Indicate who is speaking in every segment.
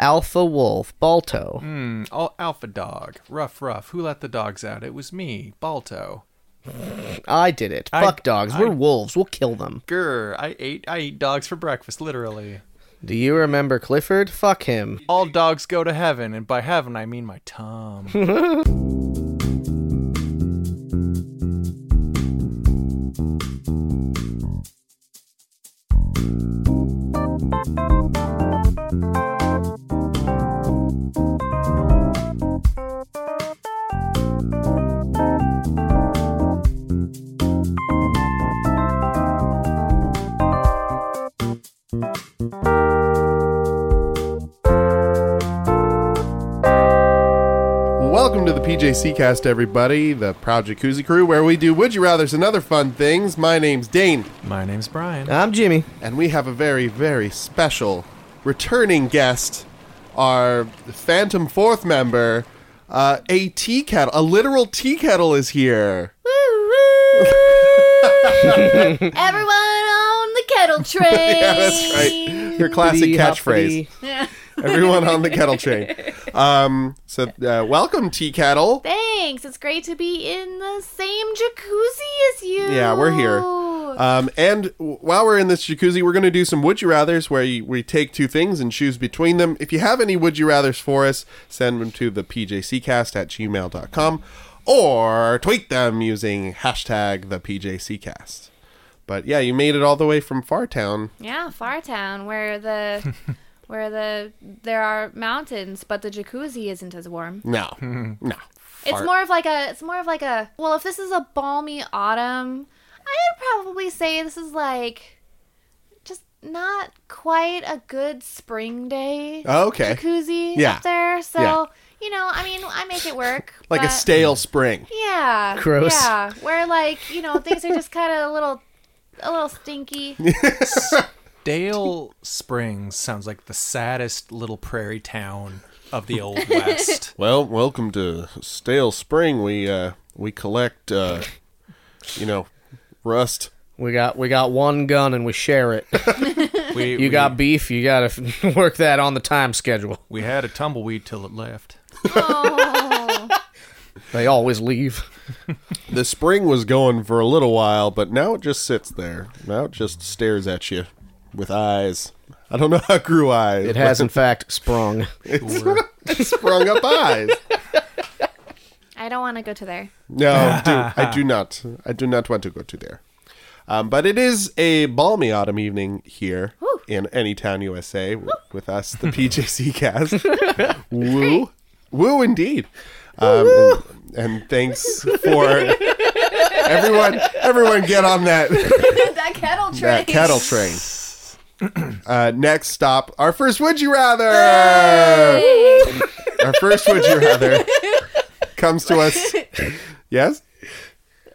Speaker 1: Alpha Wolf, Balto.
Speaker 2: Hmm, al- alpha dog. Ruff, ruff. Who let the dogs out? It was me, Balto.
Speaker 1: I did it.
Speaker 2: I-
Speaker 1: Fuck dogs.
Speaker 2: I-
Speaker 1: We're wolves. We'll kill them.
Speaker 2: Grr, I ate, I eat dogs for breakfast, literally.
Speaker 1: Do you remember Clifford? Fuck him.
Speaker 2: All dogs go to heaven, and by heaven I mean my Tom.
Speaker 3: Welcome to the PJC cast, everybody, the Proud Jacuzzi crew, where we do Would You Rathers and other fun things. My name's Dane,
Speaker 2: my name's Brian.
Speaker 1: I'm Jimmy.
Speaker 3: and we have a very, very special returning guest, our Phantom Fourth member, uh, a tea kettle, a literal tea kettle is here.
Speaker 4: Everyone on the kettle train.
Speaker 3: Yeah, that's right. Your classic
Speaker 1: Hoppity,
Speaker 3: catchphrase.
Speaker 1: hoppity.
Speaker 3: Everyone on the kettle train. Um, so, uh, welcome, tea kettle.
Speaker 4: Thanks. It's great to be in the same jacuzzi as you.
Speaker 3: Yeah, we're here. Um, and w- while we're in this jacuzzi, we're going to do some would you rather's where you, we take two things and choose between them. If you have any would you rather's for us, send them to the pjccast at gmail.com or tweet them using hashtag the pjccast. But yeah, you made it all the way from Fartown.
Speaker 4: yeah, Fartown, where the where the there are mountains, but the jacuzzi isn't as warm.
Speaker 3: No, no.
Speaker 4: It's more of like a it's more of like a well, if this is a balmy autumn, I'd probably say this is like just not quite a good spring day.
Speaker 3: Okay.
Speaker 4: Jacuzzi
Speaker 3: Eh, Yeah.
Speaker 4: up there, so
Speaker 3: Yeah.
Speaker 4: you know, I mean, I make it work.
Speaker 3: Like a
Speaker 4: but-
Speaker 3: stale spring.
Speaker 4: Yeah.
Speaker 1: Gross.
Speaker 4: Yeah, where like you know things are just kind of a little, a little stinky.
Speaker 2: Dale Springs sounds like the saddest little prairie town of the Old West.
Speaker 3: Well, welcome to Stale Spring. We uh, we collect, uh, you know, rust.
Speaker 1: We got we got one gun and we share it.
Speaker 2: We,
Speaker 1: You got beef, you gotta f- work that on the time schedule.
Speaker 2: we had a tumbleweed till it left.
Speaker 4: Oh.
Speaker 1: They always leave.
Speaker 3: The spring was going for a little while, but now it just sits there. Now it just stares at you with eyes. I don't know how it grew eyes.
Speaker 1: It has in fact sprung.
Speaker 3: It sprung up eyes.
Speaker 4: I don't want to go to there.
Speaker 3: No, do, I do not. I do not want to go to there. Um, but it is a balmy autumn evening here
Speaker 4: Woo.
Speaker 3: in Anytown, USA, w- with us, the PJC cast. Woo. Woo, indeed. Um, and, and thanks for everyone. Everyone, get on that.
Speaker 4: that kettle train.
Speaker 3: that cattle train. uh, next stop, our first would you rather. our first would you rather comes to us. Yes.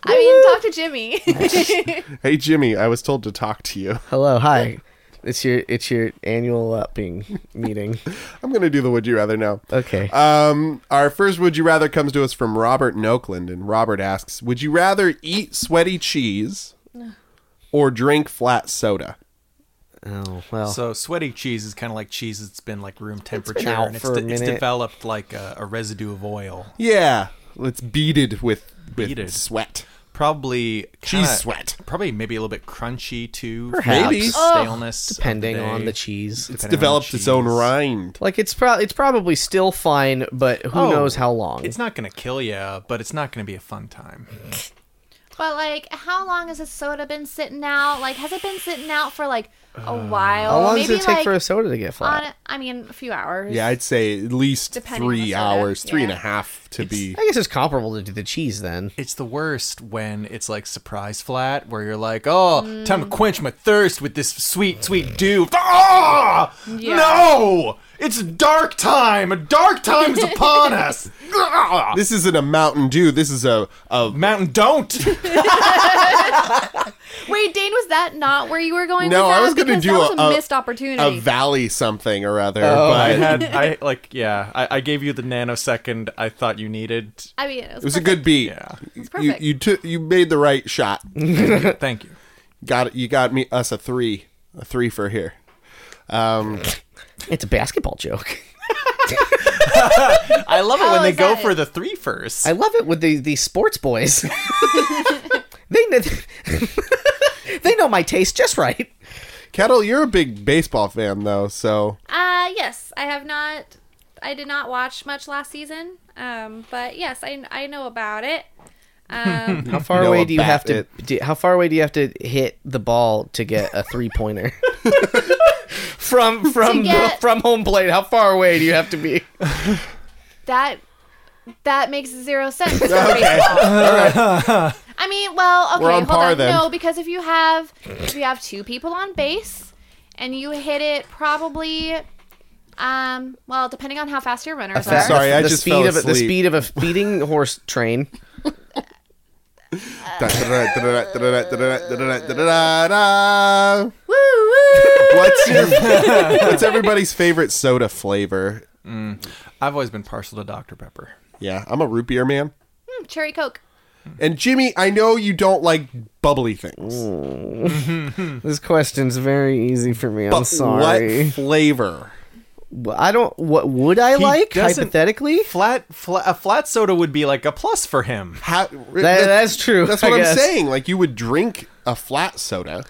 Speaker 4: I mean, talk to Jimmy.
Speaker 3: Hey Jimmy, I was told to talk to you.
Speaker 1: Hello, hi. It's your it's your annual upping meeting.
Speaker 3: I'm gonna do the would you rather now.
Speaker 1: Okay.
Speaker 3: Um, our first would you rather comes to us from Robert in Oakland, and Robert asks, "Would you rather eat sweaty cheese or drink flat soda?"
Speaker 1: oh well.
Speaker 2: So sweaty cheese is kind of like cheese that's been like room temperature
Speaker 1: out
Speaker 2: and it's,
Speaker 1: for a
Speaker 2: de- it's
Speaker 1: minute.
Speaker 2: developed like a, a residue of oil.
Speaker 3: Yeah, let's beaded with with
Speaker 2: Beaded.
Speaker 3: sweat.
Speaker 2: Probably kinda-
Speaker 3: Cheese sweat.
Speaker 2: Probably maybe a little bit crunchy too. for
Speaker 1: Perhaps.
Speaker 2: the
Speaker 3: Maybe.
Speaker 2: staleness, of
Speaker 1: depending
Speaker 2: the
Speaker 1: on
Speaker 2: day.
Speaker 1: the cheese.
Speaker 3: It's
Speaker 2: Depending on the
Speaker 3: developed its own
Speaker 2: cheese.
Speaker 3: rind.
Speaker 1: Like it's pro- it's probably still fine, but who
Speaker 2: Oh,
Speaker 1: knows how long.
Speaker 2: It's not gonna kill you, but it's not gonna be a fun time.
Speaker 4: but like, how long has this soda been sitting out? Like, has it been sitting out for like a
Speaker 3: Uh,
Speaker 4: while?
Speaker 1: how long does
Speaker 4: Maybe,
Speaker 1: it take
Speaker 4: like,
Speaker 1: for a soda to get flat?
Speaker 4: On, I mean, a few hours.
Speaker 3: Yeah, I'd say at least
Speaker 4: Depending on the
Speaker 3: three
Speaker 4: soda,
Speaker 3: hours, three and a
Speaker 4: yeah.
Speaker 3: half to be.
Speaker 1: I guess it's comparable to the cheese then.
Speaker 2: It's the worst when it's like surprise flat, where you're like, "Oh,
Speaker 4: Mm.
Speaker 2: time to quench my thirst with this sweet, sweet dew." Ah,
Speaker 4: Yeah.
Speaker 2: no! It's dark time. A dark time's upon us. Ah!
Speaker 3: This isn't a Mountain Dew. This is a a
Speaker 2: Mountain, don't.
Speaker 4: Wait, Dane, was that not where you were going?
Speaker 3: No,
Speaker 4: with that?
Speaker 3: I was gonna
Speaker 4: Because
Speaker 3: do
Speaker 4: that was
Speaker 3: a-
Speaker 4: a,
Speaker 3: a-
Speaker 4: missed opportunity.
Speaker 3: a valley something or other.
Speaker 2: Oh, I
Speaker 3: but
Speaker 2: had, I like, yeah, I, I gave you the nanosecond I thought you needed.
Speaker 4: I mean, it
Speaker 3: it
Speaker 4: was,
Speaker 3: was a
Speaker 4: perfect.
Speaker 3: good beat.
Speaker 2: Yeah,
Speaker 3: You
Speaker 4: perfect.
Speaker 3: you took you made the right shot.
Speaker 2: thank you.
Speaker 3: got it. You got me us a three, a three for here. Um,
Speaker 1: It's a basketball joke.
Speaker 2: I love it
Speaker 4: How
Speaker 2: when they
Speaker 4: is
Speaker 2: go
Speaker 4: that?
Speaker 2: for the three first.
Speaker 1: I love it with the these sports boys. they know, they know my taste just right.
Speaker 3: Kettle, you're a big baseball fan though, so
Speaker 4: Uh, yes, I have not. I did not watch much last season. Um, but yes, I I know about it. Um,
Speaker 1: How far
Speaker 3: Know
Speaker 1: away do you
Speaker 3: about
Speaker 1: have to?
Speaker 3: it.
Speaker 1: Do, how far away do you have to hit the ball to get a three pointer? from from
Speaker 4: get-
Speaker 1: from home plate, how far away do you have to be?
Speaker 4: that that makes zero sense. for baseball. I mean, well, okay,
Speaker 3: We're on
Speaker 4: hold
Speaker 3: par
Speaker 4: on.
Speaker 3: then.
Speaker 4: No, because if you have if you have two people on base and you hit it probably um well, depending on how fast your runners
Speaker 1: Fa-
Speaker 4: are.
Speaker 3: sorry, I
Speaker 1: the
Speaker 3: just
Speaker 1: speed
Speaker 3: fell
Speaker 1: of a, the
Speaker 3: asleep.
Speaker 1: speed of a speeding horse train.
Speaker 3: What's
Speaker 4: Woo woo.
Speaker 3: your What's everybody's favorite soda flavor?
Speaker 2: I've always been partial to Dr. Pepper.
Speaker 3: Yeah, I'm a root beer man.
Speaker 4: Mm, Cherry Coke.
Speaker 3: And Jimmy, I know you don't like bubbly
Speaker 1: Mm,
Speaker 3: things.
Speaker 1: This question's very easy for me. I'm
Speaker 3: But
Speaker 1: sorry.
Speaker 3: what flavor?
Speaker 1: Well, I don't. What would I
Speaker 2: He
Speaker 1: like
Speaker 2: doesn't-
Speaker 1: hypothetically?
Speaker 2: Flat, fla a flat soda would be like a plus for him.
Speaker 3: How,
Speaker 1: That, that's true.
Speaker 3: That's
Speaker 1: I
Speaker 3: what I'm
Speaker 1: guess.
Speaker 3: saying. Like you would drink a flat soda.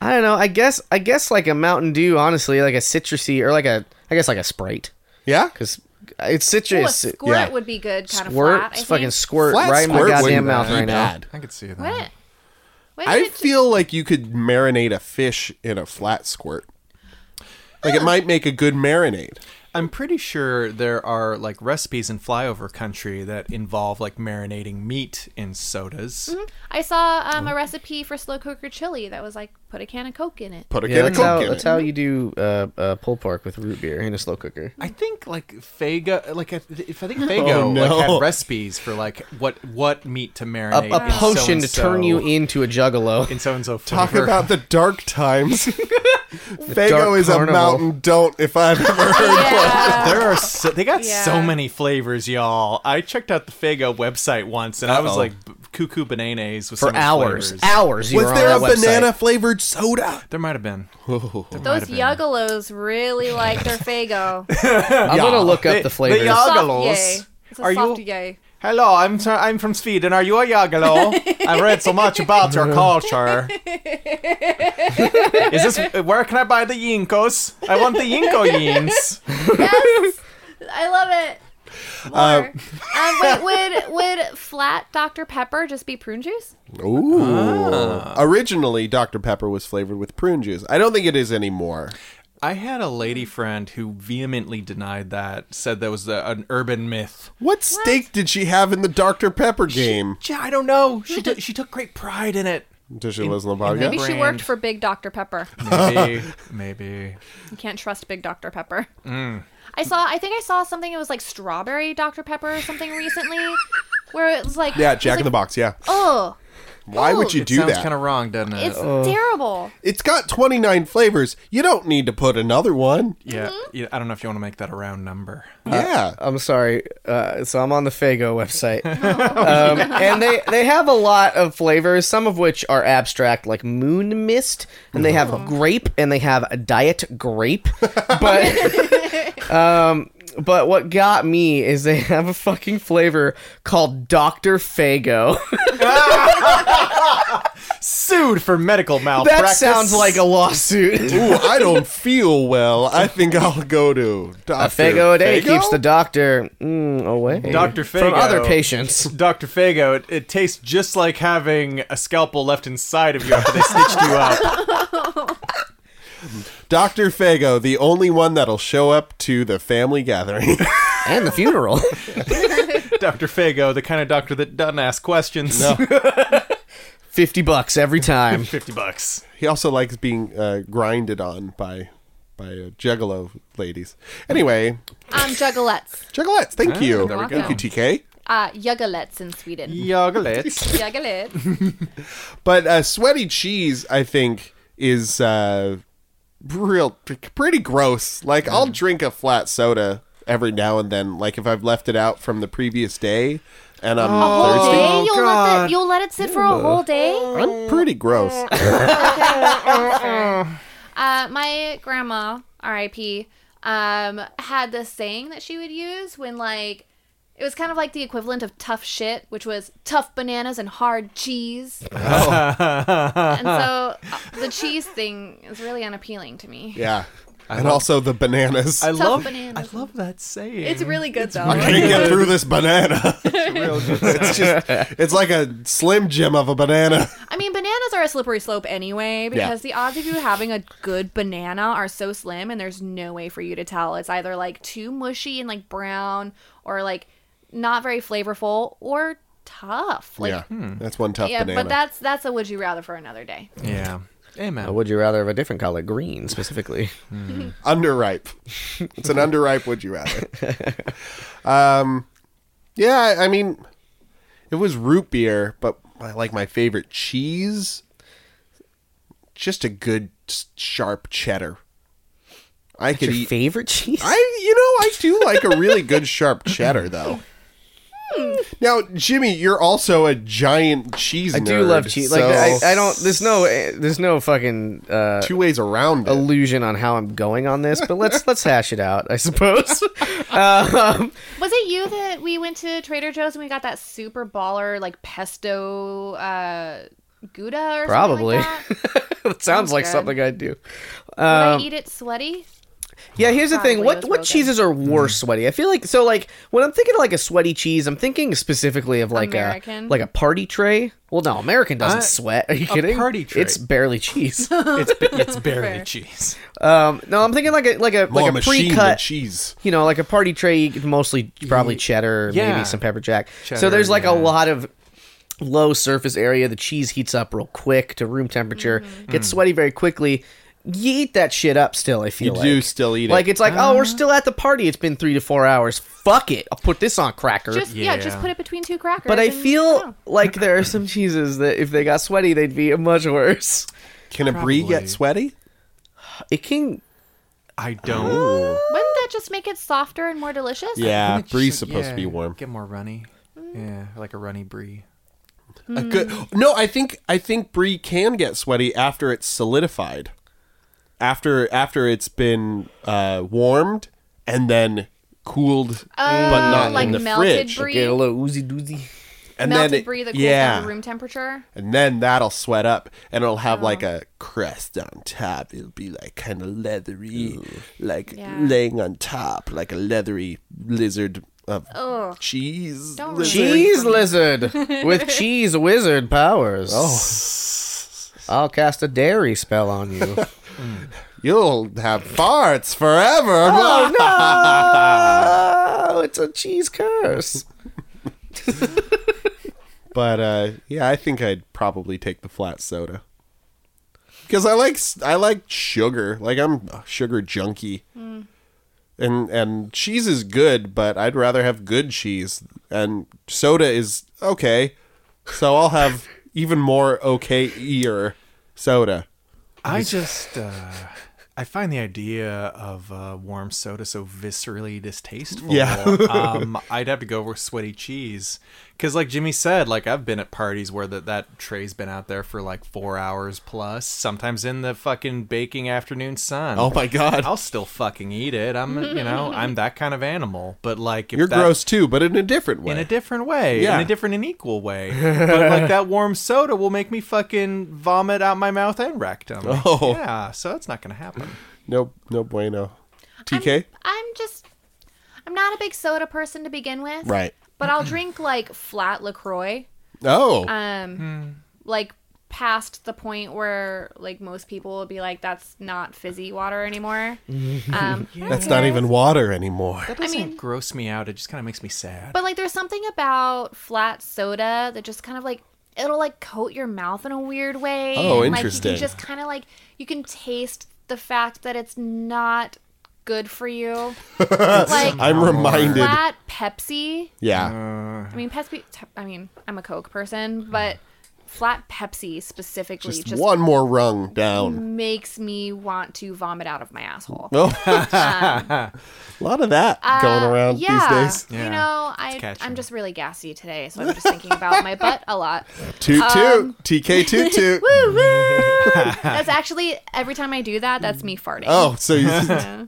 Speaker 1: I don't know. I guess. I guess like a Mountain Dew. Honestly, like a citrusy or like a. I guess like a Sprite
Speaker 3: Yeah?
Speaker 1: because it's
Speaker 4: Ooh, a
Speaker 1: citrus.
Speaker 4: squirt
Speaker 3: yeah.
Speaker 4: would be good kind
Speaker 1: squirt,
Speaker 4: of flat. I
Speaker 1: fucking
Speaker 4: think.
Speaker 1: squirt
Speaker 3: Flat
Speaker 1: right in my
Speaker 3: squirt
Speaker 1: goddamn
Speaker 3: wouldn't
Speaker 1: mouth
Speaker 3: be
Speaker 1: right now.
Speaker 3: bad.
Speaker 2: I could see that.
Speaker 4: What? What
Speaker 3: I
Speaker 4: did you-
Speaker 3: feel like you could marinate a fish in a flat squirt. Like it might make a good marinade.
Speaker 2: I'm pretty sure there are like recipes in flyover country that involve like marinating meat in sodas.
Speaker 4: I saw um,
Speaker 2: Oh.
Speaker 4: a recipe for slow cooker chili that was like put a can of Coke in it.
Speaker 3: Put a
Speaker 1: Yeah,
Speaker 3: can of
Speaker 1: that's
Speaker 3: Coke
Speaker 1: how,
Speaker 3: in
Speaker 1: that's
Speaker 3: it.
Speaker 1: how you do uh, uh, pulled pork with root beer in a slow cooker.
Speaker 2: I think like Fago, like if if I think Fago
Speaker 3: Oh,
Speaker 2: like
Speaker 3: no.
Speaker 2: had recipes for like what what meat to
Speaker 1: A,
Speaker 2: marinate.
Speaker 1: a
Speaker 2: in
Speaker 1: potion to
Speaker 2: so-and-so-
Speaker 1: turn you into a juggalo.
Speaker 2: in so and so
Speaker 3: Talk
Speaker 2: flavor.
Speaker 3: about the dark times. Fago
Speaker 1: dark
Speaker 3: is
Speaker 1: carnival.
Speaker 3: a mountain don't if I've ever heard.
Speaker 4: Yeah.
Speaker 2: there are so, they got so
Speaker 4: Yeah.
Speaker 2: many flavors, y'all. I checked out the Fago website once, and I was
Speaker 3: Uh-oh.
Speaker 2: like b- cuckoo bananas with
Speaker 1: For
Speaker 2: some of the
Speaker 1: hours,
Speaker 2: flavors.
Speaker 1: hours. You
Speaker 3: Was
Speaker 1: were
Speaker 3: there a
Speaker 1: on that website.
Speaker 3: banana flavored soda?
Speaker 2: There might have been.
Speaker 4: Those
Speaker 2: have been.
Speaker 4: yuggalos really like their Fago.
Speaker 1: I'm gonna look up the flavors.
Speaker 4: Soft yay. It's a
Speaker 2: Are
Speaker 4: soft
Speaker 2: you-
Speaker 4: yay.
Speaker 2: Hello, I'm so- I'm from Sweden. Are you a Yagalo? I read so much about your culture. Is this where can I buy the yinkos? I want the yinko yins.
Speaker 4: Yes, I love it. More. um, wait, would would flat Dr Pepper just be prune juice?
Speaker 3: Ooh. Ah. Originally, Dr. Pepper was flavored with prune juice. I don't think it is anymore.
Speaker 2: I had a lady friend who vehemently denied that, said that was a, an urban myth.
Speaker 3: What stake did she have in the Dr. Pepper game?
Speaker 2: Gee, I don't know. She took she took great pride in it.
Speaker 3: Does she listen to the
Speaker 2: in
Speaker 3: podcast?
Speaker 4: Maybe she
Speaker 2: Brand.
Speaker 4: worked for Big Dr Pepper.
Speaker 2: Maybe, maybe.
Speaker 4: You can't trust Big Dr Pepper.
Speaker 2: Mm.
Speaker 4: I saw. I think I saw something. It was like strawberry Dr Pepper or something recently, where it was like
Speaker 3: Yeah,
Speaker 4: it was
Speaker 3: Jack in the
Speaker 4: like,
Speaker 3: Box. Yeah.
Speaker 4: Oh,
Speaker 3: Why would you
Speaker 2: It
Speaker 3: do
Speaker 2: sounds
Speaker 3: that?
Speaker 2: kind of wrong, doesn't it?
Speaker 4: it's terrible.
Speaker 3: It's got 29 flavors. You don't need to put another one.
Speaker 2: yeah,
Speaker 1: Mm-hmm.
Speaker 2: yeah. I don't know if you want to make that a round number.
Speaker 3: Yeah.
Speaker 1: I'm sorry. Uh, so I'm on the Fago website, um, and they they have a lot of flavors. Some of which are abstract, like moon mist, and they have grape, and they have a diet grape. But um, but what got me is they have a fucking flavor called Doctor Fago.
Speaker 2: Sued for medical
Speaker 1: that
Speaker 2: malpractice.
Speaker 1: sounds like a lawsuit.
Speaker 3: Ooh, I don't feel well. I think I'll go to
Speaker 1: A
Speaker 3: Dr.
Speaker 1: Fago a day
Speaker 3: Fago?
Speaker 1: keeps the doctor mm, away.
Speaker 2: Dr.
Speaker 1: from
Speaker 2: Fago.
Speaker 1: other patients.
Speaker 2: Dr. Fago, it, it tastes just like having a scalpel left inside of you after they stitched you up.
Speaker 3: Dr. Fago, the only one that'll show up to the family gathering.
Speaker 1: and the funeral.
Speaker 2: Dr. Fago, the kind of doctor that doesn't ask questions.
Speaker 3: No.
Speaker 1: 50 bucks every time.
Speaker 2: 50 bucks.
Speaker 3: he also likes being uh, grinded on by by uh, juggalo ladies. Anyway,
Speaker 4: Um, juggalettes.
Speaker 3: juggalettes, thank you.
Speaker 4: there we go.
Speaker 3: Thank you, TK.
Speaker 4: Uh, yuggalettes in Sweden.
Speaker 2: Yogurts.
Speaker 4: Yuggalettes.
Speaker 3: But uh, sweaty cheese, I think, is uh, real pretty gross. Like I'll drink a flat soda every now and then, like if I've left it out from the previous day, and I'm
Speaker 4: Whole
Speaker 3: thirsty.
Speaker 4: day? You'll let,
Speaker 2: God.
Speaker 4: the, you'll let it sit for a whole day?
Speaker 3: I'm pretty gross.
Speaker 4: Uh, my grandma, R.I.P., um, had this saying that she would use when like it was kind of like the equivalent of tough shit, which was tough bananas and hard cheese. and so uh, the cheese thing is really unappealing to me.
Speaker 3: Yeah. and also the bananas.
Speaker 2: I
Speaker 3: I
Speaker 4: Tough
Speaker 2: love
Speaker 4: bananas.
Speaker 2: I love that saying.
Speaker 5: It's really good though.
Speaker 3: can't get through this banana. it's just it's like a slim jim of a banana.
Speaker 4: I mean, bananas are a slippery slope anyway because the odds of you having a good banana are so slim, and there's no way for you to tell. It's either like too mushy and like brown, or like not very flavorful, or tough. Like, hmm.
Speaker 3: yeah. That's one tough
Speaker 4: yeah,
Speaker 3: banana.
Speaker 4: but that's that's a would you rather for another day.
Speaker 2: yeah. Amen.
Speaker 1: Uh, Would you rather have a different color, green specifically?
Speaker 3: underripe. It's an underripe. Would you rather? um, yeah. I I mean, it was root beer, but my, like my favorite cheese, just a good s- sharp cheddar. I could
Speaker 1: Your
Speaker 3: eat.
Speaker 1: favorite cheese?
Speaker 3: I you know I do like a really good sharp cheddar though.
Speaker 4: Hmm.
Speaker 3: Now, Jimmy, you're also a giant cheese.
Speaker 1: I do
Speaker 3: nerd,
Speaker 1: love cheese. Like
Speaker 3: so
Speaker 1: I, I don't. There's no. eh, There's no fucking uh,
Speaker 3: two ways around it.
Speaker 1: illusion on how I'm going on this. But let's let's hash it out. I suppose. um,
Speaker 4: Was it you that we went to Trader Joe's and we got that super baller like pesto uh, gouda or something
Speaker 1: probably.
Speaker 4: like that?
Speaker 1: it sounds like
Speaker 4: good.
Speaker 1: something I do.
Speaker 4: Would I eat it sweaty?
Speaker 1: Yeah, here's the thing.
Speaker 4: Probably
Speaker 1: What
Speaker 4: was
Speaker 1: what
Speaker 4: Rogan.
Speaker 1: cheeses are worse sweaty? I feel like so like when I'm thinking of like a sweaty cheese, I'm thinking specifically of like
Speaker 4: American.
Speaker 1: a like a party tray. Well, no, American doesn't
Speaker 2: Uh,
Speaker 1: sweat. Are you kidding?
Speaker 2: party tray.
Speaker 1: It's barely cheese.
Speaker 2: It's, it's barely cheese.
Speaker 1: um, no, I'm thinking like a like a
Speaker 3: More
Speaker 1: like a
Speaker 3: machine than
Speaker 1: pre-cut.
Speaker 3: cheese.
Speaker 1: you know, like a party tray, you could mostly probably cheddar,
Speaker 2: yeah.
Speaker 1: maybe some pepper jack. so
Speaker 2: Cheddar,
Speaker 1: there's like
Speaker 2: yeah.
Speaker 1: a lot of low surface area. The cheese heats up real quick to room temperature,
Speaker 3: Mm-hmm.
Speaker 1: gets
Speaker 3: Mm.
Speaker 1: sweaty very quickly. You eat that shit up still. I feel
Speaker 3: You
Speaker 1: like.
Speaker 3: do still eat it. Uh-huh.
Speaker 1: Like it's like, oh, we're still at the party. It's been three to four hours. Fuck it, I'll put this on cracker.
Speaker 4: Just yeah. just
Speaker 2: Yeah.
Speaker 4: put it between two crackers.
Speaker 1: er, but I
Speaker 4: and-
Speaker 1: feel
Speaker 4: oh.
Speaker 1: like there are some cheeses that if they got sweaty, they'd be much worse.
Speaker 3: Can a brie
Speaker 2: Probably.
Speaker 3: get sweaty?
Speaker 1: It can.
Speaker 2: I don't.
Speaker 4: wouldn't that just make it softer and more delicious?
Speaker 3: Yeah,
Speaker 2: Which-
Speaker 3: Brie's supposed to
Speaker 2: yeah,
Speaker 3: be warm.
Speaker 2: Get more runny.
Speaker 4: Mm.
Speaker 2: Yeah, like a runny brie.
Speaker 3: A good. No, I think I think brie can get sweaty after it's solidified, after after it's been uh, warmed and then cooled, but not
Speaker 4: Oh, Uh, like
Speaker 3: in the
Speaker 4: melted
Speaker 3: fridge.
Speaker 4: brie.
Speaker 1: Get a little oozy doozy.
Speaker 3: And
Speaker 4: melted
Speaker 3: then it-
Speaker 4: brie that cools
Speaker 3: yeah,
Speaker 4: down to room temperature.
Speaker 3: and then that'll sweat up and it'll have like
Speaker 4: Oh.
Speaker 3: a crust on top. It'll be like kind of leathery, like
Speaker 4: Yeah.
Speaker 3: laying on top, like a leathery lizard of
Speaker 4: Ugh.
Speaker 3: cheese.
Speaker 4: Don't
Speaker 3: lizard.
Speaker 1: Cheese lizard with cheese wizard powers. Oh. I'll cast a dairy spell on you.
Speaker 3: You'll have farts forever.
Speaker 4: Oh,
Speaker 1: no! Oh, It's a cheese curse.
Speaker 3: But uh, yeah, I think I'd probably take the flat soda because I like s- I like sugar. Like I'm a sugar junkie,
Speaker 4: Hmm.
Speaker 3: and and cheese is good, but I'd rather have good cheese. And soda is okay, so I'll have even more okay-ier soda.
Speaker 2: I just uh, I find the idea of uh, warm soda so viscerally distasteful.
Speaker 3: Yeah.
Speaker 2: um, I'd have to go with sweaty cheese because, like Jimmy said, like I've been at parties where that that tray's been out there for like four hours plus, sometimes in the fucking baking afternoon sun.
Speaker 3: Oh my god,
Speaker 2: I'll still fucking eat it. I'm you know I'm that kind of animal. But like if
Speaker 3: you're
Speaker 2: that-
Speaker 3: gross too, but in a different way.
Speaker 2: in a different way,
Speaker 3: Yeah.
Speaker 2: in a different and equal way. but like that warm soda will make me fucking vomit out my mouth and rectum.
Speaker 3: Oh.
Speaker 2: yeah, so that's not gonna happen.
Speaker 3: no, no bueno. TK,
Speaker 4: I'm just I'm not a big soda person to begin with.
Speaker 3: right?
Speaker 4: But I'll drink like flat LaCroix.
Speaker 3: Oh,
Speaker 4: Um like past the point where like most people will be like, that's not fizzy water anymore. Um
Speaker 3: that's not even water anymore.
Speaker 2: That doesn't
Speaker 4: mean-
Speaker 2: gross me out. It just kind of makes me sad.
Speaker 4: But like there's something about flat soda that just kind of like it'll like coat your mouth in a weird way.
Speaker 3: Oh,
Speaker 4: and,
Speaker 3: interesting.
Speaker 4: Like you can just kind of like you can taste the fact that it's not good for you. like
Speaker 3: I'm reminded.
Speaker 4: flat Pepsi.
Speaker 3: Yeah.
Speaker 4: I mean Pepsi. I mean I'm a Coke person, but flat Pepsi specifically
Speaker 3: Just,
Speaker 4: just, Mm.
Speaker 3: one more rung down.
Speaker 4: makes me want to vomit out of my asshole.
Speaker 3: Oh, a lot of that going
Speaker 4: Uh,
Speaker 3: around
Speaker 4: yeah,
Speaker 3: these days.
Speaker 4: You
Speaker 2: Yeah.
Speaker 4: know, I,
Speaker 2: catchy.
Speaker 4: I'm just really gassy today, so I'm just thinking about my butt a lot.
Speaker 3: Toot
Speaker 4: Um,
Speaker 3: toot, TK toot toot.
Speaker 4: Woo, woo. that's actually every time I do that, that's me farting.
Speaker 3: Oh, so you,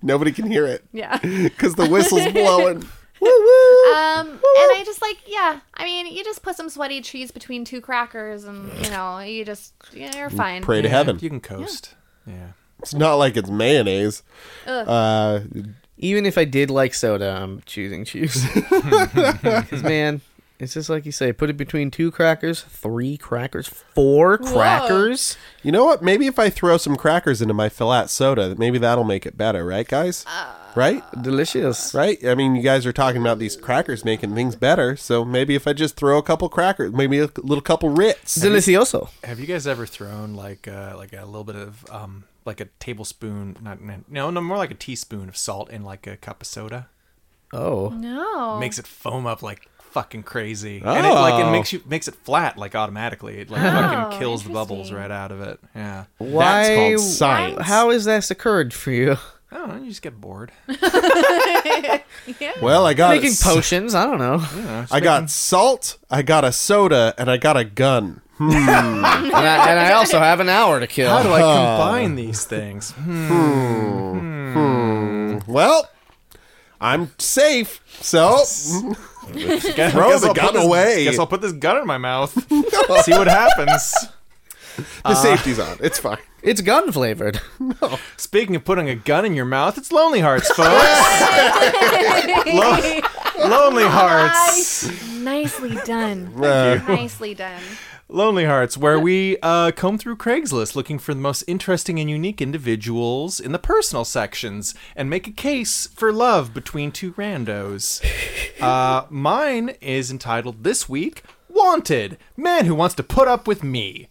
Speaker 3: nobody can hear it
Speaker 4: yeah.
Speaker 3: because the whistle's
Speaker 4: Uh,
Speaker 3: blowing.
Speaker 4: Um, and I just like, yeah. I mean, you just put some sweaty cheese between two crackers, and you know, you just you know, you're fine.
Speaker 3: Pray to heaven.
Speaker 2: You can coast. Yeah.
Speaker 3: It's not like it's mayonnaise. Uh,
Speaker 1: Even if I did like soda, I'm choosing cheese. 'Cause, man, it's just like you say, put it between two crackers, three crackers, four crackers.
Speaker 3: you know what? Maybe if I throw some crackers into my flat soda, maybe that'll make it better, right, guys?
Speaker 4: Uh,
Speaker 3: right?
Speaker 1: Delicious.
Speaker 3: Right? I mean, you guys are talking about these crackers making things better, so maybe if I just throw a couple crackers, maybe a little couple Ritz.
Speaker 1: Delicioso.
Speaker 2: Have you guys ever thrown like uh, like a little bit of um like a tablespoon? Not no no more like a teaspoon of salt in like a cup of soda.
Speaker 1: Oh.
Speaker 4: No.
Speaker 2: Makes it foam up like fucking crazy, and it like
Speaker 3: Oh.
Speaker 2: it makes you makes it flat like automatically. It like fucking kills the bubbles
Speaker 4: Oh, interesting.
Speaker 2: right out of it. Yeah.
Speaker 3: That's
Speaker 1: Why?
Speaker 3: called science.
Speaker 1: How has this occurred for you?
Speaker 2: I don't know. You just get bored.
Speaker 3: Well,
Speaker 2: Uh,
Speaker 3: I got
Speaker 1: Making
Speaker 3: s-
Speaker 1: potions? I don't know.
Speaker 3: I got salt, I got a soda, and I got a gun. Hmm.
Speaker 1: and, I, and I also have an hour to kill.
Speaker 2: How do I combine these things? Hmm.
Speaker 3: Well, I'm safe. So
Speaker 2: Throw
Speaker 3: the gun away.
Speaker 2: Guess I'll put this gun in my mouth. see what happens.
Speaker 3: the safety's on. It's fine.
Speaker 1: It's gun flavored.
Speaker 2: Speaking of putting a gun in your mouth, it's Lonely Hearts, folks. Lo- Lonely Hearts.
Speaker 4: Nicely done.
Speaker 3: Uh,
Speaker 4: Nicely done.
Speaker 2: Lonely Hearts, where we uh, comb through Craigslist looking for the most interesting and unique individuals in the personal sections and make a case for love between two randos. Uh, mine is entitled this week Wanted Man Who Wants to Put Up With Me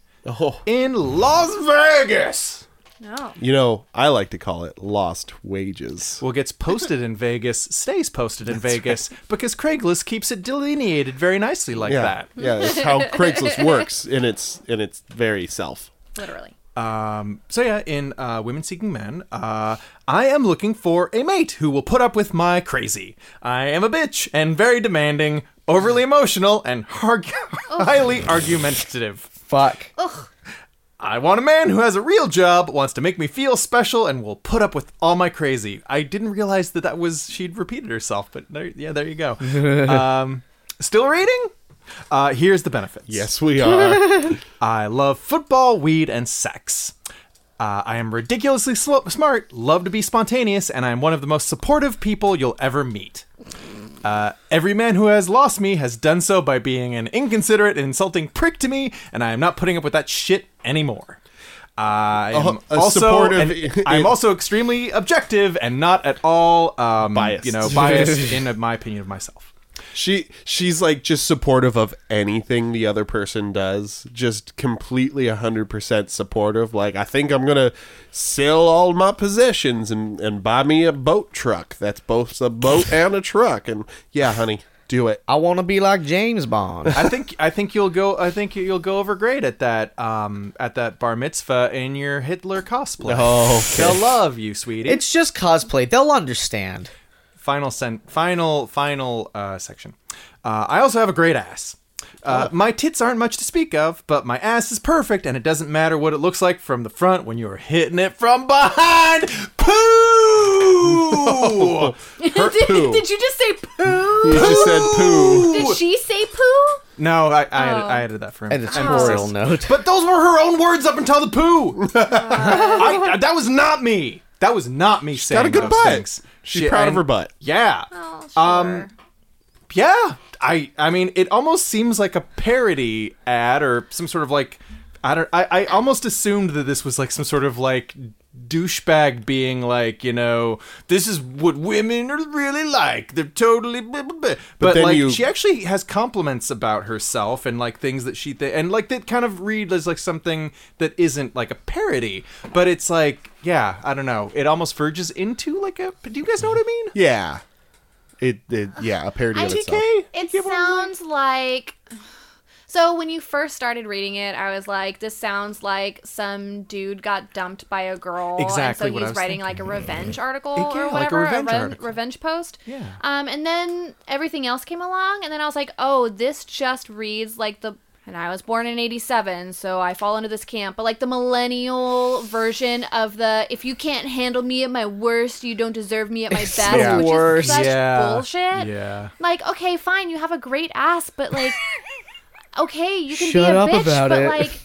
Speaker 2: in Las Vegas.
Speaker 4: No.
Speaker 3: you know, I like to call it lost wages.
Speaker 2: Well, gets posted in Vegas, stays posted in Vegas because Craigslist keeps it delineated very nicely like
Speaker 3: Yeah,
Speaker 2: that.
Speaker 3: yeah. That's how Craigslist works in its in its very self.
Speaker 4: Literally.
Speaker 2: Um, so yeah, in uh, Women Seeking Men, uh, I am looking for a mate who will put up with my crazy. I am a bitch and very demanding, overly emotional, and har- highly argumentative.
Speaker 1: Fuck.
Speaker 2: I want a man who has a real job, wants to make me feel special, and will put up with all my crazy. I didn't realize that that was she'd repeated herself, but there, yeah, there you go. um, still reading? Uh, here's the benefits.
Speaker 3: Yes, we are.
Speaker 2: I love football, weed, and sex. Uh, I am ridiculously sl- smart, love to be spontaneous, and I am one of the most supportive people you'll ever meet. Uh, every man who has lost me has done so by being an inconsiderate and insulting prick to me, and I am not putting up with that shit anymore. I am
Speaker 3: a
Speaker 2: also
Speaker 3: supportive-
Speaker 2: and I'm also extremely objective and not at all um,
Speaker 3: Biased.
Speaker 2: You know, biased in my opinion of myself.
Speaker 3: she she's like just supportive of anything the other person does. Just completely 100% supportive. Like I think I'm going to sell all my possessions and and buy me a boat truck. That's both a boat and a truck and yeah, honey, do it.
Speaker 1: I want to be like James Bond.
Speaker 2: I think I think you'll go. I think you'll go over great at that um at that bar mitzvah in your Hitler cosplay.
Speaker 3: Oh,
Speaker 2: They'll love you, sweetie.
Speaker 1: it's just cosplay. They'll understand.
Speaker 2: final sen- final final uh, section. Uh, I also have a great ass. Uh,
Speaker 3: Oh.
Speaker 2: my tits aren't much to speak of, but my ass is perfect, and it doesn't matter what it looks like from the front when you're hitting it from behind. Poo!
Speaker 3: Her
Speaker 4: Did,
Speaker 3: poo.
Speaker 4: did you just say
Speaker 3: You
Speaker 4: poo?
Speaker 3: just said poo.
Speaker 4: Did she say poo?
Speaker 2: no, I, I, added, I added that for him.
Speaker 1: Editorial note.
Speaker 2: But those were her own words up until the poo. I, that was not me. That was not me saying
Speaker 3: Got a good
Speaker 2: those
Speaker 3: butt.
Speaker 2: things.
Speaker 3: She's
Speaker 2: She-
Speaker 3: proud of
Speaker 2: and-
Speaker 3: her butt.
Speaker 2: Yeah.
Speaker 4: Oh, sure.
Speaker 2: Um, Yeah. I I mean, it almost seems like a parody ad or some sort of like I don't I, I almost assumed that this was like some sort of like douchebag being like, you know, this is what women are really like. They're totally blah, blah, blah. but,
Speaker 3: then
Speaker 2: like
Speaker 3: you-
Speaker 2: she actually has compliments about herself and like things that she th- and like that kind of read as like something that isn't like a parody, but it's like yeah, I don't know. It almost verges into like a do you guys know what I mean?
Speaker 3: Yeah. It, it yeah, a parody of itself.
Speaker 2: TK?
Speaker 4: It sounds like So when you first started reading it, I was like, this sounds like some dude got dumped by a girl.
Speaker 2: Exactly
Speaker 4: And so
Speaker 2: what I
Speaker 4: he's
Speaker 2: was
Speaker 4: writing like a
Speaker 2: thinking.
Speaker 4: revenge article
Speaker 2: Yeah,
Speaker 4: or
Speaker 2: like a
Speaker 4: whatever,
Speaker 2: revenge
Speaker 4: ren-
Speaker 2: article.
Speaker 4: revenge post.
Speaker 2: Yeah.
Speaker 4: Um, and then everything else came along, and then I was like, oh, this just reads like the. And I was born in 87, so I fall into this camp, but like the millennial version of the if you can't handle me at my worst, you don't deserve me at my best,
Speaker 1: the
Speaker 4: which
Speaker 1: worst.
Speaker 4: is such
Speaker 2: yeah.
Speaker 4: bullshit.
Speaker 2: Yeah.
Speaker 4: Like, okay, fine, you have a great ass, but like, okay, you can
Speaker 1: Shut
Speaker 4: be a
Speaker 1: up
Speaker 4: bitch,
Speaker 1: about
Speaker 4: but
Speaker 1: it.
Speaker 4: like,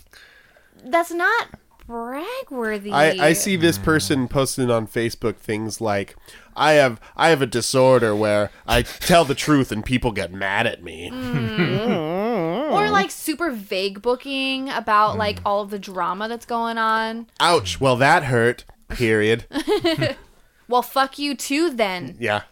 Speaker 4: that's not brag worthy.
Speaker 3: I, I see this person posting on Facebook things like, "I have I have a disorder where I tell the truth and people get mad at me."
Speaker 4: Mm. Or like super vague booking about like
Speaker 1: Mm.
Speaker 4: all of the drama that's going on.
Speaker 3: Ouch! Well, that hurt. Period.
Speaker 4: Well, fuck you too then.
Speaker 3: Yeah.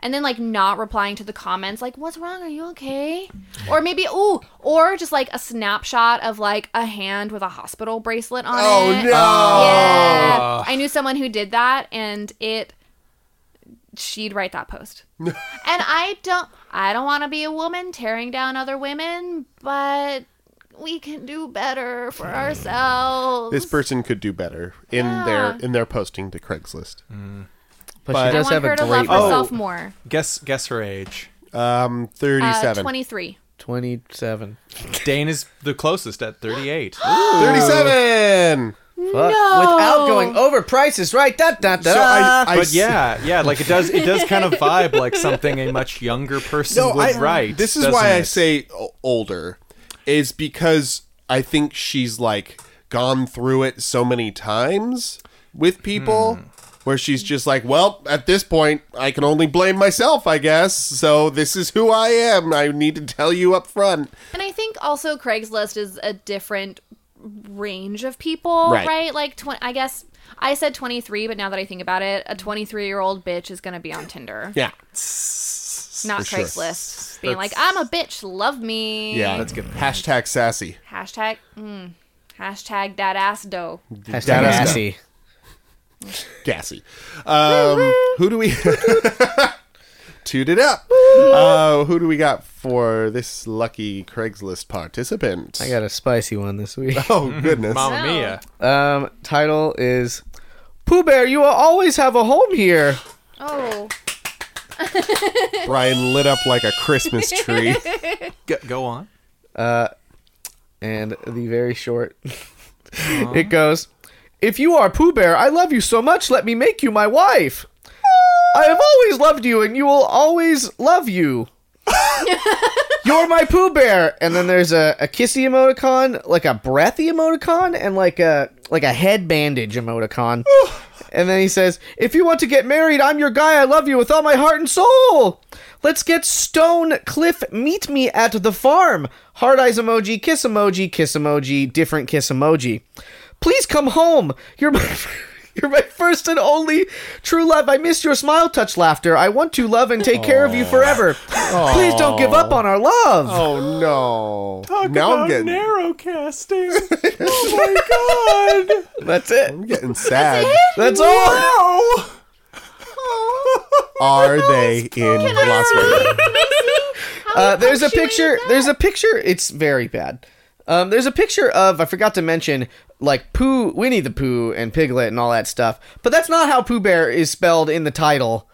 Speaker 4: And then like not replying to the comments like what's wrong? Are you okay? Or maybe ooh, or just like a snapshot of like a hand with a hospital bracelet on
Speaker 3: Oh
Speaker 4: it.
Speaker 3: no!
Speaker 4: Yeah. I knew someone who did that and it she'd write that post. and I don't I don't want to be a woman tearing down other women, but we can do better for
Speaker 3: Hmm.
Speaker 4: ourselves.
Speaker 3: This person could do better in
Speaker 4: Yeah.
Speaker 3: their in their posting to Craigslist.
Speaker 1: But,
Speaker 3: But-
Speaker 1: she
Speaker 4: I
Speaker 1: does
Speaker 4: want
Speaker 1: have
Speaker 4: her
Speaker 1: a
Speaker 4: to love
Speaker 1: great
Speaker 2: Oh.
Speaker 4: herself more.
Speaker 2: Guess guess her age.
Speaker 3: Um,
Speaker 4: Uh,
Speaker 3: thirty-seven.
Speaker 4: 23.
Speaker 1: 27.
Speaker 2: Dane is the closest at 38.
Speaker 3: Thirty-seven.
Speaker 1: Fuck. Without going over prices, right? Da, da, da.
Speaker 3: So I, I
Speaker 2: but
Speaker 3: s-
Speaker 2: yeah, yeah, like it does it does kind of vibe like something a much younger person
Speaker 3: No,
Speaker 2: would
Speaker 3: I,
Speaker 2: write.
Speaker 3: This is
Speaker 2: doesn't
Speaker 3: why I
Speaker 2: it?
Speaker 3: say o- older, is because I think she's like gone through it so many times with people. Where she's just like, well, at this point, I can only blame myself, I guess. So this is who I am. I need to tell you up front.
Speaker 4: And I think also Craigslist is a different range of people,
Speaker 3: Right.
Speaker 4: right? Like, tw- I guess I said 23, but now that I think about it, a 23 year old bitch is going to be on Tinder,
Speaker 3: Yeah,
Speaker 4: not
Speaker 3: for sure.
Speaker 4: Craigslist. Being like,
Speaker 2: That's-
Speaker 4: I'm a bitch, love me.
Speaker 3: yeah, that's good. Hashtag sassy.
Speaker 4: Hashtag, mm, hashtag that ass dough.
Speaker 1: Hashtag
Speaker 3: Dad ass
Speaker 1: assy.
Speaker 3: gassy. Um, who do we toot it up? Uh, who do we got for this lucky Craigslist participant?
Speaker 1: I got a spicy one this week.
Speaker 3: oh goodness.
Speaker 2: Mamma
Speaker 4: No.
Speaker 2: Mia.
Speaker 1: Um, title is Pooh Bear, you will always have a home here.
Speaker 4: Oh,
Speaker 3: Brian lit up like a Christmas tree.
Speaker 2: Go, go on.
Speaker 1: And the very short, it goes, If you are Pooh Bear, I love you so much, let me make you my wife. I have always loved you, and you will always love you. You're my Pooh Bear, and then there's a, a kissy emoticon, like a breathy emoticon, and like a like a head bandage emoticon. and then he says, "If you want to get married, I'm your guy. I love you with all my heart and soul. Let's get Stone Cliff. Meet me at the farm. Hard eyes emoji, kiss emoji, kiss emoji, different kiss emoji. Please come home. You're my." You're my first and only true love. I miss your smile, touch, laughter. I want to love and take care of you forever. Please don't give up on our love.
Speaker 3: Oh no. now I'm getting
Speaker 2: narrow casting. oh my god.
Speaker 1: That's it.
Speaker 3: I'm getting sad.
Speaker 1: That's all.
Speaker 2: Wow.
Speaker 4: Oh.
Speaker 3: Are they in Las Vegas?
Speaker 4: Oh,
Speaker 1: Uh, there's a picture. There's a picture. It's very bad. Um, there's a picture of I forgot to mention like Pooh, Winnie the Pooh, and Piglet, and all that stuff. But that's not how Pooh Bear is spelled in the title.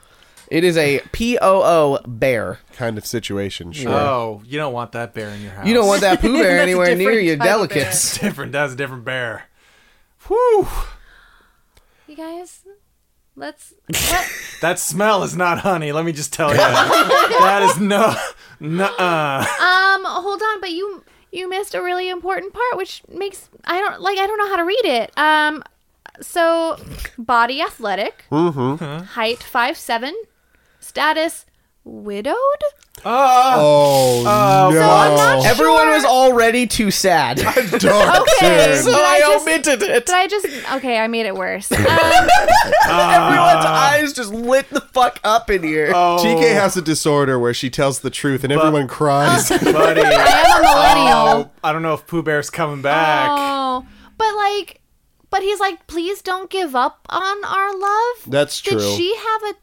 Speaker 1: It is a P O O bear.
Speaker 3: Kind of situation, sure.
Speaker 2: Oh, you don't want that bear in your house.
Speaker 1: You don't want that Pooh Bear
Speaker 4: That's a
Speaker 1: anywhere near
Speaker 4: different
Speaker 1: your
Speaker 4: type of bear.
Speaker 1: delicates.
Speaker 2: different. That's a different bear. Whew.
Speaker 4: you guys, let's. What?
Speaker 2: That smell is not honey. Let me just tell you. that is no. Nuh-uh.
Speaker 4: Um, hold on, but you you missed a really important part, which makes I don't like I don't know how to read it. Um, so body athletic,
Speaker 3: Mm-hmm.
Speaker 4: height five seven, status widowed.
Speaker 2: Oh.
Speaker 3: Oh, no.
Speaker 4: I'm not sure.
Speaker 1: Everyone was already too sad, so
Speaker 3: Darn.
Speaker 4: Okay, did
Speaker 1: I,
Speaker 4: just,
Speaker 1: omitted it.
Speaker 4: did I just okay? I made it worse. Um,
Speaker 1: Everyone's eyes just lit the fuck up in here.
Speaker 4: Uh,
Speaker 3: TK has a disorder where she tells the truth and everyone cries.
Speaker 2: buddy.
Speaker 4: I am a millennial.
Speaker 2: Oh, I don't know if Pooh Bear's coming back.
Speaker 4: Oh, but like, but he's like, please don't give up on our love.
Speaker 3: That's
Speaker 4: Did
Speaker 3: true.
Speaker 4: she have a?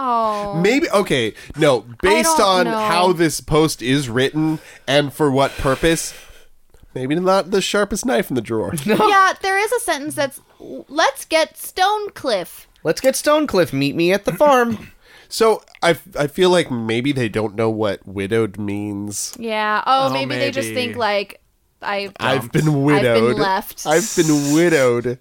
Speaker 4: Oh.
Speaker 3: Maybe okay. No, based on
Speaker 4: don't know.
Speaker 3: how this post is written and for what purpose, maybe not the sharpest knife in the drawer.
Speaker 4: Yeah, there is a sentence that's let's get Stonecliff.
Speaker 1: Let's get Stonecliff. Meet me at the farm.
Speaker 3: So I, I feel like maybe they don't know what widowed means.
Speaker 4: Yeah. Oh,
Speaker 2: Oh,
Speaker 4: maybe, they just
Speaker 2: maybe.
Speaker 4: think like I
Speaker 3: I've been widowed.
Speaker 4: left.
Speaker 3: I've been widowed.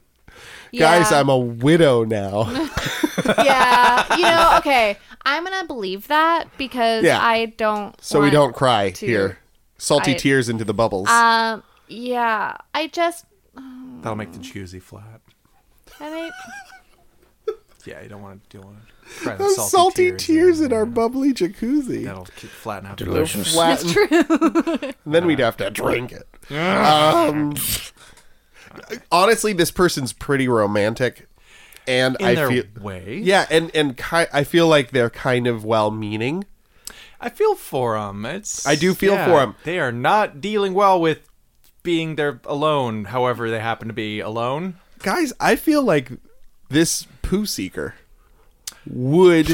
Speaker 3: Guys,
Speaker 4: Yeah.
Speaker 3: I'm a widow now.
Speaker 4: yeah. You know, okay. I'm gonna believe that because
Speaker 3: Yeah.
Speaker 4: I don't
Speaker 3: So we
Speaker 4: want-
Speaker 3: don't cry
Speaker 4: to-
Speaker 3: here. Salty
Speaker 4: I-
Speaker 3: tears into the bubbles.
Speaker 4: Um yeah. I just
Speaker 2: That'll make the jacuzzi flat.
Speaker 4: I mean
Speaker 2: Yeah, you don't want to do want to cry those
Speaker 3: Those
Speaker 2: salty,
Speaker 3: salty tears,
Speaker 2: tears
Speaker 3: in our bubbly jacuzzi.
Speaker 2: That'll keep flatten out.
Speaker 3: Flat- And then we'd have to drink it. Um, honestly, this person's pretty romantic, and
Speaker 2: in
Speaker 3: I
Speaker 2: their
Speaker 3: feel
Speaker 2: way.
Speaker 3: yeah, and and ki- I feel like they're kind of well-meaning.
Speaker 2: I feel for them. It's
Speaker 3: I do feel
Speaker 2: yeah,
Speaker 3: for 'em.
Speaker 2: They are not dealing well with being there alone. However, they happen to be alone.
Speaker 3: Guys, I feel like this poo seeker
Speaker 2: I
Speaker 3: would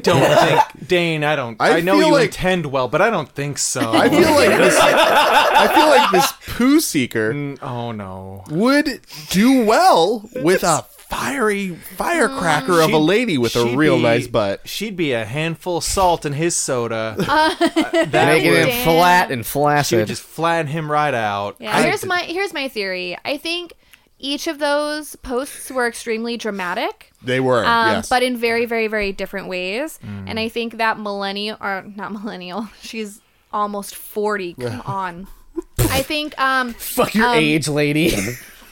Speaker 2: don't think Dane. I don't.
Speaker 3: I
Speaker 2: I, know
Speaker 3: feel
Speaker 2: you
Speaker 3: like-
Speaker 2: intend well, but I don't think so.
Speaker 3: I feel like this I feel like this poo seeker
Speaker 2: Mm, oh no.
Speaker 3: would do well with a fiery firecracker of a
Speaker 2: She'd-
Speaker 3: lady with a
Speaker 2: she'd
Speaker 3: real
Speaker 2: be-
Speaker 3: nice butt.
Speaker 2: She'd be a handful of salt in his soda. that
Speaker 1: Make
Speaker 2: would,
Speaker 1: it
Speaker 4: Damn.
Speaker 1: flat and
Speaker 2: she would
Speaker 1: flaccid.
Speaker 2: just flatten him right out.
Speaker 4: yeah.
Speaker 3: I-
Speaker 4: here's my here's my theory. I think each of those posts were extremely dramatic.
Speaker 3: They were,
Speaker 4: um,
Speaker 3: yes. Mm.
Speaker 4: but in very, very, very different ways. And I think that millennial, or not millennial, she's almost 40. Come on. I think, um,
Speaker 1: Fuck your age, lady.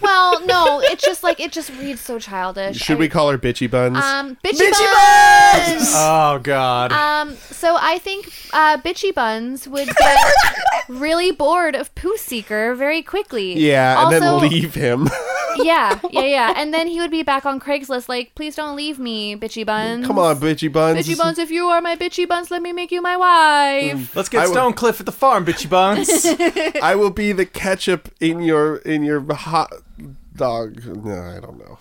Speaker 4: well, no, it's just like, it just reads so childish.
Speaker 3: Should
Speaker 4: I-
Speaker 3: we call her bitchy buns?
Speaker 4: Um, bitchy, buns!
Speaker 2: Oh God.
Speaker 4: Um, so I think uh, bitchy buns would get really bored of Poo Seeker very quickly.
Speaker 3: yeah, and
Speaker 4: Also-
Speaker 3: then leave him.
Speaker 4: Yeah, yeah, yeah. And then he would be back on Craigslist, like, please don't leave me, bitchy buns.
Speaker 3: Come on, bitchy buns.
Speaker 4: Bitchy buns, if you are my bitchy buns, let me make you my wife.
Speaker 2: Let's get
Speaker 3: I would-
Speaker 2: Stonecliff at the farm, bitchy buns.
Speaker 3: I will be the ketchup in your in your hot dog. No, I don't know.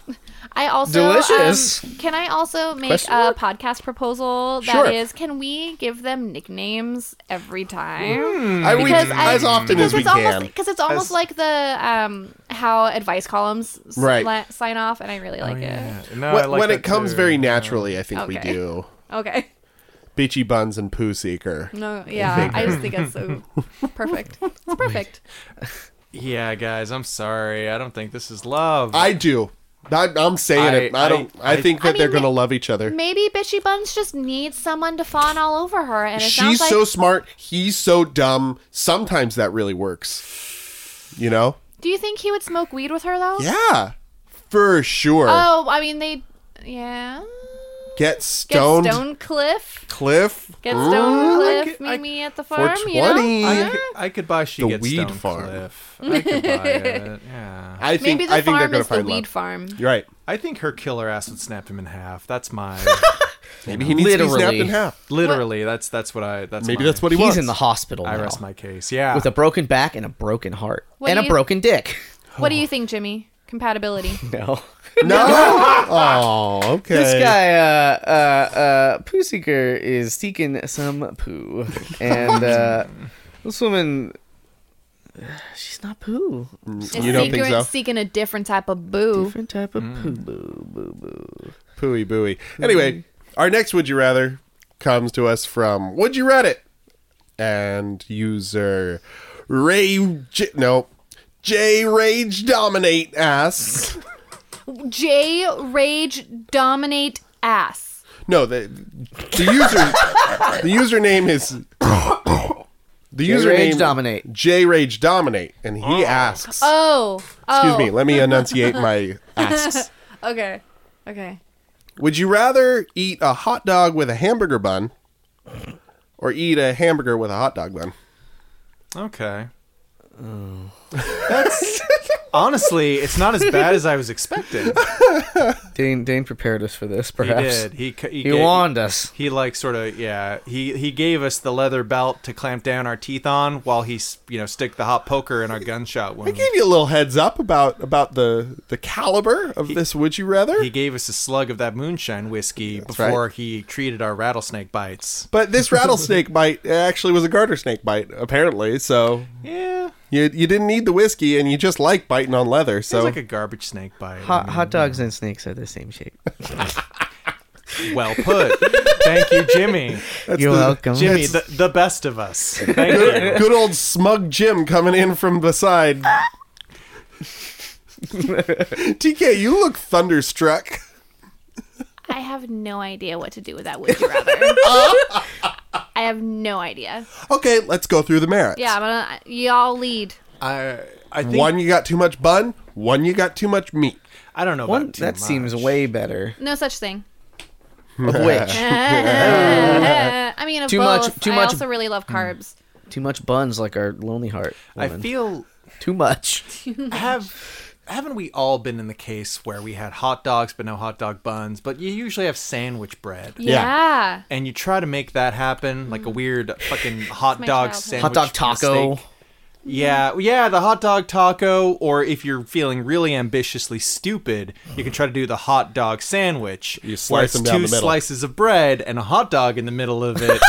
Speaker 4: I also
Speaker 1: Delicious.
Speaker 4: um, can I also make
Speaker 1: Question
Speaker 4: a
Speaker 1: mark?
Speaker 4: podcast proposal? That is,
Speaker 3: Sure.
Speaker 4: can we give them nicknames every time?
Speaker 2: Hmm.
Speaker 3: I, we,
Speaker 4: Because I-
Speaker 3: Hmm. as often
Speaker 4: Because
Speaker 3: as we
Speaker 4: it's
Speaker 3: can.
Speaker 4: almost because it's almost
Speaker 2: As-
Speaker 4: like the um how advice columns s-
Speaker 3: Right.
Speaker 4: la- sign off, and I really like it.
Speaker 2: Oh, No, I
Speaker 3: when
Speaker 2: like
Speaker 3: when
Speaker 2: that
Speaker 3: it comes
Speaker 2: too.
Speaker 3: very naturally, I think we
Speaker 4: Okay.
Speaker 3: do.
Speaker 4: Okay,
Speaker 3: Bitchy buns and poo seeker.
Speaker 4: no, yeah, I just think it's so perfect. It's perfect.
Speaker 2: Yeah, guys, I'm sorry. I don't think this is love.
Speaker 3: I do. I, I'm saying
Speaker 2: I-
Speaker 3: it. I don't. I,
Speaker 2: I-
Speaker 3: think that
Speaker 4: I mean,
Speaker 3: they're gonna
Speaker 4: ma-
Speaker 3: love each other.
Speaker 4: Maybe bitchy buns just needs someone to fawn all over her, and it
Speaker 3: She's
Speaker 4: sounds like
Speaker 3: so smart. He's so dumb. Sometimes that really works. You know?
Speaker 4: Do you think he would smoke weed with her though?
Speaker 3: Yeah, for sure.
Speaker 4: Oh, I mean they. Yeah.
Speaker 3: Get
Speaker 4: Get
Speaker 3: stoned,
Speaker 4: Stonecliff.
Speaker 3: Cliff.
Speaker 4: Get
Speaker 3: Mm.
Speaker 2: I
Speaker 4: Stonecliff.
Speaker 2: could-
Speaker 4: Meet
Speaker 2: I-
Speaker 4: me at the farm. You
Speaker 3: 420.
Speaker 4: know? Uh-huh.
Speaker 2: I could, I could buy she
Speaker 3: The
Speaker 2: gets
Speaker 3: weed
Speaker 2: Stonecliff.
Speaker 3: farm.
Speaker 2: I could buy it. Yeah.
Speaker 3: I think
Speaker 4: Maybe the
Speaker 3: I think they're
Speaker 4: farm
Speaker 3: gonna
Speaker 4: is the
Speaker 3: find love.
Speaker 4: weed farm.
Speaker 3: You're right.
Speaker 2: I think her killer ass would snap him in half. That's my
Speaker 3: Maybe he needs to be snapped
Speaker 1: Literally.
Speaker 3: in half.
Speaker 2: literally. That's that's what I. That's
Speaker 3: Maybe
Speaker 2: my-
Speaker 3: that's what he
Speaker 1: He's
Speaker 3: wants.
Speaker 1: in the hospital
Speaker 2: I
Speaker 1: now,
Speaker 2: rest my case. Yeah.
Speaker 1: with a broken back and a broken heart
Speaker 4: What
Speaker 1: and
Speaker 4: do
Speaker 1: a
Speaker 4: you-
Speaker 1: broken dick.
Speaker 4: What do you think, Jimmy? Compatibility.
Speaker 1: No.
Speaker 3: no. oh, okay.
Speaker 1: This guy, uh, uh, uh, Poo Seeker is seeking some poo. And, uh, this woman, she's not poo.
Speaker 4: Is
Speaker 3: You don't think
Speaker 4: seeking,
Speaker 3: so?
Speaker 4: Seeking a different type of boo.
Speaker 1: Different type of poo
Speaker 2: Mm.
Speaker 1: boo boo boo.
Speaker 3: Pooey booey. Anyway, our next would you rather comes to us from Would You Reddit and user Ray J- no J Rage Dominate asks.
Speaker 4: J rage dominate ass.
Speaker 3: No, the the user the username is the
Speaker 1: J-Rage
Speaker 3: username
Speaker 1: Dominate.
Speaker 3: J Rage Dominate, and he asks.
Speaker 4: Oh. oh.
Speaker 3: Excuse me. Let me enunciate my asks.
Speaker 4: Okay. Okay.
Speaker 3: Would you rather eat a hot dog with a hamburger bun or eat a hamburger with a hot dog bun?
Speaker 2: okay. Honestly, it's not as bad as I was expecting.
Speaker 1: Dane Dane prepared us for this,
Speaker 2: He
Speaker 1: perhaps.
Speaker 2: did. He c- he,
Speaker 1: He
Speaker 2: gave-
Speaker 1: warned us.
Speaker 2: He like sort of yeah. He he gave us the leather belt to clamp down our teeth on while he s- you know stick the hot poker in our gunshot
Speaker 3: I
Speaker 2: wound.
Speaker 3: gave you a little heads up about about the the caliber of this. Would you rather?
Speaker 2: He gave us a slug of that moonshine whiskey
Speaker 3: right.
Speaker 2: before he treated our rattlesnake bites.
Speaker 3: but this rattlesnake bite actually was a garter snake bite, apparently. So
Speaker 2: Yeah,
Speaker 3: you you didn't need the whiskey, and you just like biting on leather.
Speaker 2: it was
Speaker 3: So
Speaker 2: like a garbage snake bite. I
Speaker 1: Hot,
Speaker 2: mean,
Speaker 1: hot dogs and snakes are the same shape.
Speaker 2: Well put. Thank you, Jimmy.
Speaker 1: You're
Speaker 3: the-
Speaker 1: welcome.
Speaker 2: Jimmy, the, the best of us. Thank you.
Speaker 3: good old smug Jim coming in from the side. TK, you look thunderstruck.
Speaker 4: I have no idea what to do with that would you rather. I have no idea.
Speaker 3: Okay, let's go through the merits.
Speaker 4: Yeah, I'm gonna, y'all lead.
Speaker 2: I I think
Speaker 3: One, you got too much bun. One, you got too much meat.
Speaker 2: I don't know.
Speaker 1: One
Speaker 2: about too
Speaker 1: that seems
Speaker 2: much.
Speaker 1: way better.
Speaker 4: No such thing.
Speaker 1: Of which
Speaker 4: I mean, of
Speaker 1: Too much-
Speaker 4: both.
Speaker 1: too
Speaker 4: I
Speaker 1: much-
Speaker 4: also really love
Speaker 3: Mm.
Speaker 4: carbs.
Speaker 1: too much buns like our lonely heart.
Speaker 2: I
Speaker 1: woman.
Speaker 2: feel
Speaker 1: too much.
Speaker 2: have haven't we all been in the case where we had hot dogs but no hot dog buns, but you usually have sandwich bread.
Speaker 4: Yeah. Mm.
Speaker 2: And you try to make that happen like a weird fucking hot
Speaker 4: my
Speaker 2: dog
Speaker 4: childhood.
Speaker 2: sandwich.
Speaker 1: Hot dog
Speaker 2: with
Speaker 1: taco.
Speaker 2: steak. Yeah, well, yeah, the hot dog taco, or if you're feeling really ambitiously stupid, you can try to do the hot dog sandwich. You
Speaker 3: slice
Speaker 2: where it's
Speaker 3: them down
Speaker 2: two
Speaker 3: the middle.
Speaker 2: slices of bread and a hot dog in the middle of it.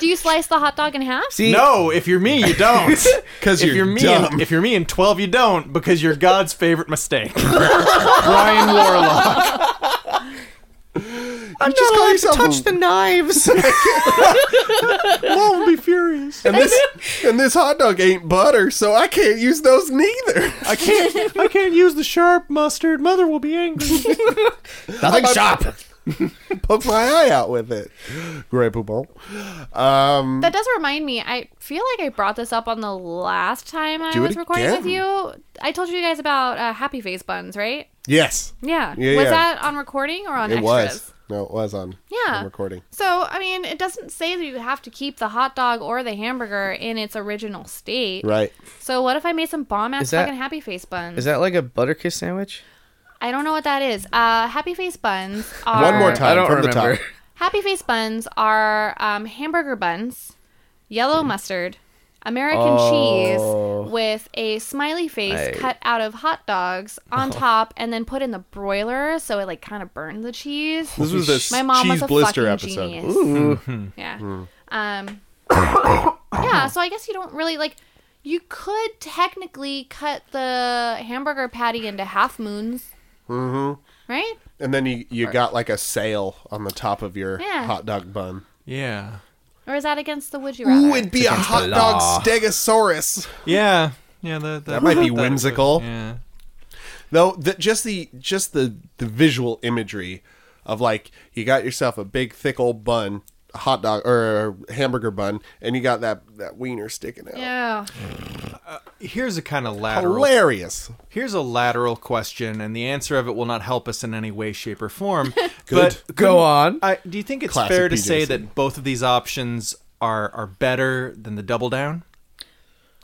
Speaker 4: Do you slice the hot dog in half?
Speaker 1: See,
Speaker 2: no, if you're me, you don't.
Speaker 3: 'Cause
Speaker 2: If
Speaker 3: you're
Speaker 2: me,
Speaker 3: dumb.
Speaker 2: In, if you're me in twelve, you don't because you're God's favorite mistake, Ryan Warlock.
Speaker 3: I'm just call yourself
Speaker 1: touch the knives.
Speaker 3: I'll be furious. And this and this hot dog ain't butter, so I can't use those neither.
Speaker 2: I can't. I can't use the sharp mustard. Mother will be angry.
Speaker 1: Nothing sharp.
Speaker 3: Poke my eye out with it. Great poopon. Um
Speaker 4: That does remind me. I feel like I brought this up on the last time I
Speaker 3: Do it
Speaker 4: was recording
Speaker 3: again.
Speaker 4: with you. I told you guys about uh, happy face buns, right?
Speaker 3: Yes.
Speaker 4: Yeah.
Speaker 3: Yeah,
Speaker 4: was
Speaker 3: yeah.
Speaker 4: that on recording or on
Speaker 3: It
Speaker 4: extras?
Speaker 3: was. No, it was on
Speaker 4: Yeah.
Speaker 3: on recording.
Speaker 4: So, I mean, it doesn't say that you have to keep the hot dog or the hamburger in its original state.
Speaker 3: Right.
Speaker 4: So, what if I made some bomb ass
Speaker 1: Is that-
Speaker 4: fucking happy face buns?
Speaker 1: Is that like a butter kiss sandwich?
Speaker 4: I don't know what that is. Uh, happy face buns are
Speaker 3: One more time
Speaker 1: I don't
Speaker 3: from
Speaker 1: remember.
Speaker 3: the top.
Speaker 4: Happy face buns are um, hamburger buns,
Speaker 3: Mm.
Speaker 4: yellow mustard, American
Speaker 1: Oh.
Speaker 4: cheese with a smiley face
Speaker 1: I-
Speaker 4: cut out of hot dogs on top, and then put in the broiler so it like kind of burned the cheese.
Speaker 3: This was this
Speaker 4: My mom
Speaker 3: cheese
Speaker 4: was a
Speaker 3: blister
Speaker 4: fucking
Speaker 3: episode. Mm-hmm.
Speaker 4: genius. Mm-hmm. Yeah. Um. yeah. So I guess you don't really like. You could technically cut the hamburger patty into half moons. Mm-hmm. Right.
Speaker 3: And then you, you got like a sail on the top of your
Speaker 4: Yeah.
Speaker 3: hot dog bun.
Speaker 2: yeah.
Speaker 4: Or is that against the would you rather?
Speaker 3: Ooh, it'd be a hot dog stegosaurus.
Speaker 2: Yeah. Yeah. The,
Speaker 3: That might be whimsical.
Speaker 2: Yeah.
Speaker 3: Though the, just the just the the visual imagery of like you got yourself a big thick old bun, a hot dog or a hamburger bun, and you got that that wiener sticking out.
Speaker 4: Yeah.
Speaker 2: Here's a kind of lateral.
Speaker 3: Hilarious.
Speaker 2: Here's a lateral question, and the answer of it will not help us in any way, shape, or form.
Speaker 3: Good.
Speaker 2: But
Speaker 1: Go on.
Speaker 2: I, do you think it's
Speaker 3: Classic
Speaker 2: fair to
Speaker 3: PJC.
Speaker 2: say that both of these options are are better than the double down?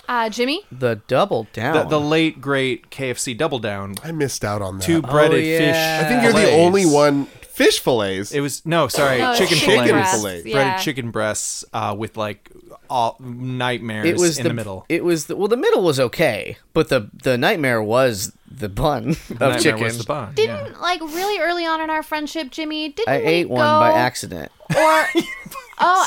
Speaker 4: Uh, Jimmy.
Speaker 1: The double down.
Speaker 2: The, the late great KFC double down,
Speaker 3: I missed out on that.
Speaker 2: two breaded
Speaker 1: yeah.
Speaker 2: fish.
Speaker 3: I think you're the
Speaker 2: fillets.
Speaker 3: only one fish fillets.
Speaker 2: It was no, sorry,
Speaker 4: No, it's
Speaker 2: chicken
Speaker 4: chicken
Speaker 2: fillets,
Speaker 3: breasts,
Speaker 2: breaded
Speaker 4: yeah.
Speaker 2: chicken breasts uh, with like all, nightmares
Speaker 1: it was
Speaker 2: in
Speaker 1: the,
Speaker 2: the, middle.
Speaker 1: It was the, well, the middle was okay, but the the nightmare was the bun of
Speaker 2: Nightmare
Speaker 1: chicken.
Speaker 2: was the bun.
Speaker 4: Didn't like really early on in our friendship, Jimmy. Didn't
Speaker 1: I
Speaker 4: we
Speaker 1: ate one
Speaker 4: go-
Speaker 1: by accident.
Speaker 4: Or oh,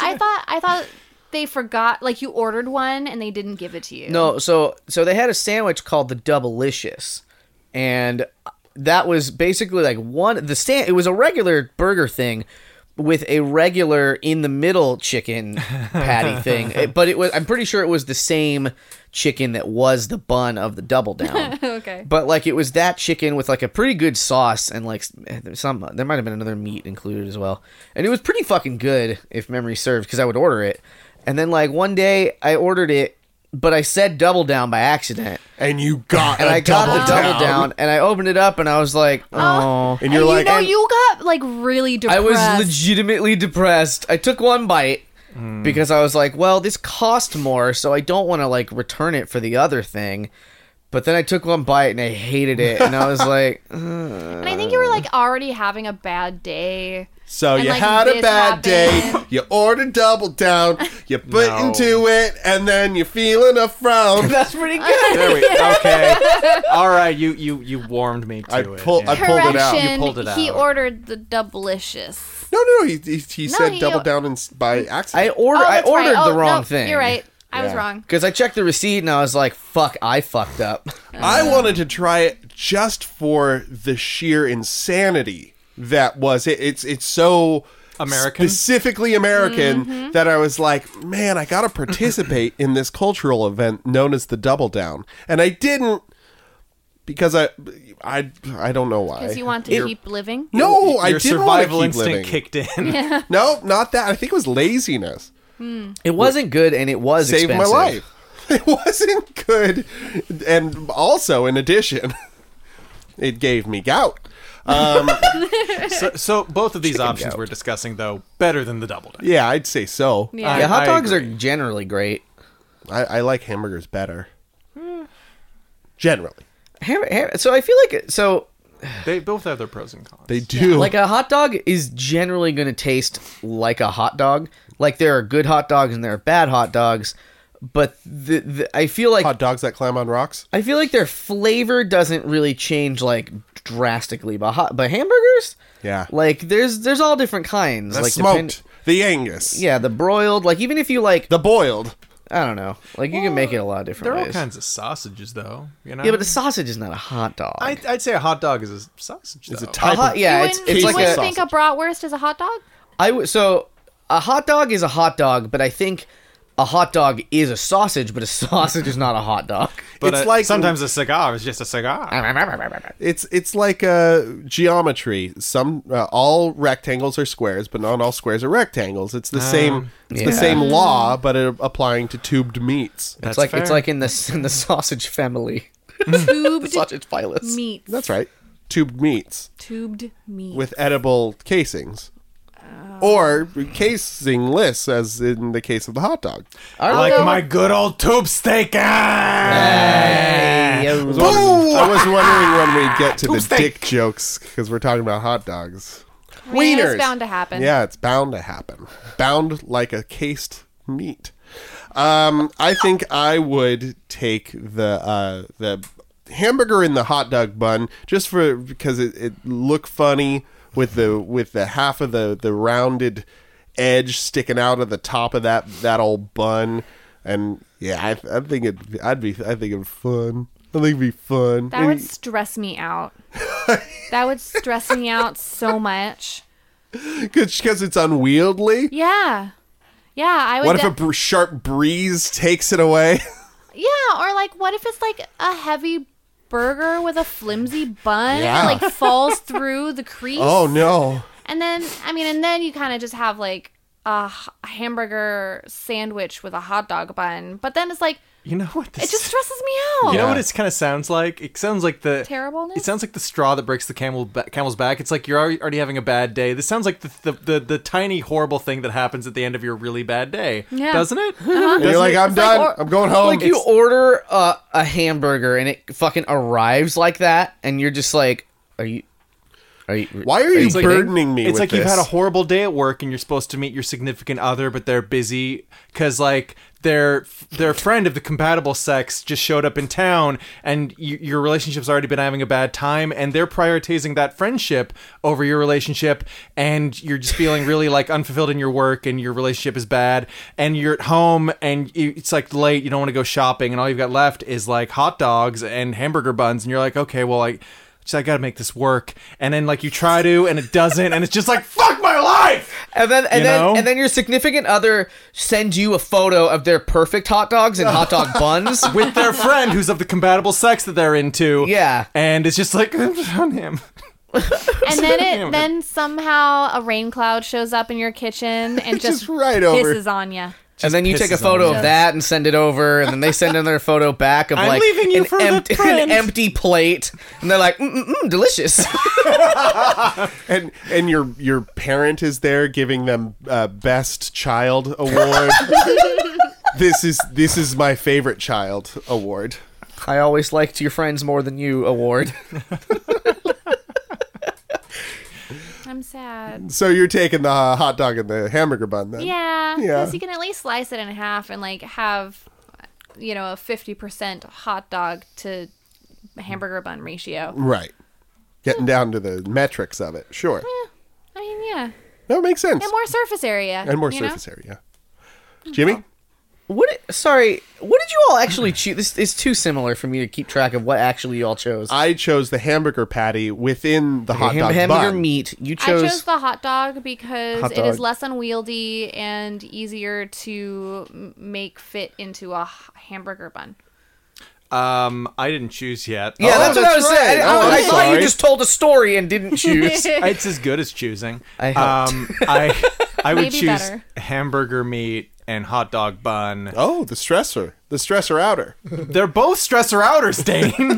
Speaker 4: I thought I thought they forgot. Like you ordered one and they didn't give it to you.
Speaker 1: No, so so they had a sandwich called the Doublelicious, and that was basically like one the stand. It was a regular burger thing with a regular in the middle chicken patty thing, It- but it was I'm pretty sure it was the same chicken that was the bun of the Double Down.
Speaker 4: Okay.
Speaker 1: But like it was that chicken with like a pretty good sauce and like eh, some there might have been another meat included as well. And it was pretty fucking good if memory serves because I would order it. And then like one day I ordered it, but I said double down by accident.
Speaker 3: and you got
Speaker 1: And
Speaker 3: a
Speaker 1: I got
Speaker 3: double
Speaker 1: the double down and I opened it up and I was like, oh.
Speaker 3: And you're
Speaker 4: And
Speaker 3: like
Speaker 4: you know,
Speaker 3: and-
Speaker 4: you got like really
Speaker 1: I
Speaker 4: depressed.
Speaker 1: was legitimately depressed. I took one bite
Speaker 3: Mm.
Speaker 1: because I was like, well, this cost more, so I don't want to like return it for the other thing. But then I took one bite and I hated it, and I was like,
Speaker 4: And I think you were like already having a bad day.
Speaker 3: So
Speaker 4: And,
Speaker 3: you
Speaker 4: like,
Speaker 3: had a
Speaker 4: this
Speaker 3: bad day,
Speaker 4: happened.
Speaker 3: you ordered double down, you bit
Speaker 2: No.
Speaker 3: into it, and then you're feeling a frown.
Speaker 1: "That's pretty good."
Speaker 2: There we okay. All right, you you you warmed me to
Speaker 3: I
Speaker 2: it.
Speaker 3: pull- I
Speaker 2: yeah.
Speaker 3: pulled it out. You
Speaker 4: Correction,
Speaker 2: pulled it
Speaker 4: He
Speaker 2: out.
Speaker 4: ordered the doublicious.
Speaker 3: No, no, he, he, he
Speaker 4: No,
Speaker 3: said
Speaker 4: he-
Speaker 3: double down and, s- by
Speaker 1: I
Speaker 3: accident.
Speaker 1: ordered.
Speaker 4: oh,
Speaker 1: I
Speaker 4: that's right.
Speaker 1: ordered
Speaker 4: Oh,
Speaker 1: the wrong
Speaker 4: no,
Speaker 1: thing.
Speaker 4: You're right. I was
Speaker 3: Yeah.
Speaker 4: wrong.
Speaker 1: Because I checked the receipt and I was like, "Fuck, I fucked up."
Speaker 3: I,
Speaker 2: Uh,
Speaker 3: wanted to try it just for the sheer insanity that was it. It's it's so
Speaker 2: American? Mm-hmm.
Speaker 3: specifically American, that I was like, man, I gotta participate in this cultural event known as the double down, and I didn't because I I I don't know why.
Speaker 4: Because you want to
Speaker 1: It-
Speaker 4: keep living.
Speaker 3: no, Oh, I
Speaker 2: Your
Speaker 3: didn't
Speaker 2: survival
Speaker 3: want to keep
Speaker 2: instinct
Speaker 3: living.
Speaker 2: kicked in.
Speaker 3: No, not that. I think it was laziness.
Speaker 1: It wasn't good, and it was
Speaker 3: Saved my
Speaker 1: expensive.
Speaker 3: life. It wasn't good, and also in addition, it gave me gout.
Speaker 2: So, so both of these options
Speaker 1: gout.
Speaker 2: we're discussing though better than the double down.
Speaker 3: Yeah, I'd say so. Uh,
Speaker 4: Yeah.
Speaker 1: Yeah, hot
Speaker 2: I
Speaker 1: dogs are
Speaker 2: agree.
Speaker 1: generally great.
Speaker 3: I, I like hamburgers better. Generally,
Speaker 1: Ham- ham- so I feel like so
Speaker 2: They both have their pros and cons.
Speaker 3: they do.
Speaker 1: like a hot dog is generally going to taste like a hot dog. Like there are good hot dogs and there are bad hot dogs, but the, the I feel like
Speaker 3: hot dogs that climb on rocks.
Speaker 1: I feel like their flavor doesn't really change like drastically. But hot, but hamburgers,
Speaker 3: Yeah,
Speaker 1: like there's there's all different kinds.
Speaker 3: the
Speaker 1: like
Speaker 3: smoked,
Speaker 1: depend-
Speaker 3: the Angus,
Speaker 1: yeah, the broiled. Like even if you like,
Speaker 3: the boiled.
Speaker 1: I don't know, like you can make it a lot of
Speaker 2: there
Speaker 1: different
Speaker 2: are all
Speaker 1: ways.
Speaker 2: kinds of sausages though. You know.
Speaker 1: yeah, but a sausage is not a hot dog.
Speaker 2: I, I'd say a hot dog is a sausage. Though.
Speaker 3: It's a
Speaker 1: A
Speaker 3: type.
Speaker 1: hot,
Speaker 3: of,
Speaker 1: yeah,
Speaker 4: you
Speaker 1: it's,
Speaker 4: wouldn't,
Speaker 1: it's
Speaker 4: you
Speaker 1: like
Speaker 4: wouldn't
Speaker 1: a
Speaker 4: think a bratwurst is a hot dog.
Speaker 1: I w- so a hot dog is a hot dog, but I think a hot dog is a sausage, but a sausage is not a hot dog.
Speaker 2: But
Speaker 3: it's
Speaker 2: uh,
Speaker 3: like
Speaker 2: sometimes a cigar is just a cigar.
Speaker 3: It's it's like uh, geometry. Some uh, all rectangles are squares, but not all squares are rectangles. It's the same. It's the
Speaker 1: Ah, yeah.
Speaker 3: same law, but it applying to tubed meats.
Speaker 1: It's like it's
Speaker 2: fair.
Speaker 1: like in the in the sausage family,
Speaker 4: Tubed
Speaker 1: sausage pilus.
Speaker 4: meats.
Speaker 3: That's right, tubed meats
Speaker 4: Tubed meat.
Speaker 3: with edible casings, or casingless, as in the case of the hot dog.
Speaker 1: I
Speaker 2: like
Speaker 1: don't know.
Speaker 2: my good old tube steak. ah!
Speaker 1: Hey, yo.
Speaker 3: I was wondering when we'd get to the
Speaker 2: Tube steak.
Speaker 3: dick jokes because we're talking about hot dogs.
Speaker 4: I mean,
Speaker 3: wieners.
Speaker 4: It's bound to happen.
Speaker 3: Yeah, it's bound to happen. Bound like a cased meat. Um, I think I would take the uh, the hamburger in the hot dog bun just for because it, it looked funny with the with the half of the the rounded edge sticking out of the top of that that old bun, and yeah, I, I think it. I'd be. I think it'd be fun. I think it'd be fun.
Speaker 4: That would stress me out. that would stress me out so much.
Speaker 3: because it's unwieldy.
Speaker 4: Yeah. Yeah, I would.
Speaker 3: What if
Speaker 4: de-
Speaker 3: a br- sharp breeze takes it away?
Speaker 4: yeah, or like, what if it's like a heavy burger with a flimsy bun
Speaker 3: Yeah.
Speaker 4: and like falls through the crease?
Speaker 3: Oh no.
Speaker 4: And then, I mean, and then you kind of just have like a h- hamburger sandwich with a hot dog bun. But then it's like,
Speaker 2: You know what? This
Speaker 4: it just stresses me out.
Speaker 2: You know
Speaker 3: Yeah.
Speaker 2: what it kind of sounds like? It sounds like the
Speaker 4: Terribleness?
Speaker 2: It sounds like the straw that breaks the camel ba- camel's back. It's like you're already, already having a bad day. This sounds like the the, the the tiny horrible thing that happens at the end of your really bad day,
Speaker 4: Yeah. Uh-huh.
Speaker 2: doesn't it?
Speaker 3: And you're like, I'm
Speaker 4: It's like
Speaker 3: done.
Speaker 4: or-
Speaker 3: I'm going home.
Speaker 1: Like you order a, a hamburger and it fucking arrives like that, and you're just like, are you? Are you
Speaker 3: Why are you
Speaker 1: kidding?
Speaker 3: burdening me?
Speaker 2: It's
Speaker 3: with
Speaker 2: like you've
Speaker 3: this?
Speaker 2: had a horrible day at work and you're supposed to meet your significant other, but they're busy because like their their friend of the compatible sex just showed up in town, and you, your relationship's already been having a bad time, and they're prioritizing that friendship over your relationship, and you're just feeling really like unfulfilled in your work, and your relationship is bad, and you're at home, and you, it's like late, you don't want to go shopping, and all you've got left is like hot dogs and hamburger buns, and you're like, okay, well, like. So I gotta make this work, and then like you try to, and it doesn't, and it's just like fuck my life.
Speaker 1: And then and
Speaker 2: You
Speaker 1: then
Speaker 2: know?
Speaker 1: and then your significant other sends you a photo of their perfect hot dogs and hot dog buns.
Speaker 2: With their friend who's of the compatible sex that they're into,
Speaker 1: Yeah.
Speaker 2: and it's just like on him.
Speaker 4: and then
Speaker 2: Damn it.
Speaker 4: it then somehow a rain cloud shows up in your kitchen and just,
Speaker 3: just right over.
Speaker 4: pisses on you.
Speaker 1: and then you take a
Speaker 2: pisses on
Speaker 1: photo
Speaker 2: you.
Speaker 1: of that and send it over, and then they send another photo back of
Speaker 2: I'm
Speaker 1: like
Speaker 2: leaving you
Speaker 1: an,
Speaker 2: for the
Speaker 1: empt- an
Speaker 2: friend.
Speaker 1: empty plate, and they're like, mm, mm, mm, delicious.
Speaker 3: and and your your parent is there giving them uh, best child award. this is this is my favorite child award.
Speaker 1: I always liked your friends more than you award.
Speaker 4: I'm sad.
Speaker 3: So you're taking the uh, hot dog and the hamburger bun then?
Speaker 4: Yeah,
Speaker 3: Yeah.
Speaker 4: because you can at least slice it in half and like have, you know, a fifty percent hot dog to hamburger bun ratio.
Speaker 3: Right.
Speaker 4: Hmm.
Speaker 3: Getting down to the metrics of it. Sure.
Speaker 4: I mean, yeah,
Speaker 3: That makes sense.
Speaker 4: and more surface area.
Speaker 3: And more
Speaker 4: you know? Oh.
Speaker 3: surface area. Jimmy?
Speaker 1: What? i- Sorry, what did you all actually choose? This is too similar for me to keep track of what actually you all chose.
Speaker 3: I chose the hamburger patty within the hot
Speaker 1: Ham-
Speaker 3: dog
Speaker 1: hamburger
Speaker 3: bun.
Speaker 1: meat. You
Speaker 4: I
Speaker 1: chose.
Speaker 4: chose the hot dog because
Speaker 1: Hot
Speaker 4: it is
Speaker 1: dog.
Speaker 4: less unwieldy and easier to m- make fit into a h- hamburger bun.
Speaker 2: Um, I didn't choose yet.
Speaker 1: yeah,
Speaker 3: Oh,
Speaker 1: that's what I
Speaker 3: that's
Speaker 1: was
Speaker 3: right.
Speaker 1: saying. I,
Speaker 3: Oh,
Speaker 1: I,
Speaker 3: I'm
Speaker 1: thought you
Speaker 3: sorry.
Speaker 1: just told a story and didn't choose.
Speaker 2: it's as good as choosing.
Speaker 1: I helped.
Speaker 2: Um, I I would
Speaker 4: Maybe
Speaker 2: choose
Speaker 4: better.
Speaker 2: hamburger meat and hot dog bun.
Speaker 3: Oh, the stressor. The stressor outer.
Speaker 2: They're both stressor outers, Dane.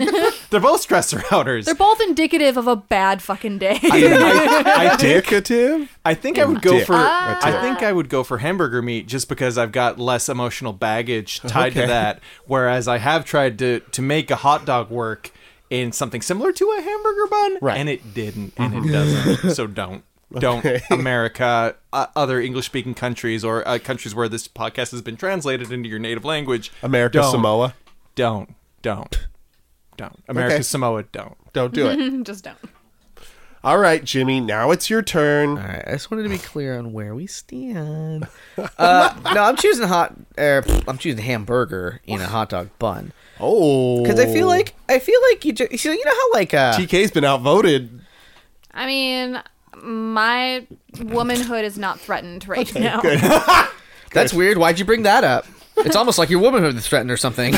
Speaker 2: They're both stressor outers.
Speaker 4: They're both indicative of a bad fucking day.
Speaker 2: I, I think
Speaker 3: Indicative?
Speaker 2: I think I would go
Speaker 3: Dick.
Speaker 2: for
Speaker 3: Ah.
Speaker 2: I think I would go for hamburger meat just because I've got less emotional baggage tied to
Speaker 3: Oh, Okay.
Speaker 2: that. Whereas I have tried to to make a hot dog work in something similar to a hamburger bun,
Speaker 3: Right. Mm-hmm.
Speaker 2: and it didn't, and it doesn't. so don't. Don't America, uh, other English speaking countries, or uh, countries where this podcast has been translated into your native language.
Speaker 3: America
Speaker 2: don't.
Speaker 3: Samoa.
Speaker 2: Don't. Don't. Don't. America
Speaker 3: Okay.
Speaker 2: Samoa, don't.
Speaker 3: Don't do it.
Speaker 4: Just don't.
Speaker 3: All right, Jimmy, now it's your turn.
Speaker 1: all right, I just wanted to be clear on where we stand. Uh, no, I'm choosing hot. Er, I'm choosing hamburger in a hot dog bun
Speaker 3: Oh.
Speaker 1: because I feel like I feel like you. Just, you know how like uh,
Speaker 3: TK's been outvoted.
Speaker 4: I mean, my womanhood is not threatened right now.
Speaker 1: that's weird. Why'd you bring that up? It's almost like your womanhood is threatened or something.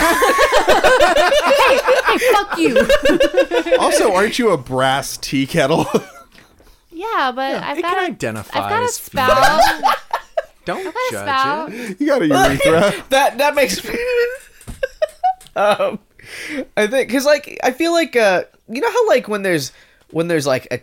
Speaker 4: Hey, fuck you.
Speaker 3: Also, aren't you a brass tea kettle?
Speaker 4: Yeah, but I've
Speaker 2: it
Speaker 4: got
Speaker 2: can
Speaker 4: a,
Speaker 2: identify
Speaker 4: I've got a
Speaker 2: as
Speaker 4: spout.
Speaker 2: Don't
Speaker 4: I've got a spout.
Speaker 2: judge it.
Speaker 3: you got a urethra.
Speaker 1: that that makes me. um, I think because like I feel like uh, you know how like when there's when there's like a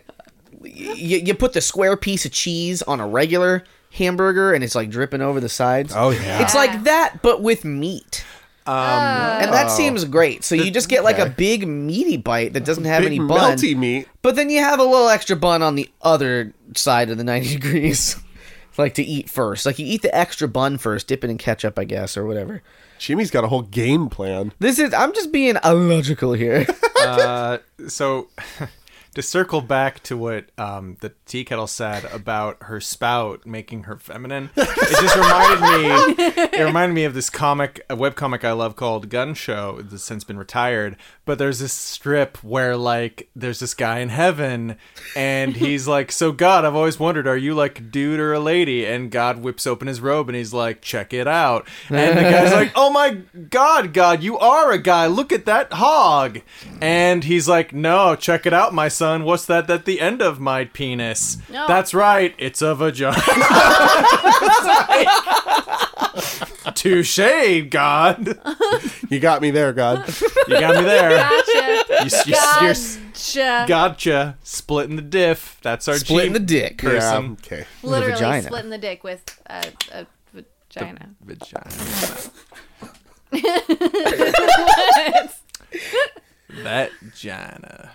Speaker 1: you, you put the square piece of cheese on a regular hamburger and it's like dripping over the sides.
Speaker 3: Oh, yeah.
Speaker 1: It's like that, but with meat.
Speaker 3: Um,
Speaker 4: Oh.
Speaker 1: and
Speaker 3: oh.
Speaker 1: that seems great. So you just get like a big meaty bite that doesn't have
Speaker 3: Big
Speaker 1: any bun,
Speaker 3: melty meat.
Speaker 1: but then you have a little extra bun on the other side of the ninety degrees, like to eat first. Like you eat the extra bun first, dip it in ketchup, I guess, or whatever.
Speaker 3: Jimmy's got a whole game plan.
Speaker 1: This is I'm just being illogical here.
Speaker 2: so to circle back to what um, the tea kettle said about her spout making her feminine it just reminded me it reminded me of this comic a webcomic i love called gun show that's since been retired but there's this strip where like there's this guy in heaven and he's like so god i've always wondered are you like a dude or a lady and god whips open his robe and he's like check it out and the guy's like oh my god god you are a guy look at that hog and he's like no check it out my son what's that at the end of my penis
Speaker 4: No.
Speaker 2: that's right it's a vagina touche god
Speaker 3: You got me there, God.
Speaker 2: you got me there
Speaker 4: Gotcha.
Speaker 2: you, you, are
Speaker 4: Gotcha.
Speaker 2: gotcha splitting the diff that's our
Speaker 1: Splitting the
Speaker 2: G
Speaker 1: dick.
Speaker 3: yeah,
Speaker 2: person
Speaker 3: okay.
Speaker 4: Literally
Speaker 1: vagina.
Speaker 4: splitting the dick with a, a vagina.
Speaker 2: vagina vagina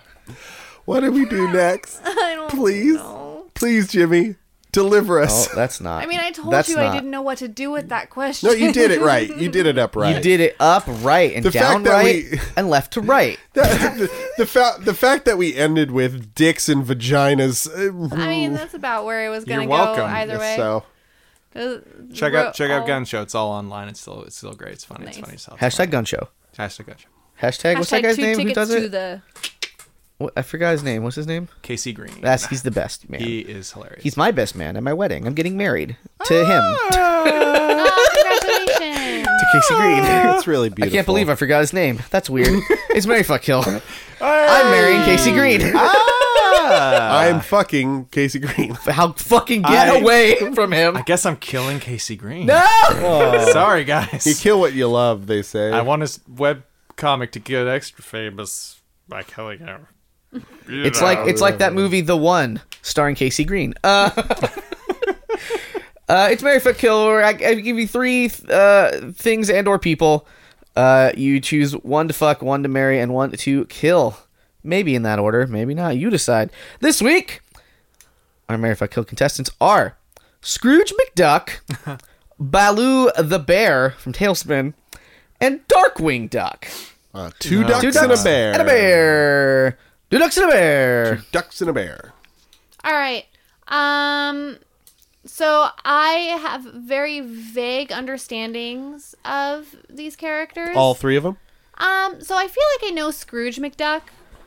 Speaker 3: What do we do next?
Speaker 4: I don't
Speaker 3: Please?
Speaker 4: know.
Speaker 3: Please, Jimmy, deliver
Speaker 1: Oh,
Speaker 3: us.
Speaker 1: that's not.
Speaker 4: I mean, I told
Speaker 1: that's
Speaker 4: you I
Speaker 1: not.
Speaker 4: didn't know what to do with that question.
Speaker 3: No, you did it right. You did it upright.
Speaker 1: You did it up right and
Speaker 3: The
Speaker 1: down
Speaker 3: fact that
Speaker 1: right
Speaker 3: we-
Speaker 1: and left to right.
Speaker 3: the, the, fa- the fact that we ended with dicks and vaginas. uh,
Speaker 4: I mean, that's about where it was going to
Speaker 2: You're
Speaker 4: go
Speaker 2: welcome.
Speaker 4: either way.
Speaker 3: So
Speaker 4: Uh,
Speaker 2: check
Speaker 4: ro-
Speaker 2: out check out
Speaker 4: oh.
Speaker 2: gun show it's all online it's still it's still great it's funny it's
Speaker 4: Nice.
Speaker 2: funny as hell.
Speaker 1: Hashtag gun show.
Speaker 2: hashtag gun show
Speaker 1: Hashtag, what's that
Speaker 4: Hashtag
Speaker 1: guy's
Speaker 4: two
Speaker 1: name? Who
Speaker 4: tickets
Speaker 1: does
Speaker 4: to
Speaker 1: it?
Speaker 4: the-
Speaker 1: What- I forgot his name. What's his name?
Speaker 2: casey green
Speaker 1: That's he's the best man.
Speaker 2: he is hilarious
Speaker 1: he's my best man at my wedding. I'm getting married to him.
Speaker 4: Oh, congratulations.
Speaker 2: Ah!
Speaker 1: To Casey Green.
Speaker 3: it's really
Speaker 1: I
Speaker 3: beautiful.
Speaker 1: can't believe I forgot his name. That's weird. it's Mary Fuck Hill. I'm marrying Casey Green.
Speaker 2: Ah!
Speaker 3: I'm fucking Casey Green.
Speaker 1: How fucking get
Speaker 2: I-
Speaker 1: away from him.
Speaker 2: I guess I'm killing Casey Green.
Speaker 1: No!
Speaker 2: Sorry,
Speaker 3: You
Speaker 2: guys.
Speaker 3: kill what you love, they say.
Speaker 2: I want his web comic to get extra famous by killing her. You
Speaker 1: It's
Speaker 2: know.
Speaker 1: like it's like that movie The One, starring Casey Green. Uh, uh, it's Mary Fuck Kill. Where I, I give you three uh, things and or people. Uh, you choose one to fuck, one to marry, and one to kill. Maybe in that order, maybe not. You decide. This week, our Marry Fuck Kill contestants are Scrooge McDuck, Baloo the Bear from Tailspin, and Darkwing Duck.
Speaker 3: Uh, two ducks
Speaker 1: Two
Speaker 3: and a
Speaker 1: ducks
Speaker 3: bear.
Speaker 1: And a bear. Two ducks and a bear.
Speaker 3: Ducks and a bear.
Speaker 4: All right. Um so I have very vague understandings of these characters.
Speaker 3: All three of them.
Speaker 4: Um so I feel like I know Scrooge McDuck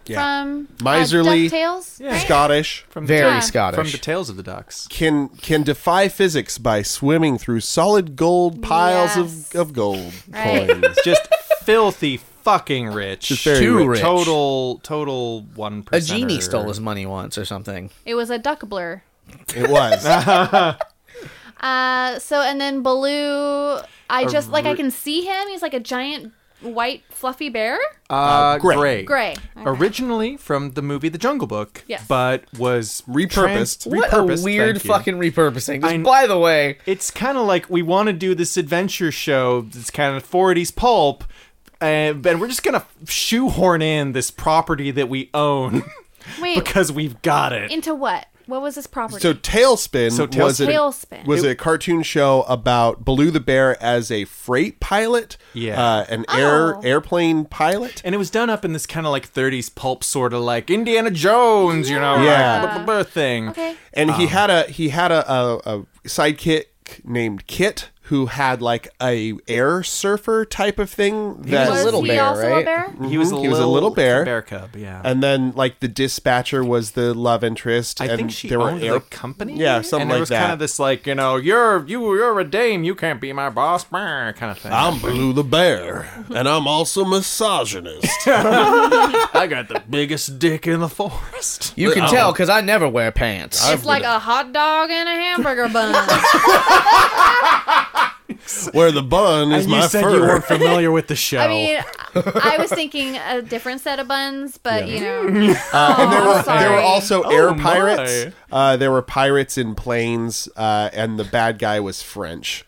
Speaker 3: Yeah.
Speaker 4: from uh,
Speaker 3: Miserly.
Speaker 4: DuckTales. right?
Speaker 3: Scottish.
Speaker 2: From the,
Speaker 1: Very
Speaker 4: Yeah.
Speaker 1: Scottish.
Speaker 2: from the Tales of the Ducks.
Speaker 3: Can can defy physics by swimming through solid gold piles of,
Speaker 4: Yes.
Speaker 3: of gold
Speaker 4: Right.
Speaker 3: coins.
Speaker 2: Just filthy fucking rich.
Speaker 3: Just very
Speaker 1: Too
Speaker 3: rich.
Speaker 1: rich.
Speaker 2: Total, total one
Speaker 1: a
Speaker 2: percent.
Speaker 1: genie stole his money once or something.
Speaker 4: It was a duck blur.
Speaker 3: It was.
Speaker 4: Uh so and then Baloo I just like I
Speaker 2: re-
Speaker 4: can see him. He's like a giant white fluffy bear.
Speaker 2: Uh, gray.
Speaker 3: gray.
Speaker 4: Gray.
Speaker 2: Originally from the movie The Jungle Book,
Speaker 4: Yes.
Speaker 2: but was
Speaker 3: Repurposed.
Speaker 2: trans-
Speaker 1: What a
Speaker 2: repurposed,
Speaker 1: weird
Speaker 2: thank you.
Speaker 1: fucking repurposing. Just
Speaker 2: I kn-
Speaker 1: by the way,
Speaker 2: It's kind of like we want to do this adventure show that's kind of 40s pulp, and, and we're just gonna shoehorn in this property that we own
Speaker 4: Wait.
Speaker 2: because we've got it.
Speaker 4: into what? What was this property?
Speaker 3: So Tailspin,
Speaker 2: So
Speaker 3: was, a,
Speaker 4: Tailspin.
Speaker 3: was a cartoon show about Baloo the bear as a freight pilot,
Speaker 2: Yeah.
Speaker 3: uh, an air
Speaker 4: Oh.
Speaker 3: airplane pilot.
Speaker 2: and it was done up in this kind of like 30s pulp sort of like Indiana Jones, you know, like,
Speaker 3: Yeah.
Speaker 2: blah, blah, blah thing.
Speaker 4: okay.
Speaker 3: And
Speaker 2: Oh.
Speaker 3: he had a he had a, a, a sidekick named Kit who had like a air surfer type of thing that
Speaker 1: a
Speaker 4: Was
Speaker 1: little
Speaker 4: he
Speaker 1: bear,
Speaker 4: also
Speaker 1: right?
Speaker 4: a bear?
Speaker 2: He was a,
Speaker 3: Mhm.
Speaker 2: little,
Speaker 3: He was a little bear.
Speaker 2: bear cub, yeah.
Speaker 3: and then like the dispatcher was the love interest
Speaker 2: I
Speaker 3: and
Speaker 2: think she
Speaker 3: there were
Speaker 2: owned
Speaker 3: air
Speaker 2: the company.
Speaker 3: Yeah, something
Speaker 2: and there
Speaker 3: like
Speaker 2: was
Speaker 3: that.
Speaker 2: kind of this like, you know, you're you you're a dame, you can't be my boss, brr, kind of thing.
Speaker 3: Ah.
Speaker 5: I'm Blue the Bear, and I'm also misogynist. I got the biggest dick in the forest.
Speaker 1: you can tell because I never wear pants.
Speaker 4: It's like a hot dog and a hamburger bun.
Speaker 5: Where the bun is
Speaker 2: and
Speaker 5: my
Speaker 2: you said
Speaker 5: fur.
Speaker 2: you weren't familiar with the show.
Speaker 4: I mean, I was thinking a different set of buns, but you know,
Speaker 3: Uh,
Speaker 4: Oh,
Speaker 3: and there
Speaker 4: I'm
Speaker 3: were there
Speaker 4: sorry.
Speaker 3: were also
Speaker 2: Oh,
Speaker 3: air
Speaker 2: my.
Speaker 3: pirates. Uh, there were pirates in planes, uh, and the bad guy was French.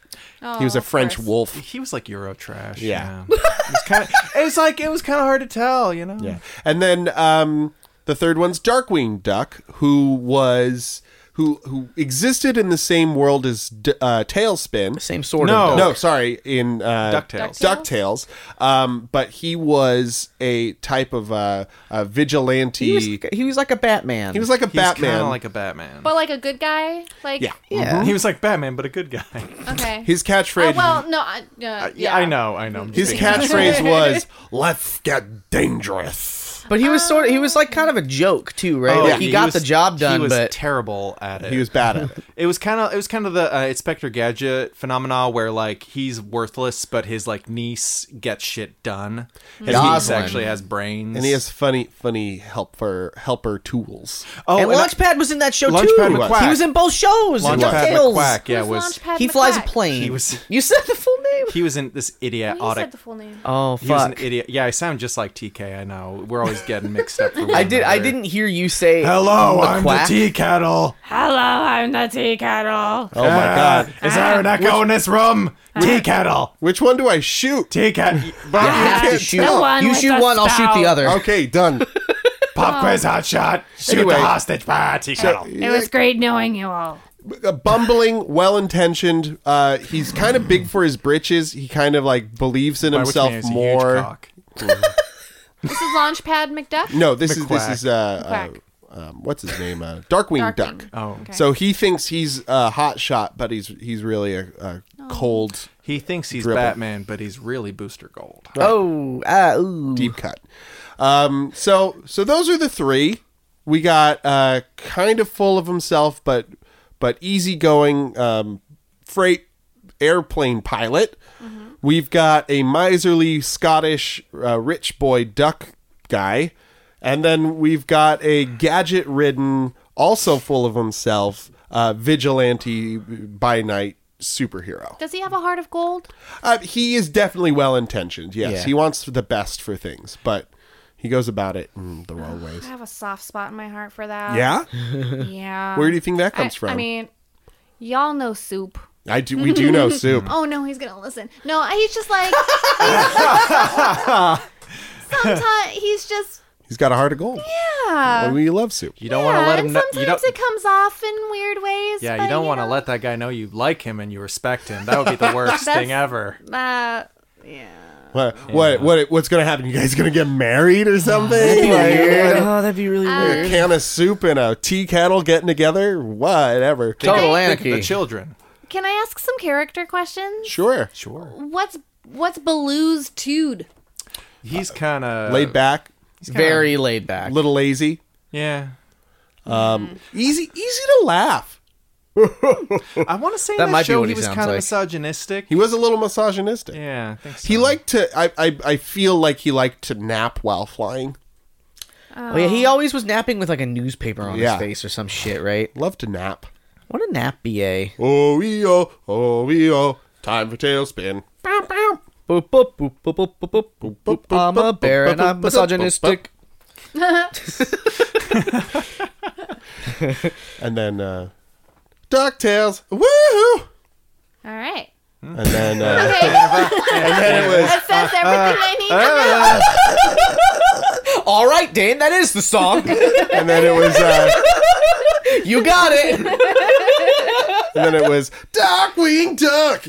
Speaker 3: he was a
Speaker 4: Oh, of
Speaker 3: French
Speaker 4: course.
Speaker 3: wolf.
Speaker 2: he was like Eurotrash.
Speaker 3: Yeah.
Speaker 2: it was kind of. It was like it was kind of hard to tell, you know.
Speaker 3: Yeah. And then um, the third one's Darkwing Duck, who was who who existed in the same world as D- uh, Tailspin. Oh,
Speaker 1: Same sort
Speaker 2: No.
Speaker 1: of.
Speaker 3: No, sorry, in uh,
Speaker 2: DuckTales.
Speaker 3: DuckTales. Um, but he was a type of uh, a vigilante.
Speaker 1: He was, he was like a Batman.
Speaker 3: he was like a
Speaker 2: he was kind
Speaker 3: Batman. Mm-hmm.
Speaker 2: of like a Batman.
Speaker 4: but like a good guy, like
Speaker 3: yeah.
Speaker 1: yeah.
Speaker 2: he was like Batman, but a good guy.
Speaker 4: okay.
Speaker 3: His catchphrase.
Speaker 4: Uh, well, no, I, uh, yeah,
Speaker 2: I know, I know. I'm just
Speaker 3: his
Speaker 2: being-
Speaker 3: catchphrase was
Speaker 5: Let's get dangerous.
Speaker 1: But he was sort of he was like kind of a joke too, right?
Speaker 2: Oh,
Speaker 1: like he, got
Speaker 2: was-
Speaker 1: the job done,
Speaker 2: He was
Speaker 1: but
Speaker 2: terrible at it.
Speaker 3: he was bad at it.
Speaker 2: It was kind of it was kind of the uh, Inspector Gadget phenomena where like he's worthless, but his like niece gets shit done. His niece
Speaker 1: Goslin.
Speaker 2: actually has brains,
Speaker 3: And he has funny, funny helper helper tools.
Speaker 2: oh,
Speaker 1: and
Speaker 2: and I-
Speaker 1: Launchpad was in that show too.
Speaker 2: Launchpad
Speaker 1: he was.
Speaker 2: McQuack.
Speaker 1: in both shows. in
Speaker 2: Launchpad
Speaker 1: DuckTales.
Speaker 2: McQuack, yeah,
Speaker 4: Who's
Speaker 2: was
Speaker 4: Launchpad
Speaker 1: He flies a
Speaker 4: McQuack?
Speaker 1: plane.
Speaker 2: He was-
Speaker 1: You said the full name.
Speaker 2: he was in this idiot
Speaker 4: You
Speaker 2: audit.
Speaker 4: said the full name.
Speaker 3: Um,
Speaker 1: oh
Speaker 2: He was an
Speaker 1: fuck!
Speaker 2: idiot. Yeah, I sound just like TK. I know. We're always getting mixed up. For one
Speaker 1: I did. I
Speaker 2: another.
Speaker 1: didn't hear you say
Speaker 5: Hello, I'm the
Speaker 1: McQuack.
Speaker 5: tea kettle. Ah,
Speaker 6: Hello, I'm the tea kettle.
Speaker 3: Oh my god!
Speaker 5: Is there
Speaker 4: Ah.
Speaker 5: an echo in this room? Tea kettle.
Speaker 3: Which one do I shoot?
Speaker 5: Tea kettle.
Speaker 1: You have to
Speaker 3: can't
Speaker 1: shoot.
Speaker 6: tell. The one
Speaker 1: You
Speaker 6: with
Speaker 1: shoot
Speaker 6: the
Speaker 1: one, I'll shoot the
Speaker 6: spout.
Speaker 1: other.
Speaker 3: Okay, done.
Speaker 5: Pop quiz hot shot. Shoot
Speaker 3: Anyway.
Speaker 5: the hostage. Bah, tea kettle.
Speaker 6: It was great knowing you all.
Speaker 3: a bumbling, well-intentioned. Uh, he's kind of big for his britches. He kind of like believes in
Speaker 2: By which
Speaker 3: himself
Speaker 2: man is a huge
Speaker 3: more.
Speaker 2: cock.
Speaker 4: This is Launchpad McDuck.
Speaker 3: No, this is
Speaker 2: McQuack.
Speaker 3: this is uh, uh um, what's his name? Uh, Darkwing
Speaker 4: Darkwing.
Speaker 3: Duck.
Speaker 2: Oh,
Speaker 3: So he thinks he's a hot shot, but he's he's really a, a cold
Speaker 2: he thinks he's
Speaker 3: Dribble.
Speaker 2: Batman, but he's really Booster Gold.
Speaker 1: Oh, ah, ooh.
Speaker 3: deep cut. Um, so so those are the three. We got uh, kind of full of himself, but but easygoing um, freight airplane pilot. We've got a miserly Scottish uh, rich boy duck guy, and then we've got a gadget ridden, also full of himself, uh, vigilante by night superhero.
Speaker 4: Does he have a heart of gold?
Speaker 3: Uh, he is definitely well intentioned. Yes,
Speaker 1: Yeah.
Speaker 3: he wants the best for things, but he goes about it in the wrong
Speaker 4: I
Speaker 3: ways.
Speaker 4: have a soft spot in my heart for that.
Speaker 3: Yeah,
Speaker 4: Yeah.
Speaker 3: where do you think that comes
Speaker 4: I,
Speaker 3: from?
Speaker 4: I mean, y'all know soup.
Speaker 3: I do. We do know soup.
Speaker 4: Oh no, he's gonna listen. No, I- he's just like. sometimes he's just
Speaker 3: He's got a heart of gold.
Speaker 4: yeah.
Speaker 3: And we love soup.
Speaker 2: You don't want to
Speaker 4: yeah,
Speaker 2: let
Speaker 4: and
Speaker 2: him. Know,
Speaker 4: sometimes
Speaker 2: you don't.
Speaker 4: it comes off in weird ways.
Speaker 2: yeah,
Speaker 4: but,
Speaker 2: you don't want to
Speaker 4: know,
Speaker 2: let that guy know you like him and you respect him. That would be the worst
Speaker 4: That's-
Speaker 2: thing ever.
Speaker 4: Uh, yeah.
Speaker 3: What? What? What? What's gonna happen? You guys gonna get married or something?
Speaker 1: Weird.
Speaker 3: like,
Speaker 1: Oh, that'd be really
Speaker 4: Uh,
Speaker 3: a
Speaker 1: weird.
Speaker 3: can of soup and a tea kettle getting together. Whatever.
Speaker 1: Total
Speaker 2: Think of
Speaker 1: anarchy.
Speaker 2: the children.
Speaker 4: Can I ask some character questions?
Speaker 3: Sure.
Speaker 2: Sure.
Speaker 4: What's what's Baloo's tude?
Speaker 2: He's kind of
Speaker 3: Laid back.
Speaker 1: Very laid back.
Speaker 3: A little lazy.
Speaker 2: Yeah.
Speaker 3: Easy. Easy to laugh.
Speaker 2: I want to say in
Speaker 1: That
Speaker 2: that
Speaker 1: might be
Speaker 2: show
Speaker 1: what
Speaker 2: he
Speaker 1: he
Speaker 2: was
Speaker 1: sounds
Speaker 2: kind of
Speaker 1: like.
Speaker 2: misogynistic.
Speaker 3: He was a little misogynistic.
Speaker 2: yeah, I think so.
Speaker 3: He liked to. I, I. I feel like he liked to nap while flying.
Speaker 1: Oh, yeah, he always was napping with like a newspaper on
Speaker 3: Yeah.
Speaker 1: his face or some shit, right?
Speaker 3: Loved to nap.
Speaker 1: What a nap BA.
Speaker 3: Oh wee oh. Oh wee oh. Time for tailspin.
Speaker 1: Boop, boop, boop, boop, boop, boop, boop, boop, boop. I'm a bear and I'm misogynistic.
Speaker 3: And then. uh Ducktales. Woohoo!
Speaker 4: All right.
Speaker 3: And then. Uh,
Speaker 4: Okay,
Speaker 3: and then it was.
Speaker 4: that says everything I need to know.
Speaker 1: All right, Dan, that is the song.
Speaker 3: And then it was. Uh,
Speaker 1: you got it.
Speaker 3: And then it was Darkwing Duck.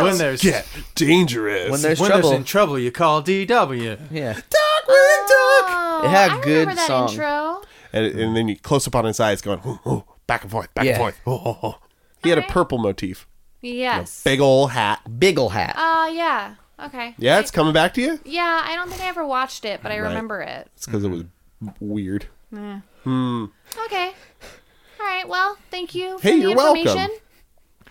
Speaker 2: when there's
Speaker 3: Get dangerous.
Speaker 1: When there's
Speaker 2: when
Speaker 1: trouble.
Speaker 2: there's in trouble, you call DW.
Speaker 1: yeah.
Speaker 3: Darkwing Duck.
Speaker 4: Oh,
Speaker 1: It had
Speaker 4: I
Speaker 1: good
Speaker 4: remember that
Speaker 1: song.
Speaker 4: intro.
Speaker 3: And, and then you close up on his eyes, going "Ooh, ooh," back and forth, back
Speaker 1: Yeah.
Speaker 3: and forth. Ooh, ooh, ooh. He had a
Speaker 4: Alright.
Speaker 3: purple motif,
Speaker 4: Yes.
Speaker 3: big ol' hat.
Speaker 1: Biggle hat.
Speaker 4: Oh yeah. Okay.
Speaker 3: Yeah, it's coming back to you.
Speaker 4: Yeah, I don't think I ever watched it, but I remember it.
Speaker 3: It's because it was weird.
Speaker 4: Okay. All right. Well, thank you. For
Speaker 3: Hey,
Speaker 4: the
Speaker 3: you're welcome.
Speaker 4: information.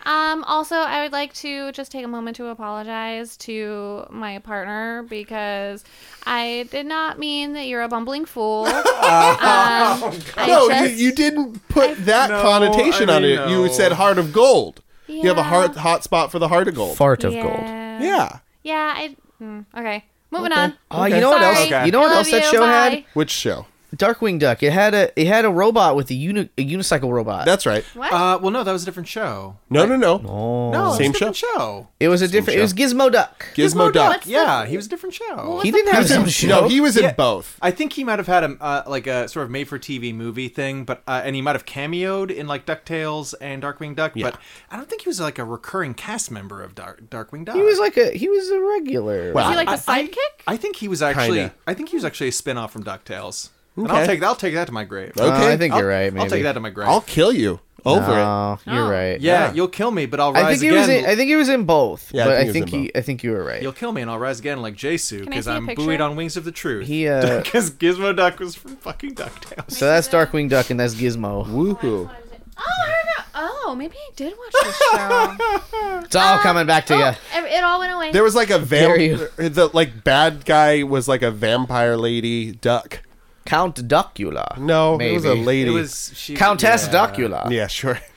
Speaker 4: Um, also, I would like to just take a moment to apologize to my partner because I did not mean that you're a bumbling fool. um,
Speaker 1: Oh,
Speaker 4: I
Speaker 3: no,
Speaker 4: just-
Speaker 3: you, you didn't put that
Speaker 2: No,
Speaker 3: connotation
Speaker 2: I
Speaker 3: on
Speaker 2: mean,
Speaker 3: it. You
Speaker 2: no.
Speaker 3: said heart of gold. You have a
Speaker 4: Yeah.
Speaker 3: heart hot spot for the heart of gold.
Speaker 1: Fart of gold.
Speaker 4: yeah.
Speaker 3: Uh, yeah,
Speaker 4: Yeah. I. mm, okay. Moving on.
Speaker 1: Oh, you know what else?
Speaker 4: Sorry.
Speaker 1: You know what
Speaker 4: I
Speaker 1: else
Speaker 4: love
Speaker 1: that
Speaker 4: you,
Speaker 1: show had?
Speaker 4: bye.
Speaker 3: which show?
Speaker 1: Darkwing Duck. It had a it had a robot with a, uni, a unicycle robot.
Speaker 3: That's right.
Speaker 4: What?
Speaker 2: Uh, well, no, that was a different show.
Speaker 3: No, no, no.
Speaker 2: No, it was a
Speaker 3: Same
Speaker 2: different show.
Speaker 1: Oh, it was a different. It was Gizmo Duck.
Speaker 3: Gizmo, Duck.
Speaker 4: What's
Speaker 2: Yeah,
Speaker 4: the-
Speaker 2: he was a different show.
Speaker 1: He didn't have his own show.
Speaker 3: No, he was in
Speaker 2: Yeah.
Speaker 3: both.
Speaker 2: I think he might have had a uh, like a sort of made for TV movie thing, but uh, and he might have cameoed in like Ducktales and Darkwing Duck, but I don't think he was like a recurring cast member of Dark, Darkwing Duck.
Speaker 1: He was like a he was a regular.
Speaker 4: Is he
Speaker 3: Well,
Speaker 4: like the
Speaker 2: I- I-
Speaker 4: sidekick?
Speaker 2: I think he was actually.
Speaker 3: Kinda.
Speaker 2: I think he was actually a spin-off from Ducktales. And I'll
Speaker 3: Okay.
Speaker 2: take I'll take that to my grave.
Speaker 3: Okay.
Speaker 1: Uh, I think
Speaker 2: I'll-
Speaker 1: you're right.
Speaker 2: I'll take
Speaker 1: maybe.
Speaker 2: that to my grave.
Speaker 3: I'll kill you over it.
Speaker 1: No, you're
Speaker 4: No.
Speaker 1: right.
Speaker 2: yeah, you'll kill me, but I'll rise
Speaker 1: I think he
Speaker 2: again.
Speaker 1: was. In, I think he was in both.
Speaker 3: Yeah, I
Speaker 1: but I
Speaker 3: think
Speaker 1: think
Speaker 3: he was in
Speaker 1: he. I think you were right.
Speaker 2: You'll kill me, and I'll rise again like Jesu
Speaker 4: Can I
Speaker 2: because
Speaker 4: see a
Speaker 2: I'm
Speaker 4: picture?
Speaker 2: buoyed on wings of the truth.
Speaker 1: He. Uh,
Speaker 2: Because Gizmo Duck was from fucking Ducktales.
Speaker 1: so that's Darkwing Duck and that's Gizmo.
Speaker 3: Woohoo.
Speaker 4: Oh, I remember. Oh, maybe I did watch this show.
Speaker 1: It's all coming back to you.
Speaker 4: oh, it, it all went away.
Speaker 3: There was like a
Speaker 1: Dare
Speaker 3: vampire.
Speaker 1: you.
Speaker 3: The like bad guy was like a vampire lady duck.
Speaker 1: Count Duckula.
Speaker 3: No, it was a
Speaker 1: Maybe.
Speaker 3: lady.
Speaker 2: It was she,
Speaker 1: Countess
Speaker 2: yeah.
Speaker 1: Duckula.
Speaker 3: yeah, sure.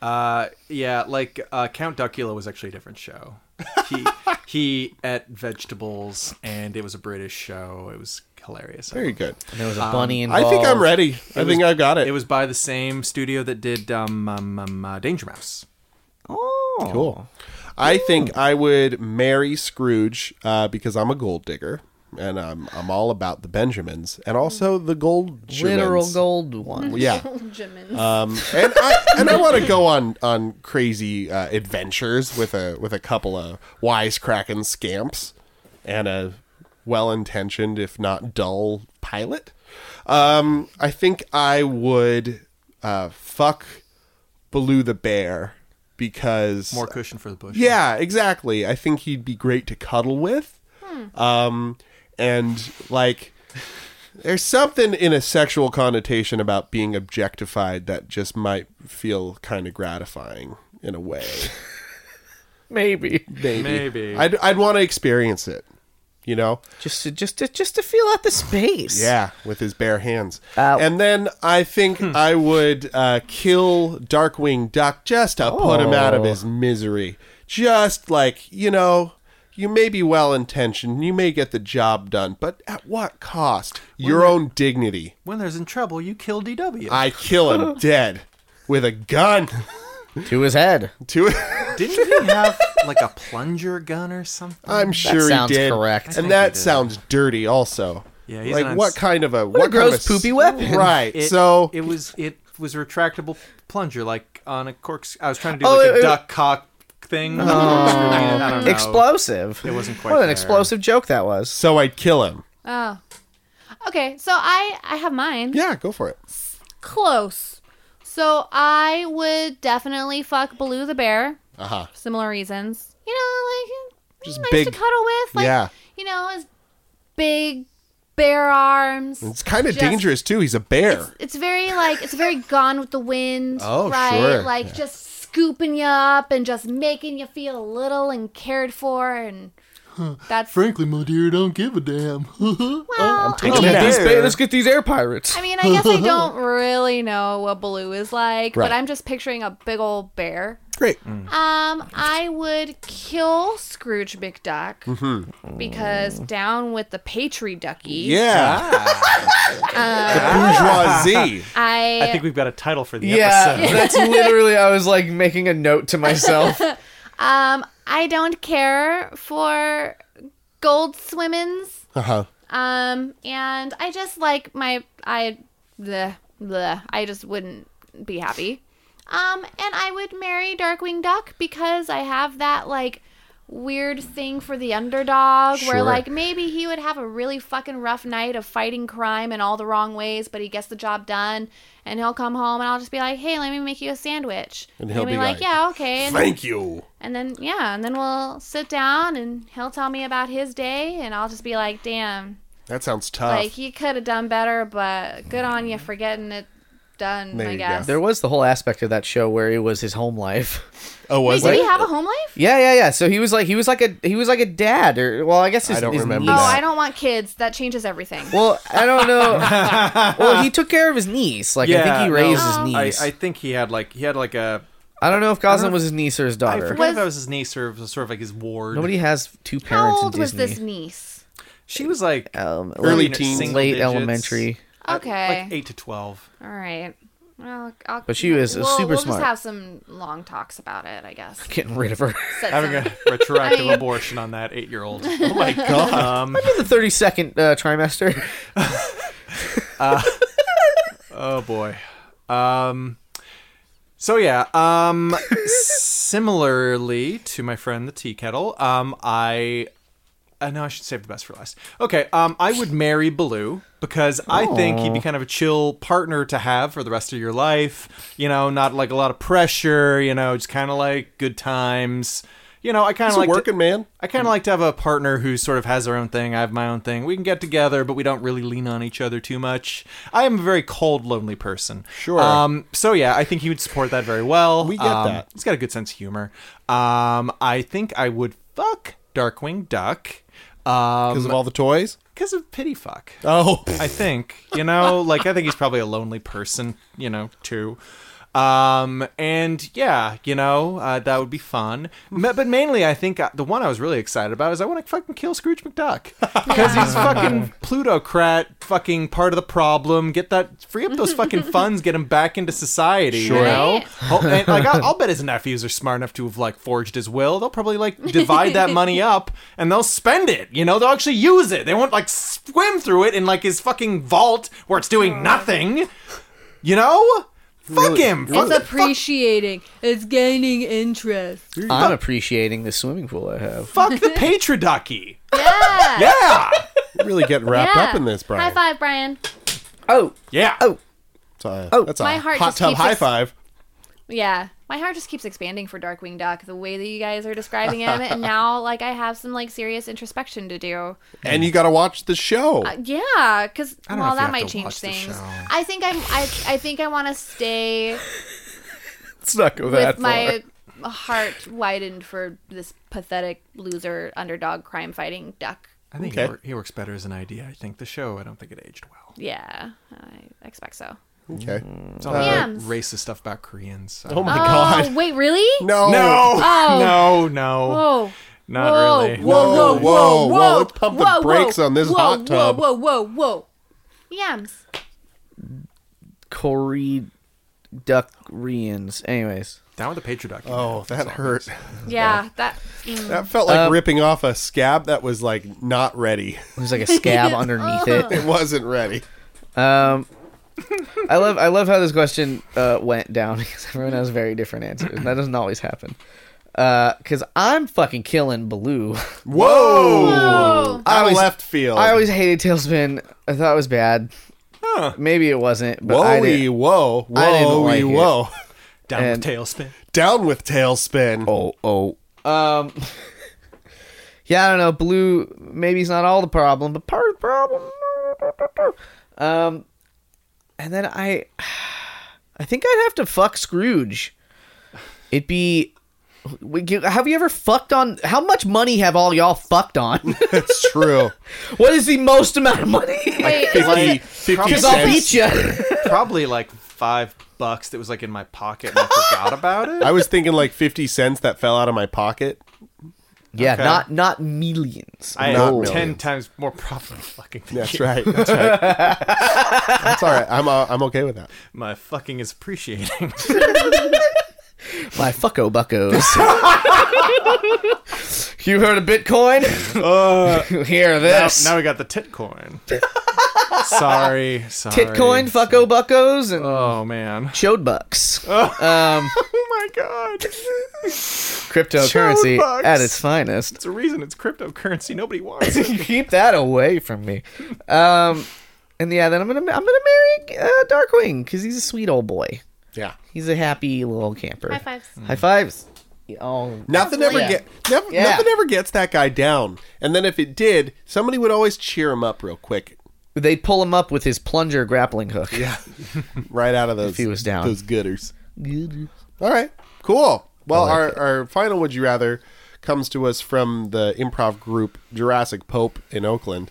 Speaker 2: Uh, yeah, like uh, Count Duckula was actually a different show. He he ate vegetables, and it was a British show. It was hilarious.
Speaker 3: Very good.
Speaker 1: And there was a bunny
Speaker 3: I
Speaker 1: involved.
Speaker 3: think I'm ready. I think I've got it.
Speaker 2: It was by the same studio that did um, um, um uh, Danger Mouse.
Speaker 1: Oh,
Speaker 3: cool. I think I would marry Scrooge uh, because I'm a gold digger and I'm I'm all about the Benjamins and also the gold
Speaker 1: Literal
Speaker 3: Jimins.
Speaker 1: gold one.
Speaker 3: Yeah.
Speaker 4: Jimin.
Speaker 3: Um, and I and I want to go on on crazy uh, adventures with a with a couple of wisecracking scamps and a well-intentioned if not dull pilot. Um, I think I would uh, fuck Baloo the bear because
Speaker 2: More cushion for the bush.
Speaker 3: yeah, exactly. I think he'd be great to cuddle with. Um, and like, there's something in a sexual connotation about being objectified that just might feel kind of gratifying in a way.
Speaker 1: Maybe.
Speaker 3: Maybe.
Speaker 2: Maybe.
Speaker 3: I'd, I'd want to experience it, you know?
Speaker 1: Just to just to just to feel out the space.
Speaker 3: Yeah, with his bare hands.
Speaker 1: Ow.
Speaker 3: And then I think
Speaker 1: Hmm.
Speaker 3: I would uh, kill Darkwing Duck just to put him
Speaker 1: Oh.
Speaker 3: out of his misery. Just like, you know, you may be well intentioned, you may get the job done, but at what cost? Your own dignity.
Speaker 2: When there's in trouble, you kill DW.
Speaker 3: I kill him dead with a gun
Speaker 1: To his head.
Speaker 3: to
Speaker 2: Didn't he have like a plunger gun or something?
Speaker 3: I'm sure
Speaker 1: sounds
Speaker 3: he did.
Speaker 1: correct. I
Speaker 2: think
Speaker 3: And that
Speaker 2: he did.
Speaker 3: sounds dirty, also.
Speaker 2: Yeah, he's
Speaker 3: like
Speaker 2: not-
Speaker 3: what kind of a what, kind
Speaker 1: gross
Speaker 3: of a s-
Speaker 1: poopy weapon.
Speaker 3: Right.
Speaker 2: It-
Speaker 3: so
Speaker 2: it was it was a retractable plunger, like on a corks. I was trying to do
Speaker 1: Oh,
Speaker 2: like a
Speaker 1: it- it-
Speaker 2: duck cock thing. I don't know.
Speaker 1: Explosive.
Speaker 2: It wasn't quite
Speaker 1: What an
Speaker 2: there.
Speaker 1: explosive joke that was.
Speaker 3: so I'd kill him.
Speaker 4: Oh. Okay, so I I have mine.
Speaker 3: Yeah, go for it.
Speaker 4: Close. So I would definitely fuck Baloo the bear.
Speaker 3: Uh huh.
Speaker 4: Similar reasons. You know, like
Speaker 3: Just
Speaker 4: nice
Speaker 3: big-
Speaker 4: to cuddle with. Like,
Speaker 3: Yeah.
Speaker 4: You know, his big bear arms.
Speaker 3: It's kind of
Speaker 4: Just-
Speaker 3: dangerous too. He's a bear.
Speaker 4: It's very like it's very Gone with the Wind,
Speaker 3: Oh,
Speaker 4: right?
Speaker 3: sure.
Speaker 4: Like just scooping you up and just making you feel little and cared for, and that's
Speaker 5: Frankly, my dear, I don't give a damn.
Speaker 3: Oh,
Speaker 4: well. i
Speaker 3: Taking a nap.
Speaker 1: Let's get these air pirates.
Speaker 4: mean, I guess I don't really know what Baloo is like,
Speaker 3: Right.
Speaker 4: but I'm just picturing a big old bear.
Speaker 3: Great.
Speaker 4: Um, I would kill Scrooge McDuck because down with the Patri Ducky.
Speaker 3: Mm-hmm. Yeah.
Speaker 4: Ah.
Speaker 3: the bourgeoisie.
Speaker 4: I
Speaker 2: I think we've got a title for the
Speaker 1: Yeah,
Speaker 2: episode.
Speaker 1: that's literally. I was like making a note to myself.
Speaker 4: um I don't care for gold swimmins.
Speaker 3: Uh huh.
Speaker 4: Um, and I just like my I the the I just wouldn't be happy. Um, and I would marry Darkwing Duck because I have that like weird thing for the underdog
Speaker 3: Sure.
Speaker 4: where like maybe he would have a really fucking rough night of fighting crime in all the wrong ways, but he gets the job done and he'll come home and I'll just be like, "Hey, let me make you a sandwich."
Speaker 3: And he'll
Speaker 4: be,
Speaker 3: be
Speaker 4: like,
Speaker 3: like,
Speaker 4: "Yeah, okay." And
Speaker 5: Thank you.
Speaker 4: and then yeah, and then we'll sit down and he'll tell me about his day and I'll just be like, "Damn,
Speaker 3: That sounds tough.
Speaker 4: like you could have done better, but good on you for getting it done.
Speaker 3: There
Speaker 4: I
Speaker 3: you go.
Speaker 4: guess.
Speaker 1: There was the whole aspect of that show where it was his home life.
Speaker 3: oh, was
Speaker 4: Wait, did
Speaker 3: it?
Speaker 4: he have a home life?
Speaker 1: Yeah, yeah, yeah. So he was like, he was like a, he was like a dad, or well, I guess his,
Speaker 3: I don't
Speaker 1: his
Speaker 3: remember
Speaker 1: niece-
Speaker 4: Oh,
Speaker 3: that.
Speaker 4: I don't want kids. That changes everything.
Speaker 1: Well, I don't know. well, he took care of his niece. Like I think he
Speaker 2: no,
Speaker 1: raised
Speaker 4: Oh.
Speaker 2: I,
Speaker 1: his niece. I,
Speaker 2: I think he had like he had like a.
Speaker 1: don't know if Goslin was his niece or his
Speaker 2: I
Speaker 1: daughter.
Speaker 2: forgot
Speaker 4: Was-
Speaker 2: if that was his niece or if it was sort of like his ward.
Speaker 1: Nobody has two
Speaker 4: How
Speaker 1: parents
Speaker 4: old
Speaker 1: in
Speaker 4: was
Speaker 1: Disney.
Speaker 4: this niece?
Speaker 2: She was like
Speaker 1: Um,
Speaker 3: Early
Speaker 1: late-
Speaker 3: teens.
Speaker 2: single
Speaker 1: late
Speaker 2: digits. Uh,
Speaker 1: elementary.
Speaker 3: Uh,
Speaker 4: Okay.
Speaker 2: like eight to twelve.
Speaker 4: All right. Well, I'll,
Speaker 1: But she was, uh,
Speaker 4: we'll,
Speaker 1: super
Speaker 4: we'll
Speaker 1: smart.
Speaker 4: just have some long talks about it, I guess.
Speaker 1: Getting rid of her.
Speaker 4: Set
Speaker 2: Having
Speaker 4: some-
Speaker 2: a retroactive
Speaker 4: mean-
Speaker 2: abortion on that eight-year-old. Oh my god. Um,
Speaker 1: the thirty-second uh, trimester.
Speaker 2: Oh boy. Um so yeah, um similarly to my friend the tea kettle, um I uh, I know I should save the best for last. Okay, um I would marry Baloo because I think he'd be kind of a chill partner to have for the rest of your life. You know, not like a lot of pressure, you know, just kind of like good times. You know, I kind
Speaker 3: He's
Speaker 2: of
Speaker 3: a
Speaker 2: like to-
Speaker 3: working man.
Speaker 2: I kind of like to have a partner who sort of has their own thing. I have my own thing. We can get together, but we don't really lean on each other too much. I am a very cold, lonely person.
Speaker 3: Sure.
Speaker 2: Um. So yeah, I think he would support that very well.
Speaker 3: We get
Speaker 2: Um,
Speaker 3: that.
Speaker 2: He's got a good sense of humor. Um. I think I would fuck Darkwing Duck.
Speaker 3: Because of
Speaker 2: Um.
Speaker 3: all the toys.
Speaker 2: Because of pity fuck.
Speaker 3: Oh.
Speaker 2: I think. You know, like I think he's probably a lonely person. You know, too. Um and yeah, you know uh, that would be fun. Ma- But mainly, I think uh the one I was really excited about is I want to fucking kill Scrooge McDuck because he's fucking plutocrat, fucking part of the problem. Get that free up those fucking funds, get him back into society. You
Speaker 4: Sure.
Speaker 2: know,
Speaker 4: Right.
Speaker 2: Ho- Oh, and, like I'll, I'll bet his nephews are smart enough to have like forged his will. They'll probably like divide that money up and they'll spend it. You know, they'll actually use it. They won't like swim through it in like his fucking vault where it's doing nothing. You know? Fuck him. Fuck
Speaker 4: It's
Speaker 2: the, fuck,
Speaker 4: appreciating. It's gaining interest.
Speaker 1: I'm appreciating the swimming pool I have.
Speaker 2: fuck the patriarchy.
Speaker 4: Yeah.
Speaker 2: Yeah.
Speaker 3: really getting wrapped
Speaker 4: Yeah.
Speaker 3: up in this, Brian.
Speaker 4: High five, Brian.
Speaker 1: Oh,
Speaker 2: Yeah.
Speaker 1: Oh.
Speaker 3: That's a,
Speaker 1: Oh.
Speaker 3: uh, that's a
Speaker 4: My heart
Speaker 3: hot
Speaker 4: just
Speaker 3: tub
Speaker 4: keeps
Speaker 3: high
Speaker 4: ex-
Speaker 3: five.
Speaker 4: Yeah. My heart just keeps expanding for Darkwing Duck, the way that you guys are describing him. and now, like, I have some, like, serious introspection to do.
Speaker 3: And you got to watch the show.
Speaker 4: Uh, yeah, because
Speaker 2: know
Speaker 4: well,
Speaker 2: if you
Speaker 4: that
Speaker 2: have
Speaker 4: might
Speaker 2: to
Speaker 4: change
Speaker 2: watch the
Speaker 4: things.
Speaker 2: show.
Speaker 4: I think I'm. I, I think I want to stay
Speaker 1: let's not go that
Speaker 4: with my heart widened for this pathetic loser underdog crime fighting duck.
Speaker 2: I think
Speaker 3: Okay.
Speaker 2: he, wor- he works better as an idea. I think the show, I don't think it aged well.
Speaker 4: Yeah, I expect so.
Speaker 3: okay.
Speaker 2: It's all that
Speaker 4: Yams.
Speaker 2: racist stuff about Koreans. so-
Speaker 3: Uh, Oh my
Speaker 4: oh
Speaker 3: God.
Speaker 4: wait, really?
Speaker 3: No.
Speaker 2: No.
Speaker 4: Oh.
Speaker 2: No, no.
Speaker 4: Whoa.
Speaker 2: Not
Speaker 4: whoa,
Speaker 2: really.
Speaker 4: Whoa, whoa,
Speaker 3: Whoa,
Speaker 4: whoa,
Speaker 3: whoa,
Speaker 4: whoa,
Speaker 3: whoa, let's pump the
Speaker 4: whoa,
Speaker 3: brakes
Speaker 4: whoa,
Speaker 3: on this
Speaker 4: whoa,
Speaker 3: hot tub.
Speaker 4: Whoa, whoa, whoa, whoa. Yams.
Speaker 1: Corey Duck Rians. Anyways,
Speaker 2: Down with the Patriot Act.
Speaker 3: Oh, that hurt.
Speaker 4: Yeah, that. mm.
Speaker 3: That felt like ripping off a scab that was like not ready.
Speaker 1: There's like a scab underneath it.
Speaker 3: It wasn't ready.
Speaker 1: Um, I love I love how this question uh, went down because everyone has very different answers, and that doesn't always happen. Because I'm fucking killing Baloo.
Speaker 3: Whoa!
Speaker 4: Oh,
Speaker 3: Out of
Speaker 1: always-
Speaker 3: left field.
Speaker 1: I always hated Tailspin. I thought it was bad. Maybe it wasn't, but I
Speaker 3: Whoa,
Speaker 1: did.
Speaker 3: whoa,
Speaker 1: I didn't
Speaker 3: whoa,
Speaker 1: like it.
Speaker 3: whoa.
Speaker 2: Down
Speaker 1: and-
Speaker 2: with Tailspin.
Speaker 3: Down with tailspin.
Speaker 1: Oh, oh. Um. yeah, I don't know. Blue. Maybe he's not all the problem, but part of the problem. Um, and then I, I think I'd have to fuck Scrooge. It'd be. we get- Have you ever fucked on? How much money have all y'all fucked on?
Speaker 3: It's true.
Speaker 1: what is the most amount of money?
Speaker 4: wait, is
Speaker 3: 50,
Speaker 4: it-
Speaker 3: 50
Speaker 1: Because I'll
Speaker 3: cents.
Speaker 1: beat you.
Speaker 2: Probably like five bucks that was like in my pocket and I forgot about it.
Speaker 3: I was thinking like 50 cents that fell out of my pocket.
Speaker 1: yeah,
Speaker 2: Okay.
Speaker 1: not not millions.
Speaker 2: I
Speaker 3: Not
Speaker 2: am
Speaker 3: millions.
Speaker 2: ten times more profitable fucking than
Speaker 3: That's
Speaker 2: you.
Speaker 3: right. That's right. that's all right. I'm, uh, I'm okay with that.
Speaker 2: My fucking is appreciating.
Speaker 1: My fucko buckos. you heard of Bitcoin?
Speaker 2: Uh,
Speaker 1: Hear
Speaker 2: now,
Speaker 1: this.
Speaker 2: now we got the titcoin. sorry, sorry.
Speaker 1: Titcoin, fucko buckos, and
Speaker 2: Oh man.
Speaker 1: chode bucks. Um,
Speaker 2: Oh my god.
Speaker 1: Cryptocurrency
Speaker 2: bucks.
Speaker 1: at its finest.
Speaker 2: It's a reason it's cryptocurrency. Nobody wants it.
Speaker 1: Keep that away from me. Um, and yeah, then I'm gonna I'm gonna marry uh, Darkwing because he's a sweet old boy.
Speaker 3: Yeah.
Speaker 1: He's a happy little camper.
Speaker 4: High fives.
Speaker 2: Mm.
Speaker 1: High fives. Oh,
Speaker 3: Nothing ever
Speaker 1: Yeah.
Speaker 3: get never,
Speaker 1: Yeah.
Speaker 3: nothing ever gets that guy down. And then if it did, somebody would always cheer him up real quick,
Speaker 1: they pull him up with his plunger grappling hook. Yeah.
Speaker 3: right out of those
Speaker 1: he was down.
Speaker 3: those gooders. All right, cool. Well, our, our final would you rather comes to us from the improv group Jurassic Pope in Oakland.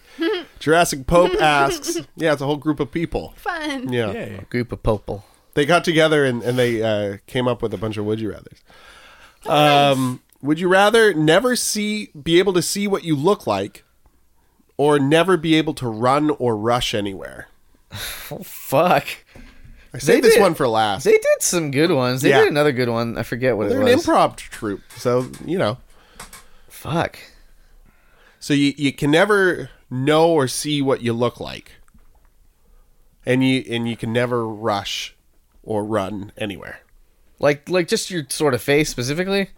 Speaker 3: Jurassic Pope asks, yeah, it's a whole group of people.
Speaker 4: fun.
Speaker 3: Yeah,
Speaker 2: Yay.
Speaker 1: Group of popel.
Speaker 3: they got together and, and they uh, came up with a bunch of would you rathers. Um, would you rather never see be able to see what you look like, or never be able to run or rush anywhere?
Speaker 1: Oh fuck.
Speaker 3: I saved
Speaker 1: They
Speaker 3: this
Speaker 1: did-
Speaker 3: one for last.
Speaker 1: They did some good ones. They
Speaker 3: Yeah.
Speaker 1: did another good one. I forget what
Speaker 3: They're
Speaker 1: it
Speaker 3: an
Speaker 1: was.
Speaker 3: improv troupe, so you know.
Speaker 1: Fuck.
Speaker 3: So you you can never know or see what you look like, and you and you can never rush or run anywhere.
Speaker 1: Like like just your sort of face specifically.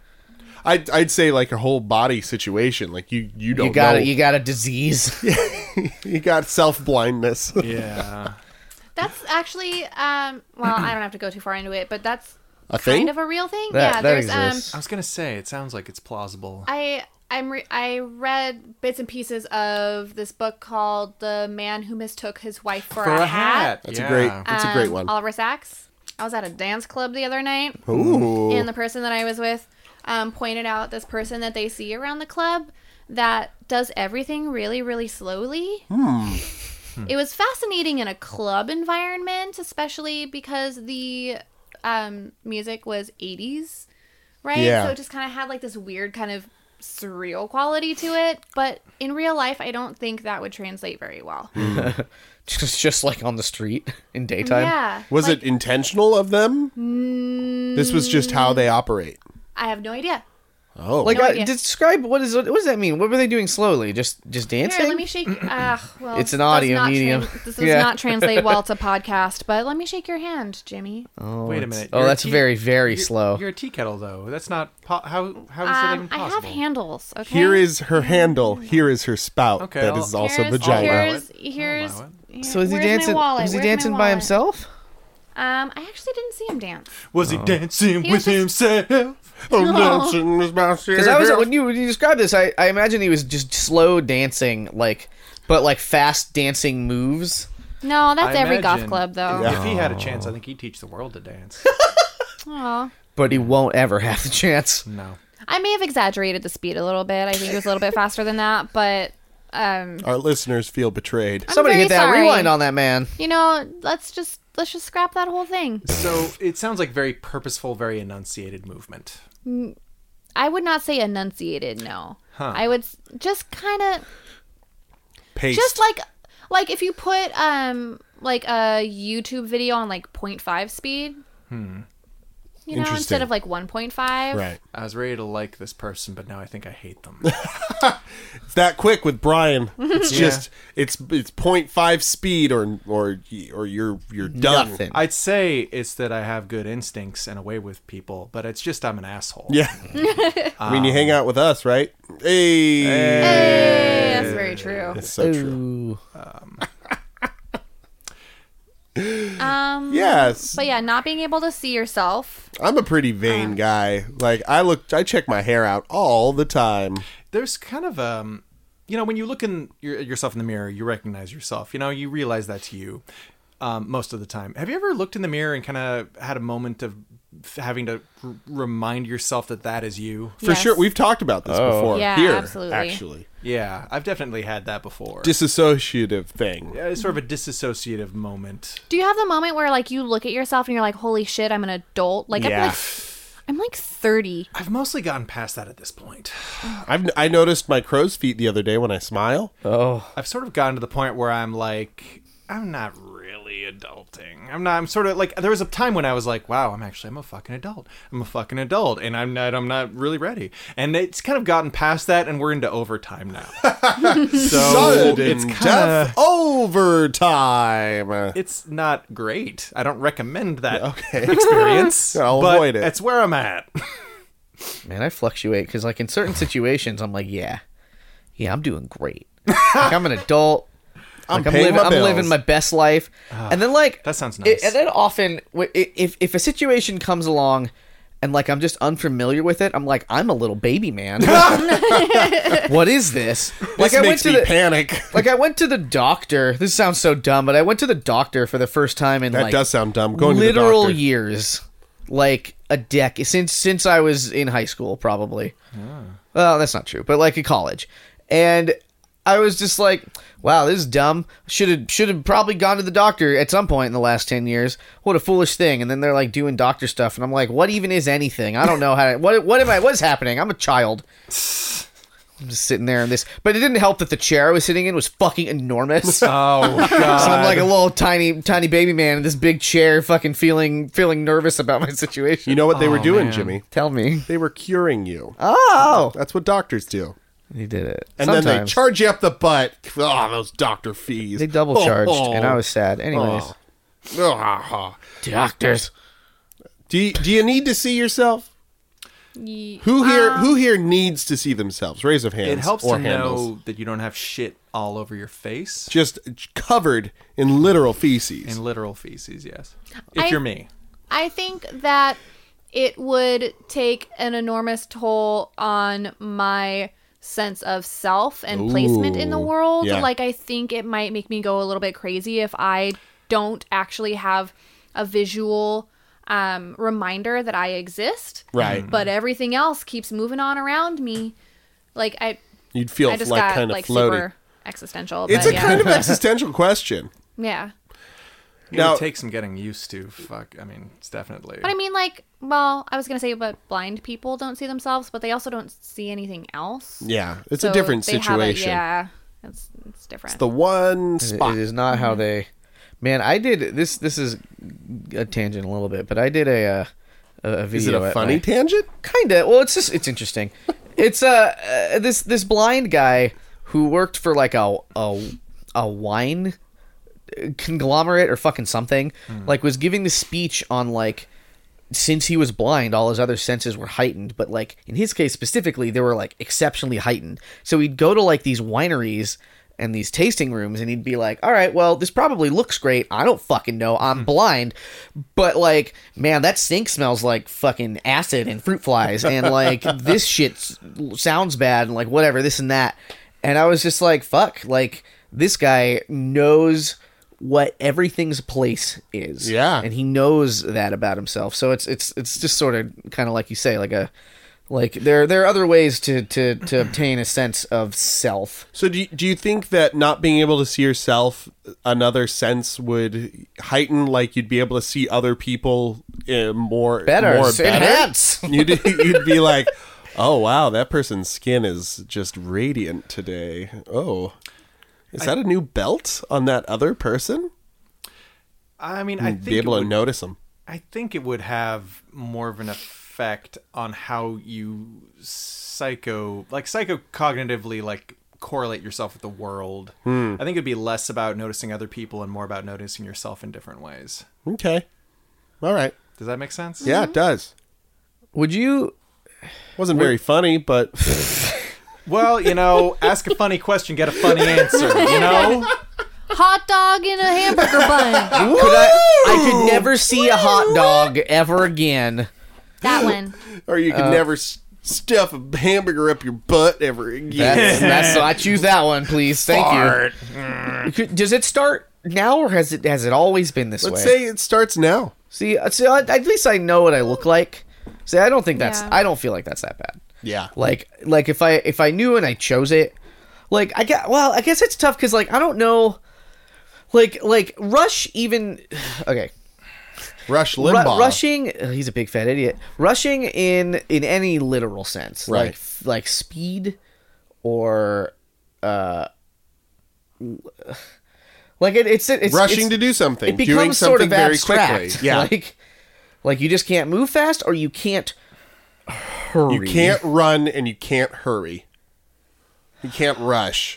Speaker 3: I'd, I'd say like a whole body situation. Like you you don't
Speaker 1: You got
Speaker 3: know.
Speaker 1: it. You got a disease.
Speaker 3: you got self blindness.
Speaker 2: Yeah.
Speaker 4: That's actually, um, well, I don't have to go too far into it, but that's
Speaker 3: A
Speaker 4: kind
Speaker 3: thing?
Speaker 4: of a real thing.
Speaker 1: That-
Speaker 4: yeah,
Speaker 1: that
Speaker 4: there's um,
Speaker 1: exists.
Speaker 2: I was gonna say it sounds like it's plausible.
Speaker 4: I I'm re- I read bits and pieces of this book called The Man Who Mistook His Wife for, a, Hat.
Speaker 3: That's a great that's a great
Speaker 4: Um,
Speaker 3: one.
Speaker 4: Oliver Sacks. I was at a dance club the other night,
Speaker 3: Ooh.
Speaker 4: and the person that I was with um, pointed out this person that they see around the club that does everything really, really slowly. It was fascinating in a club environment, especially because the um, music was 80s, right?
Speaker 3: Yeah.
Speaker 4: So it just kind of had like this weird kind of surreal quality to it. But in real life, I don't think that would translate very well.
Speaker 1: just just like on the street in daytime.
Speaker 4: Yeah.
Speaker 3: was
Speaker 4: Like,
Speaker 3: it intentional of them? This was just how they operate.
Speaker 4: I have no idea.
Speaker 3: Oh,
Speaker 1: Like
Speaker 4: No
Speaker 1: uh,
Speaker 4: idea.
Speaker 1: describe what is what does that mean? What were they doing slowly? Just just dancing?
Speaker 4: Here, let me shake. Uh, well,
Speaker 1: It's an
Speaker 4: this does
Speaker 1: audio
Speaker 4: not
Speaker 1: medium.
Speaker 4: this does
Speaker 1: Yeah.
Speaker 4: not translate well to podcast, but let me shake your hand, Jimmy.
Speaker 1: oh,
Speaker 2: Wait a
Speaker 1: it's-
Speaker 2: minute.
Speaker 1: Oh,
Speaker 2: You're a
Speaker 1: that's
Speaker 2: tea-
Speaker 1: very very
Speaker 2: You're-
Speaker 1: slow.
Speaker 2: You're a tea kettle though. That's not po- how how is that even
Speaker 4: Um, I have
Speaker 2: possible?
Speaker 4: handles. Okay. Oh.
Speaker 3: here is her handle. Here is her spout.
Speaker 2: Okay,
Speaker 3: that
Speaker 2: I'll-
Speaker 3: is also
Speaker 4: Here's-
Speaker 3: vagina.
Speaker 4: Here's
Speaker 2: I'll allow it.
Speaker 4: here's.
Speaker 2: I'll allow
Speaker 1: so is he
Speaker 4: where's my
Speaker 1: dancing?
Speaker 4: wallet?
Speaker 1: Is he
Speaker 4: Where's my
Speaker 1: dancing by
Speaker 4: wallet?
Speaker 1: himself?
Speaker 4: Um, I actually didn't see him dance.
Speaker 2: Was he dancing
Speaker 4: He
Speaker 2: with
Speaker 4: was
Speaker 2: himself?
Speaker 3: I'm
Speaker 4: No.
Speaker 3: dancing with my
Speaker 1: Because I was
Speaker 3: serial-
Speaker 1: when you when you described this, I I imagine he was just slow dancing like, but like fast dancing moves.
Speaker 4: No, that's
Speaker 2: I
Speaker 4: every goth
Speaker 2: imagine
Speaker 4: club though.
Speaker 2: If he had a chance, I think he'd teach the world to dance.
Speaker 4: Aw.
Speaker 1: But he won't ever have the chance.
Speaker 2: no.
Speaker 4: I may have exaggerated the speed a little bit. I think it was a little bit faster than that, but um,
Speaker 3: Our listeners feel betrayed.
Speaker 1: Somebody
Speaker 4: very
Speaker 1: hit that
Speaker 4: sorry.
Speaker 1: rewind on that man.
Speaker 4: you know, let's just let's just scrap that whole thing.
Speaker 2: So it sounds like very purposeful, very enunciated movement.
Speaker 4: I would not say enunciated. No, I would s- just kind of
Speaker 3: Paste.
Speaker 4: just like like if you put um like a YouTube video on like 0.5 speed. you know, instead
Speaker 3: Hmm. Interesting.
Speaker 4: of like 1.5.
Speaker 3: Right.
Speaker 2: I was ready to like this person, but now I think I hate them.
Speaker 3: It's that quick with Brian. It's
Speaker 2: Yeah.
Speaker 3: just it's it's 0.5 speed or or or you're you're done.
Speaker 1: Nothing.
Speaker 2: I'd say it's that I have good instincts and a way with people, but it's just I'm an asshole.
Speaker 3: Yeah. I mean, you hang out with us, right? Hey.
Speaker 4: Hey, that's very true.
Speaker 3: It's so true.
Speaker 1: Ooh.
Speaker 4: Um,
Speaker 3: Yes.
Speaker 4: But yeah, not being able to see yourself.
Speaker 3: I'm a pretty
Speaker 4: uh.
Speaker 3: vain guy. Like I look I check my hair out all the time.
Speaker 2: There's kind of um, you know, when you look in your, at yourself in the mirror, you recognize yourself. You know, you realize that's you. Um, most of the time. Have you ever looked in the mirror and kind of had a moment of f- having to r- remind yourself that that is you?
Speaker 3: For
Speaker 4: Yes.
Speaker 3: sure. We've talked about this before
Speaker 4: Yeah,
Speaker 3: here
Speaker 4: absolutely.
Speaker 3: actually.
Speaker 2: Yeah, I've definitely had that before.
Speaker 3: Disassociative thing.
Speaker 2: Yeah, it's sort of a disassociative moment.
Speaker 4: Do you have the moment where like you look at yourself and you're like, holy shit, I'm an adult? Like, I'm
Speaker 3: Yeah.
Speaker 4: like, I'm like 30.
Speaker 2: I've mostly gotten past that at this point.
Speaker 3: I've I noticed my crow's feet the other day when I smile.
Speaker 1: Oh,
Speaker 2: I've sort of gotten to the point where I'm like, I'm not really adulting. I'm not. I'm sort of like there was a time when I was like, wow, I'm actually I'm a fucking adult. I'm a fucking adult, and I'm not. I'm not really ready. And it's kind of gotten past that, and we're into overtime now. so
Speaker 3: Sudden
Speaker 2: it's kind
Speaker 3: death
Speaker 2: of.
Speaker 3: overtime.
Speaker 2: It's not great. I don't recommend that experience.
Speaker 3: I'll
Speaker 2: but
Speaker 3: avoid it.
Speaker 2: That's where I'm at.
Speaker 1: man, I fluctuate because, like, in certain situations, I'm like, yeah, yeah, I'm doing great. like, I'm an adult.
Speaker 3: I'm,
Speaker 1: Like, I'm,
Speaker 3: paying
Speaker 1: living,
Speaker 3: my
Speaker 1: I'm
Speaker 3: bills. Ah,
Speaker 1: living my best life. and then, like,
Speaker 2: that sounds
Speaker 1: it-
Speaker 2: nice.
Speaker 1: and then often, w- i- if if a situation comes along. And like I'm just unfamiliar with it. I'm like I'm a little baby man. what is this? Like
Speaker 3: This makes me panic.
Speaker 1: Like I went to the doctor. This sounds so dumb, but I went to the doctor for the first time in
Speaker 3: That
Speaker 1: like
Speaker 3: does sound dumb. Going
Speaker 1: literal
Speaker 3: to the doctor.
Speaker 1: years, like a decade since since I was in high school, probably.
Speaker 3: Ah.
Speaker 1: Well, that's not true, but like in college, and I was just like, "Wow, this is dumb. Should have should have probably gone to the doctor at some point in the last ten years. What a foolish thing!" And then they're like doing doctor stuff, and I'm like, "What even is anything? I don't know how. To, what what am I? What's happening? I'm a child." I'm just sitting there in this, but it didn't help that the chair I was sitting in was fucking enormous.
Speaker 2: oh god.
Speaker 1: So I'm like a little tiny, tiny baby man in this big chair, fucking feeling, feeling nervous about my situation.
Speaker 3: You know what they were
Speaker 2: Oh,
Speaker 3: doing,
Speaker 2: man.
Speaker 3: Jimmy?
Speaker 1: Tell me.
Speaker 3: They were curing you.
Speaker 1: Oh,
Speaker 3: That's what doctors do.
Speaker 1: he did it.
Speaker 3: And
Speaker 1: Sometimes.
Speaker 3: then they charge you up the butt. Oh, those doctor fees.
Speaker 1: They double charged,
Speaker 3: Oh.
Speaker 1: and I was sad. Anyways,
Speaker 3: Oh. Oh.
Speaker 1: doctors.
Speaker 3: Do you, do you need to see yourself?
Speaker 4: Ye-
Speaker 3: Who here who here needs to see themselves? Raise of hands.
Speaker 2: It helps
Speaker 3: or
Speaker 2: to
Speaker 3: handles.
Speaker 2: know that you don't have shit all over your face.
Speaker 3: Just covered in literal feces.
Speaker 2: In literal feces, yes. If
Speaker 4: I-
Speaker 2: you're me.
Speaker 4: I think that it would take an enormous toll on my sense of self and placement in the
Speaker 3: Ooh,
Speaker 4: world.
Speaker 3: yeah.
Speaker 4: Like, I think it might make me go a little bit crazy if I don't actually have a visual um, reminder that I exist.
Speaker 3: Right.
Speaker 4: But everything else keeps moving on around me. Like, I,
Speaker 3: You'd feel
Speaker 4: I just
Speaker 3: like
Speaker 4: got
Speaker 3: kind of
Speaker 4: like
Speaker 3: floaty.
Speaker 4: super existential.
Speaker 3: it's
Speaker 4: but
Speaker 3: a
Speaker 4: yeah.
Speaker 3: kind of existential question.
Speaker 4: yeah.
Speaker 2: It
Speaker 3: Now-
Speaker 2: would take some getting used to. Fuck, I mean, it's definitely.
Speaker 4: But I mean, like, well, I was gonna say, but blind people don't see themselves, but they also don't see anything else.
Speaker 3: Yeah, it's
Speaker 4: So
Speaker 3: a different
Speaker 4: they have it-
Speaker 3: situation.
Speaker 4: yeah, it's it's different.
Speaker 3: The one
Speaker 1: It-
Speaker 3: spot.
Speaker 1: It is not how they. Man, I did this. This is a tangent a little bit, but I did a uh, a, a video.
Speaker 3: Is it a
Speaker 1: at
Speaker 3: funny
Speaker 1: my-
Speaker 3: tangent?
Speaker 1: kind of well it's just it's interesting it's uh, uh this this blind guy who worked for like a a, a wine conglomerate or fucking something like was giving the speech on like since he was blind all his other senses were heightened but like in his case specifically they were like exceptionally heightened so he'd go to like these wineries and these tasting rooms and he'd be like all right well this probably looks great i don't fucking know i'm blind but like man that sink smells like fucking acid and fruit flies and like this shit s- sounds bad and like whatever this and that and i was just like fuck like this guy knows what everything's place is.
Speaker 3: Yeah.
Speaker 1: And he knows that about himself. So it's it's it's just sort of kind of like you say, like a like there there are other ways to to to obtain a sense of self.
Speaker 3: So do you, do you think that not being able to see yourself another sense would heighten like you'd be able to see other people uh, more
Speaker 1: Better,
Speaker 3: more
Speaker 1: enhance.
Speaker 3: You'd you'd be like, "Oh wow, that person's skin is just radiant today." Oh. Is that a new belt on that other person?
Speaker 2: I mean, I think
Speaker 3: be
Speaker 2: it
Speaker 3: able to
Speaker 2: would-
Speaker 3: notice them.
Speaker 2: I think it would have more of an effect on how you psycho like psychocognitively like correlate yourself with the world. I think it'd be less about noticing other people and more about noticing yourself in different ways.
Speaker 3: Okay. All right.
Speaker 2: Does that make sense?
Speaker 3: Yeah, it does.
Speaker 1: Would you?
Speaker 3: Wasn't very funny, but
Speaker 2: Well, you know, ask a funny question, get a funny answer, you know?
Speaker 4: Hot dog in a hamburger bun.
Speaker 1: Could I? I could never see a hot dog ever again.
Speaker 4: That one.
Speaker 3: or you could never s- stuff a hamburger up your butt ever again.
Speaker 1: That's, that's I choose that one, please. Thank you. Could- Does it start now, or has it has it always been this
Speaker 3: Let's
Speaker 1: way?
Speaker 3: say it starts now.
Speaker 1: see, uh, see, I- at least I know what I look like. See, I don't think that's.
Speaker 4: Yeah.
Speaker 1: I don't feel like that's that bad.
Speaker 3: Yeah.
Speaker 1: Like, like if I if I knew and I chose it, like I got. Well, I guess it's tough because like I don't know. Like like Rush even, okay.
Speaker 3: Rush
Speaker 1: Ru-
Speaker 3: Limbaugh.
Speaker 1: rushing, uh, he's a big fat idiot. Rushing in in any literal sense,
Speaker 3: Right.
Speaker 1: like f- like speed or uh, like it, it's it's
Speaker 3: Rushing
Speaker 1: it's-
Speaker 3: to do something.
Speaker 1: It becomes
Speaker 3: doing something
Speaker 1: sort of
Speaker 3: very
Speaker 1: abstract.
Speaker 3: quickly. Yeah.
Speaker 1: like like you just can't move fast or you can't hurry.
Speaker 3: you can't run and you can't hurry. You can't rush.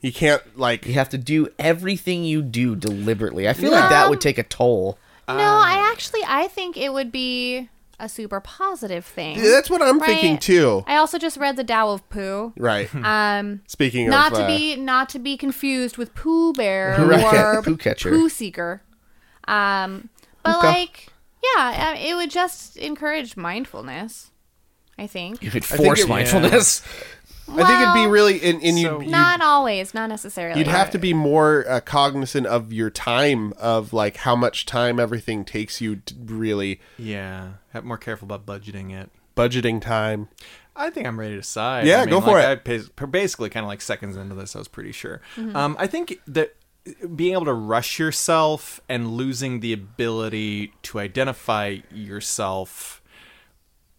Speaker 3: You can't like
Speaker 1: You have to do everything you do deliberately. I feel like that would take a toll.
Speaker 4: No, I
Speaker 3: Um,
Speaker 4: actually I think it would be a super positive thing.
Speaker 3: Yeah, That's what I'm thinking
Speaker 4: Right.
Speaker 3: too.
Speaker 4: I also just read the Tao of Pooh.
Speaker 3: Right.
Speaker 4: Um,
Speaker 3: Speaking
Speaker 4: not
Speaker 3: of
Speaker 4: to
Speaker 3: uh,
Speaker 4: be not to be confused with Pooh Bear
Speaker 1: Right.
Speaker 4: or
Speaker 1: Poo catcher.
Speaker 4: Pooh Seeker. Um, but like, yeah, uh, it would just encourage mindfulness. I think
Speaker 1: You could
Speaker 3: think
Speaker 1: force
Speaker 3: it-
Speaker 1: mindfulness.
Speaker 3: I think it'd be really and, and
Speaker 2: So-
Speaker 3: you
Speaker 4: not always, not necessarily.
Speaker 3: You'd have to be more uh, cognizant of your time, of like how much time everything takes you to really
Speaker 2: Yeah. Have more careful about budgeting it.
Speaker 3: budgeting time.
Speaker 2: I think I'm ready to decide.
Speaker 3: Yeah,
Speaker 2: I mean,
Speaker 3: go for
Speaker 2: like,
Speaker 3: it.
Speaker 2: I bas- basically, kind of like seconds into this, I was pretty sure. Um, I think that uh, being able to rush yourself and losing the ability to identify yourself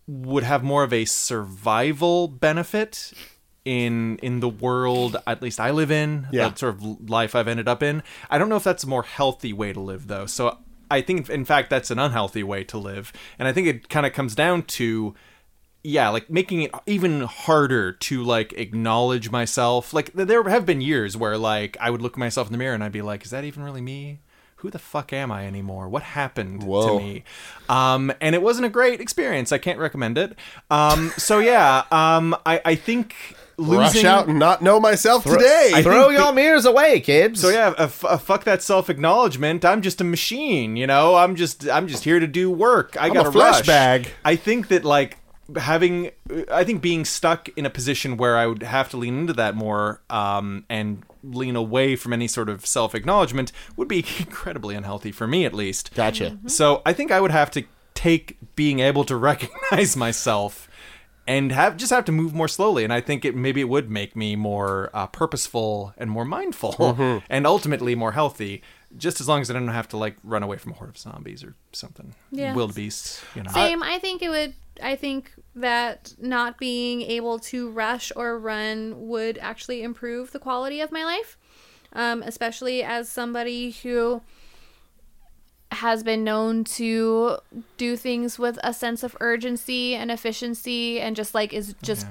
Speaker 2: would have more of a survival benefit in in the world at least I live in
Speaker 3: Yeah.
Speaker 2: that sort of life I've ended up in. I don't know if that's a more healthy way to live though. So I think in fact that's an unhealthy way to live. And I think it kind of comes down to yeah, like making it even harder to like acknowledge myself. Like th- there have been years where like I would look at myself in the mirror and I'd be like, is that even really me? Who the fuck am I anymore? What happened
Speaker 3: Whoa.
Speaker 2: to me? Um, and it wasn't a great experience. I can't recommend it. Um, so yeah, um, I, I think losing.
Speaker 3: Rush out and not know myself today.
Speaker 1: Throw your mirrors away, kids.
Speaker 2: so Oh, yeah, a, f- a fuck that self acknowledgement. I'm just a machine, you know. I'm just I'm just here to do work. I got
Speaker 3: a
Speaker 2: a
Speaker 3: flesh
Speaker 2: rush.
Speaker 3: bag.
Speaker 2: I think that like having I think being stuck in a position where I would have to lean into that more um, and lean away from any sort of self acknowledgement would be incredibly unhealthy for me at least.
Speaker 3: gotcha.
Speaker 2: Mm-hmm. So I think I would have to take being able to recognize myself and have just have to move more slowly. And I think it maybe it would make me more uh, purposeful and more mindful and ultimately more healthy. Just as long as I don't have to like run away from a horde of zombies or something,
Speaker 4: Yeah.
Speaker 2: wildebeests. You know,
Speaker 4: Same. I think it would. I think that not being able to rush or run would actually improve the quality of my life, um, especially as somebody who has been known to do things with a sense of urgency and efficiency, and just like is just.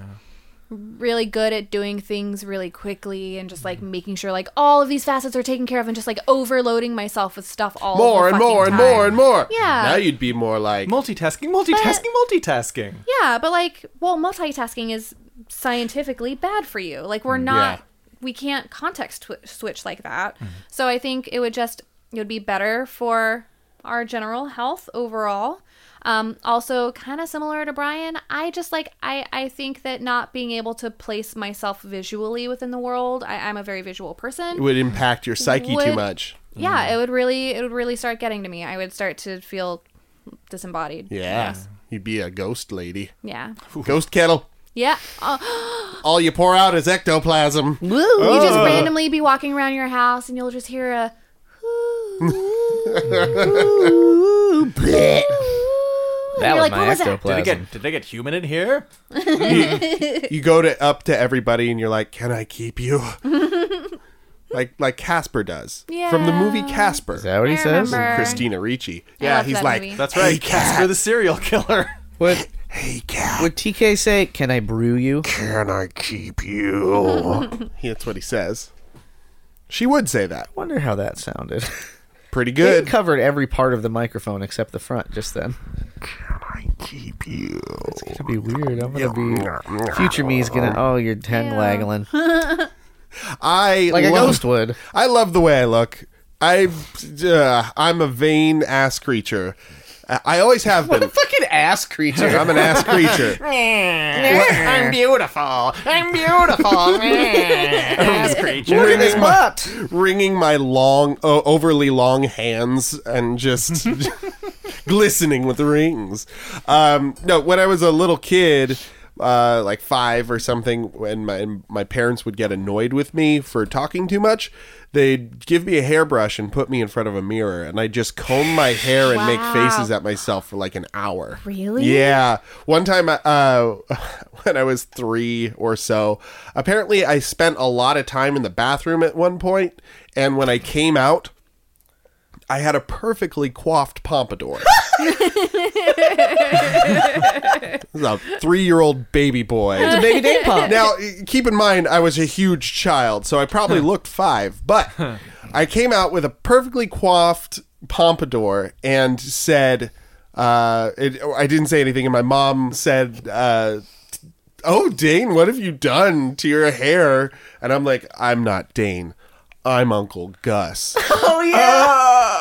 Speaker 4: really good at doing things really quickly and just like making sure like all of these facets are taken care of and just like overloading myself with stuff all
Speaker 3: More
Speaker 4: the
Speaker 3: and
Speaker 4: fucking
Speaker 3: more and
Speaker 4: time.
Speaker 3: more and more.
Speaker 4: Yeah.
Speaker 3: Now you'd be more like
Speaker 2: multitasking, multitasking, multitasking.
Speaker 4: Yeah, but like, well, multitasking is scientifically bad for you. Like,
Speaker 3: Mm,
Speaker 4: we're not, we can't context twi- switch like that.
Speaker 3: Mm-hmm.
Speaker 4: So I think it would just, it would be better for our general health overall. Um, also, kind of similar to Brian, I just like, I, I think that not being able to place myself visually within the world, I, I'm a very visual person
Speaker 3: it would impact your psyche too
Speaker 4: Would-
Speaker 3: much. Mm.
Speaker 4: yeah it would really it would really start getting to me i would start to feel disembodied
Speaker 3: Yeah. You'd be a ghost lady.
Speaker 4: yeah
Speaker 3: Ghost kettle.
Speaker 4: yeah Uh,
Speaker 3: All you pour out is ectoplasm.
Speaker 4: you just randomly be walking around your house and you'll just hear a
Speaker 1: that
Speaker 4: you're
Speaker 1: was
Speaker 4: like,
Speaker 1: my
Speaker 4: "What was that?"
Speaker 2: Did I
Speaker 1: ectoplasm.
Speaker 2: get did I get human in here?
Speaker 3: you go to up to everybody and you're like, "Can I keep you?" like like Casper does from the movie
Speaker 4: Yeah.
Speaker 3: Casper.
Speaker 1: Is that what he
Speaker 4: I
Speaker 1: says?
Speaker 4: remember.
Speaker 3: Christina Ricci.
Speaker 4: I
Speaker 3: Yeah,
Speaker 4: love
Speaker 3: he's
Speaker 4: that
Speaker 3: like,
Speaker 4: movie.
Speaker 2: That's right, Casper the serial killer.
Speaker 1: Would,
Speaker 3: hey cat,
Speaker 1: would TK say, Can I brew you?
Speaker 3: can I keep you? That's what he says. She would say that.
Speaker 1: wonder how that sounded.
Speaker 3: Pretty
Speaker 1: It
Speaker 3: good.
Speaker 1: covered every part of the microphone except the front just then.
Speaker 3: keep you.
Speaker 1: It's gonna be weird. I'm gonna be future me's gonna oh your head
Speaker 4: Yeah.
Speaker 1: waggling
Speaker 3: I
Speaker 1: like a
Speaker 3: love,
Speaker 1: ghost would.
Speaker 3: I love the way I look. I uh, I'm a vain ass creature. I- I always have been.
Speaker 1: Fucking ass creature.
Speaker 3: I'm an ass creature.
Speaker 1: I'm beautiful. I'm beautiful. ass creature. Look at this butt.
Speaker 3: wringing my long, uh, overly long hands and just glistening with rings. Um, no, when I was a little kid, uh, like five or something, when my my parents would get annoyed with me for talking too much, they'd give me a hairbrush and put me in front of a mirror, and I would just comb my hair and make
Speaker 4: Wow.
Speaker 3: faces at myself for like an hour.
Speaker 4: Really?
Speaker 3: Yeah. One time, uh, when I was three or so, apparently I spent a lot of time in the bathroom at one point, and when I came out, I had a perfectly coiffed pompadour. this is a three-year-old baby boy.
Speaker 1: Baby date pump.
Speaker 3: Now, keep in mind, I was a huge child, so I probably looked five, but I came out with a perfectly coiffed pompadour and said, uh, it, I didn't say anything, and my mom said, uh, Oh, Dane, what have you done to your hair? And I'm like, I'm not Dane. I'm Uncle Gus.
Speaker 1: Oh yeah.
Speaker 3: I-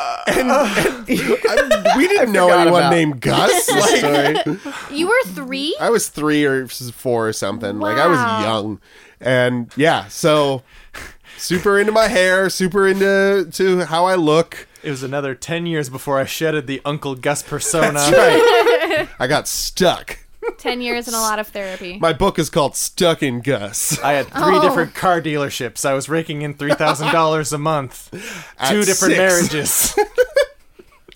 Speaker 3: we didn't know
Speaker 1: forgot
Speaker 3: anyone
Speaker 1: about-
Speaker 3: named Gus. Like,
Speaker 4: You were three?
Speaker 3: I was three or s- four or something. Like I was
Speaker 4: Wow.
Speaker 3: young, and yeah, so super into my hair, super into to how I look.
Speaker 2: It was another ten years before I shedded the Uncle Gus persona.
Speaker 3: Right, I got stuck.
Speaker 4: Ten years and a lot of therapy.
Speaker 3: My book is called Stuck in Gus.
Speaker 2: I had
Speaker 4: Oh.
Speaker 2: three different car dealerships. I was raking in three thousand dollars a month. Two different
Speaker 3: six.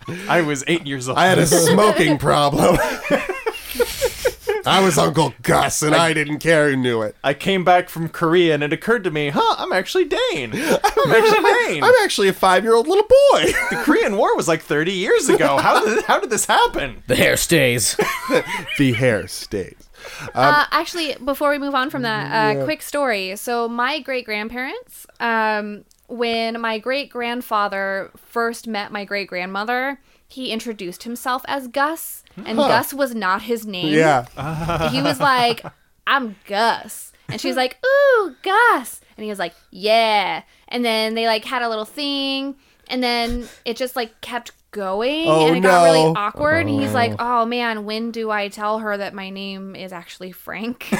Speaker 2: marriages. I was eight years old.
Speaker 3: I had a smoking problem. I was Uncle Gus, and I, didn't care who knew it.
Speaker 2: I came back from Korea and it occurred to me, huh, I'm actually Dane. I'm actually Dane.
Speaker 3: I'm actually a five year old little boy.
Speaker 2: the Korean War was like 30 years ago. How did, how did this happen?
Speaker 1: The hair stays.
Speaker 3: the hair stays.
Speaker 4: uh, actually, before we move on from that, uh, quick story. So, my great grandparents, um, when my great grandfather first met my great grandmother, he introduced himself as Gus, and Gus was not his name.
Speaker 3: Yeah.
Speaker 4: He was like, I'm Gus. And she was like, Ooh, Gus. And he was like, Yeah. And then they like had a little thing. And then it just like kept going.
Speaker 3: Oh,
Speaker 4: and it got
Speaker 3: no.
Speaker 4: really awkward. And he's like, Oh man, when do I tell her that my name is actually Frank?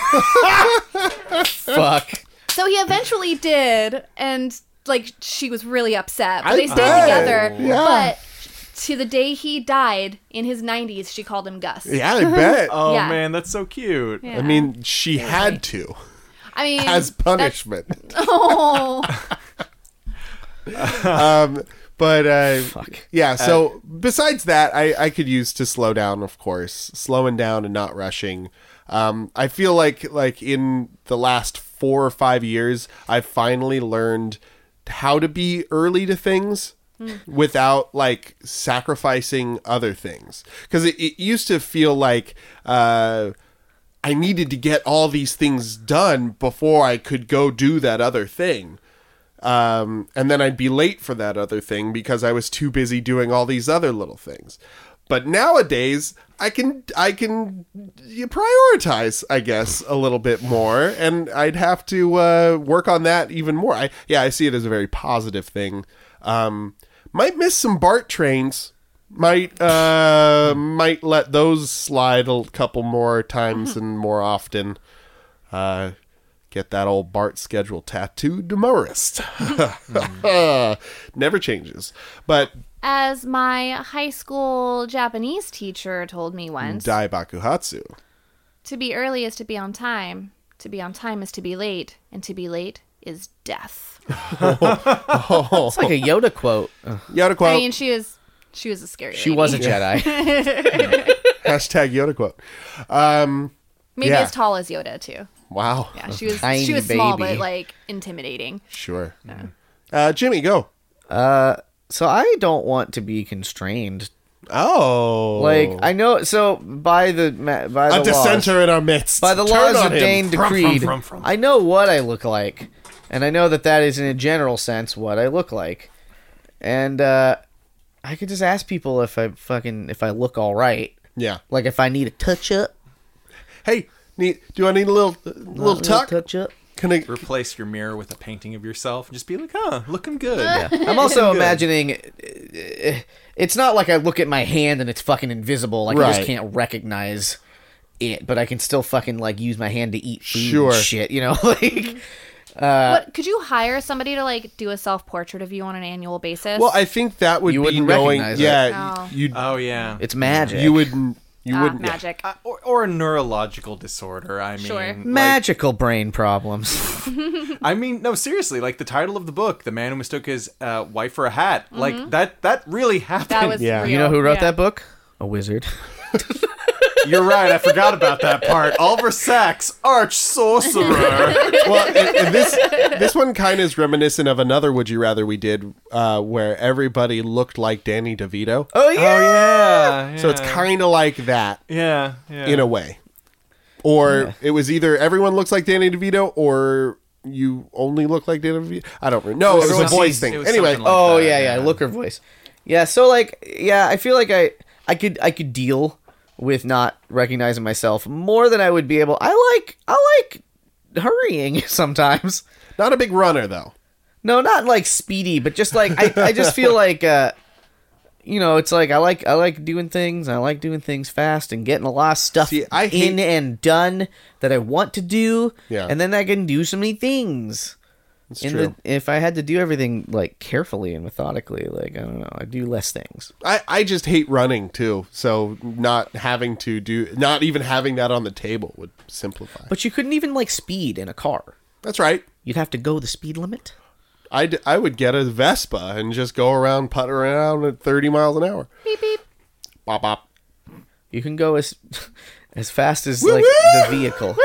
Speaker 1: Fuck.
Speaker 4: so he eventually did. And like she was really upset. But
Speaker 3: I
Speaker 4: they stayed
Speaker 3: bet.
Speaker 4: together.
Speaker 3: Yeah.
Speaker 4: But to the day he died in his 90s, she called him Gus.
Speaker 3: Yeah, I bet.
Speaker 2: Oh
Speaker 4: Yeah.
Speaker 2: man, that's so cute.
Speaker 4: Yeah.
Speaker 3: I mean, she had to
Speaker 4: I mean,
Speaker 3: as
Speaker 4: that's-
Speaker 3: punishment.
Speaker 4: Oh.
Speaker 3: um, but uh, yeah. So besides that, I, I could use to slow down, of course, slowing down and not rushing. Um, I feel like like in the last four or five years, I've finally learned how to be early to things without like sacrificing other things. Because it, it used to feel like. Uh, I needed to get all these things done before I could go do that other thing um, and then I'd be late for that other thing because I was too busy doing all these other little things. But nowadays, I can I can you prioritize, I guess, a little bit more, and I'd have to uh, work on that even more. I yeah, I see it as a very positive thing. Um, might miss some BART trains. Might uh, might let those slide a couple more times and more often. Uh, get that old Bart schedule tattooed to Morris. Never changes. But
Speaker 4: as my high school Japanese teacher told me once,
Speaker 3: Dai Bakuhatsu.
Speaker 4: to be early is to be on time, to be on time is to be late, and to be late is death.
Speaker 1: It's like a Yoda quote. Ugh,
Speaker 3: Yoda
Speaker 4: I
Speaker 3: quote.
Speaker 4: mean, she was she was a scary.
Speaker 1: she
Speaker 4: lady.
Speaker 1: was a Jedi.
Speaker 3: hashtag Yoda quote. Um,
Speaker 4: maybe
Speaker 3: yeah.
Speaker 4: as tall as Yoda too.
Speaker 3: wow.
Speaker 4: Yeah, she was
Speaker 1: tiny
Speaker 4: she was small
Speaker 1: baby.
Speaker 4: but like intimidating.
Speaker 3: Sure. Uh, Jimmy, go.
Speaker 1: So I don't want to be constrained.
Speaker 3: Oh,
Speaker 1: Like I know. So by the ma- by the
Speaker 3: a
Speaker 1: laws,
Speaker 3: dissenter in our midst.
Speaker 1: by the
Speaker 3: Turn
Speaker 1: laws
Speaker 3: on
Speaker 1: of
Speaker 3: him.
Speaker 1: Dane decreed, I know what I look like, and I know that that is in a general sense what I look like, and uh, I could just ask people if I fucking if I look all right,
Speaker 3: Yeah.
Speaker 1: like if I need a touch up,
Speaker 3: Hey, need, do I need a little little tuck?
Speaker 1: touch up.
Speaker 3: Can I?
Speaker 2: Replace your mirror with a painting of yourself and just be like, huh, looking good.
Speaker 1: I'm also imagining uh, it's not like I look at my hand and it's fucking invisible. Like I
Speaker 3: Right.
Speaker 1: just can't recognize it, but I can still fucking like use my hand to eat food and
Speaker 3: Sure.
Speaker 1: shit. You know, like Uh,
Speaker 4: what could you hire somebody to like do a self portrait of you on an annual basis?
Speaker 3: Well, I think that would
Speaker 1: You
Speaker 3: be
Speaker 1: wouldn't
Speaker 3: knowing.
Speaker 1: recognize it.
Speaker 3: Yeah, you
Speaker 2: Oh, yeah.
Speaker 1: it's magic.
Speaker 3: you wouldn't. You
Speaker 4: Ah,
Speaker 3: wouldn't. yeah.
Speaker 4: magic.
Speaker 2: Uh, or, or a neurological disorder. I mean,
Speaker 4: Sure.
Speaker 2: like-
Speaker 1: magical brain problems.
Speaker 2: I mean, no, seriously. Like the title of the book, "The Man Who Mistook His uh, Wife for a Hat." Like that. That really happened.
Speaker 4: Mm-hmm. that was
Speaker 3: Yeah.
Speaker 4: real.
Speaker 1: you know who wrote
Speaker 4: Yeah.
Speaker 1: that book? A wizard.
Speaker 2: You're right. I forgot about that part. Oliver Sacks, arch sorcerer. Oh,
Speaker 3: well, and, and this this one kind of is reminiscent of another "Would You Rather" we did, uh, where everybody looked like Danny DeVito.
Speaker 1: Oh yeah.
Speaker 2: yeah,
Speaker 3: So it's kind of like that
Speaker 2: yeah, yeah.
Speaker 3: in a way, or it was either everyone looks like Danny DeVito, or you only look like Danny DeVito. I don't remember. No, it was a
Speaker 2: Everyone
Speaker 3: voice
Speaker 2: sees-
Speaker 3: thing.
Speaker 2: it was
Speaker 3: Anyway,
Speaker 2: something like
Speaker 1: Oh
Speaker 2: that,
Speaker 1: yeah, yeah, Look or voice. Yeah. So like, yeah, I feel like I, I could, I could deal with not recognizing myself more than I would be able. I like, I like hurrying sometimes.
Speaker 3: not a big runner though.
Speaker 1: No, not like speedy, but just like I, I just feel like uh you know, it's like I like I like doing things, I like doing things fast and getting a lot of stuff
Speaker 3: See, I
Speaker 1: in
Speaker 3: hate-
Speaker 1: and done that I want to do.
Speaker 3: Yeah.
Speaker 1: And then I can do so many things.
Speaker 3: It's
Speaker 1: in
Speaker 3: true.
Speaker 1: The, if I had to do everything like carefully and methodically, like I don't know, I do less things.
Speaker 3: I, I just hate running too. So not having to do, not even having that on the table would simplify.
Speaker 1: But you couldn't even like speed in a car.
Speaker 3: That's right.
Speaker 1: You'd have to go the speed limit.
Speaker 3: I'd, I would get a Vespa and just go around putt around at 30 miles an hour.
Speaker 4: Beep beep.
Speaker 3: Bop, bop.
Speaker 1: You can go as as fast as
Speaker 3: Woo
Speaker 1: like
Speaker 3: woo!
Speaker 1: the vehicle.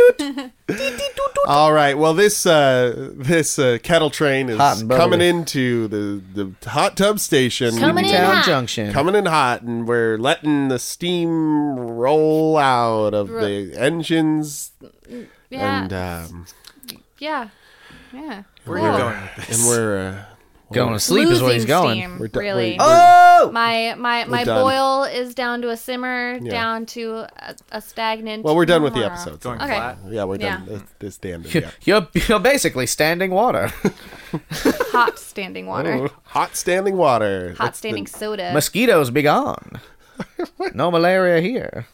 Speaker 3: All right. Well, this uh, this uh, kettle train is
Speaker 1: Hot and bubbly.
Speaker 3: coming into the, the hot tub station.
Speaker 4: Coming in
Speaker 1: Town
Speaker 4: hot.
Speaker 1: Junction.
Speaker 3: Coming in hot, and we're letting the steam roll out of
Speaker 4: Ro-
Speaker 3: the engines,
Speaker 4: Yeah.
Speaker 3: and um,
Speaker 4: yeah. Yeah.
Speaker 2: Where are you going with this?
Speaker 3: and we're uh,
Speaker 1: going to sleep is where he's
Speaker 4: Losing
Speaker 1: going. Oh,
Speaker 4: steam,
Speaker 3: we're do-
Speaker 4: really.
Speaker 3: we're- we're-
Speaker 4: my my my
Speaker 3: done.
Speaker 4: boil is down to a simmer, down to a, a stagnant.
Speaker 3: well, we're done with the
Speaker 4: simmer.
Speaker 3: episode. so-
Speaker 2: Going
Speaker 4: Okay.
Speaker 2: flat.
Speaker 3: Yeah, we're done.
Speaker 4: Oh! Yeah.
Speaker 3: This, this the end of
Speaker 1: You're,
Speaker 3: it.
Speaker 1: you're, you're basically standing water.
Speaker 4: Hot standing water.
Speaker 3: Hot standing water.
Speaker 4: Hot
Speaker 3: Oh. That's the-
Speaker 4: standing soda.
Speaker 1: Mosquitoes be gone. No malaria here.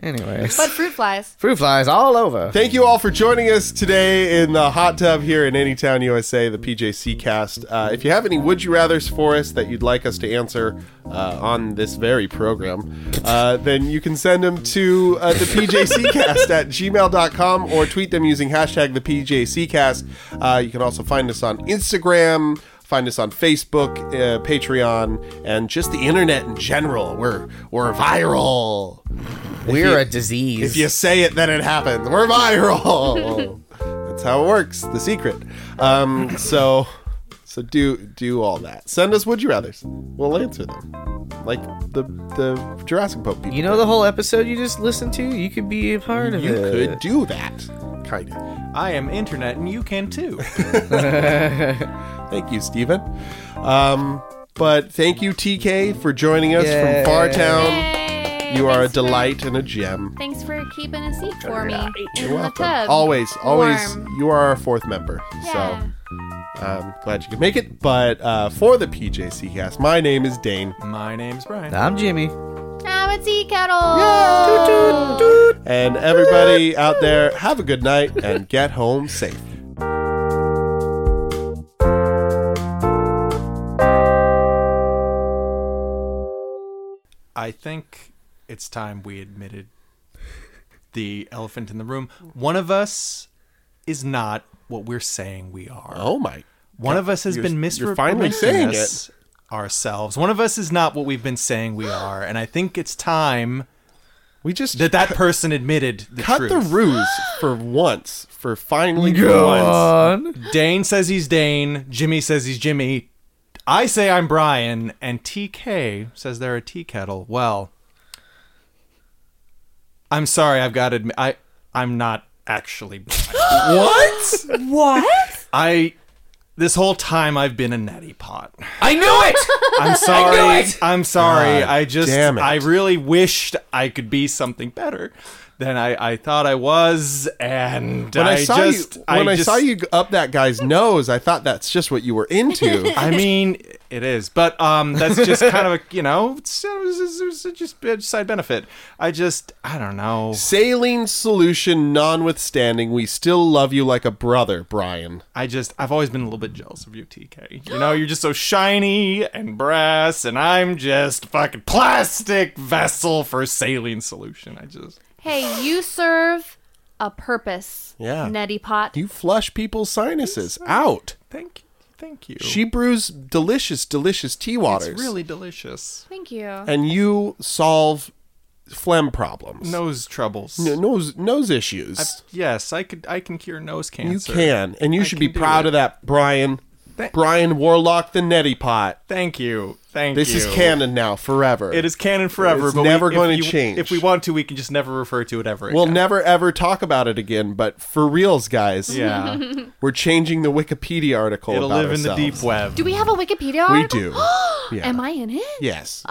Speaker 1: Anyways,
Speaker 4: but fruit flies.
Speaker 1: fruit flies all over.
Speaker 3: Thank you all for joining us today in the hot tub here in Anytown, USA, the PJC cast. Uh, if you have any would you rathers for us that you'd like us to answer uh, on this very program, uh, then you can send them to uh, the PJCcast at gmail.com or tweet them using hashtag the PJCcast. Uh, you can also find us on Instagram. Find us on Facebook, uh, Patreon, and just the internet in general. We're we're viral.
Speaker 1: We're
Speaker 3: you-
Speaker 1: a disease.
Speaker 3: If you say it, then it happens. We're viral. That's how it works. The secret. Um, so, so do do all that. Send us would you rather's. We'll answer them, like the the Jurassic Pope people.
Speaker 1: You know the whole episode you just listened to? You could be a part of
Speaker 3: you
Speaker 1: it.
Speaker 3: could do that. Kind of.
Speaker 2: I am internet, and you can too.
Speaker 3: Thank you, Stephen. Um, but thank you, TK, for joining us
Speaker 1: Yay.
Speaker 3: from Fartown.
Speaker 4: Yay!
Speaker 3: You are a
Speaker 4: Thanks for-
Speaker 3: delight and a gem.
Speaker 4: Thanks for keeping a seat for me in
Speaker 3: You're
Speaker 4: the
Speaker 3: welcome.
Speaker 4: tub.
Speaker 3: Always, always.
Speaker 4: Warm.
Speaker 3: You are our fourth member.
Speaker 4: Yeah.
Speaker 3: So. I'm Um, glad you could make it. But uh, for the PJC cast, my name is Dane.
Speaker 2: My name's Brian.
Speaker 1: I'm Jimmy.
Speaker 4: Now it's sea kettle.
Speaker 3: And everybody out there, have a good night and get home safe.
Speaker 2: I think it's time we admitted the elephant in the room. One of us is not what we're saying we are.
Speaker 3: Oh my.
Speaker 2: One of us has
Speaker 3: You're-
Speaker 2: been
Speaker 3: you're finally
Speaker 2: misrepresenting
Speaker 3: saying
Speaker 2: us ourselves. One of us is not what we've been saying we are, and I think it's time
Speaker 3: We just
Speaker 2: that that person admitted the
Speaker 3: cut
Speaker 2: truth.
Speaker 3: the ruse for once, for finally for once.
Speaker 1: on.
Speaker 2: Dane says he's Dane. Jimmy says he's Jimmy. I say I'm Brian, and TK says they're a tea kettle. Well, I'm sorry. I've got to admit, I I'm not actually. Brian.
Speaker 1: What?
Speaker 7: What?
Speaker 2: I this whole time I've been a neti pot.
Speaker 1: I knew it.
Speaker 2: I'm sorry.
Speaker 1: knew it!
Speaker 2: I'm sorry. I just
Speaker 3: damn it.
Speaker 2: I really wished I could be something better than I I thought I was, and
Speaker 3: When I,
Speaker 2: I,
Speaker 3: saw
Speaker 2: just
Speaker 3: you, when I,
Speaker 2: just-
Speaker 3: saw you g- up that guy's nose, I thought that's just what you were into.
Speaker 2: I mean, it is, but um, that's just kind of a you know, it's, it's- it's- it's just a side benefit. I just I don't know.
Speaker 3: Saline solution, nonwithstanding, we still love you like a brother, Brian.
Speaker 2: I just I've always been a little bit jealous of you, TK. You know, you're just so shiny and brass, and I'm just fucking plastic vessel for saline solution. I just
Speaker 4: Hey, you serve a purpose.
Speaker 3: Yeah.
Speaker 4: Neti pot.
Speaker 3: You flush people's sinuses out.
Speaker 2: thank you, thank you.
Speaker 3: She brews delicious, delicious tea waters.
Speaker 2: it's really delicious.
Speaker 4: Thank you.
Speaker 3: and you solve phlegm problems.
Speaker 2: Nose troubles.
Speaker 3: N- nose nose issues.
Speaker 2: Yes, I could. I can cure nose
Speaker 3: you
Speaker 2: cancer.
Speaker 3: can, and you
Speaker 2: I
Speaker 3: should
Speaker 2: can
Speaker 3: be
Speaker 2: do
Speaker 3: proud
Speaker 2: it.
Speaker 3: of that, Brian.
Speaker 2: Thank-
Speaker 3: Brian Warlock the Neti Pot.
Speaker 2: Thank you. Thank
Speaker 3: This
Speaker 2: you.
Speaker 3: is canon now, forever.
Speaker 2: It is canon forever.
Speaker 3: It's
Speaker 2: but we-
Speaker 3: never
Speaker 2: if
Speaker 3: going to
Speaker 2: you-
Speaker 3: change.
Speaker 2: If we want to, we can just never refer to it ever.
Speaker 3: We'll
Speaker 2: again.
Speaker 3: never ever talk about it again. But for reals, guys,
Speaker 2: Yeah,
Speaker 3: we're changing the Wikipedia article.
Speaker 2: it'll
Speaker 3: about
Speaker 2: live in the
Speaker 3: ourselves.
Speaker 2: deep web.
Speaker 4: Do we have a Wikipedia
Speaker 3: We
Speaker 4: article?
Speaker 3: do.
Speaker 4: Am I in it?
Speaker 3: Yes.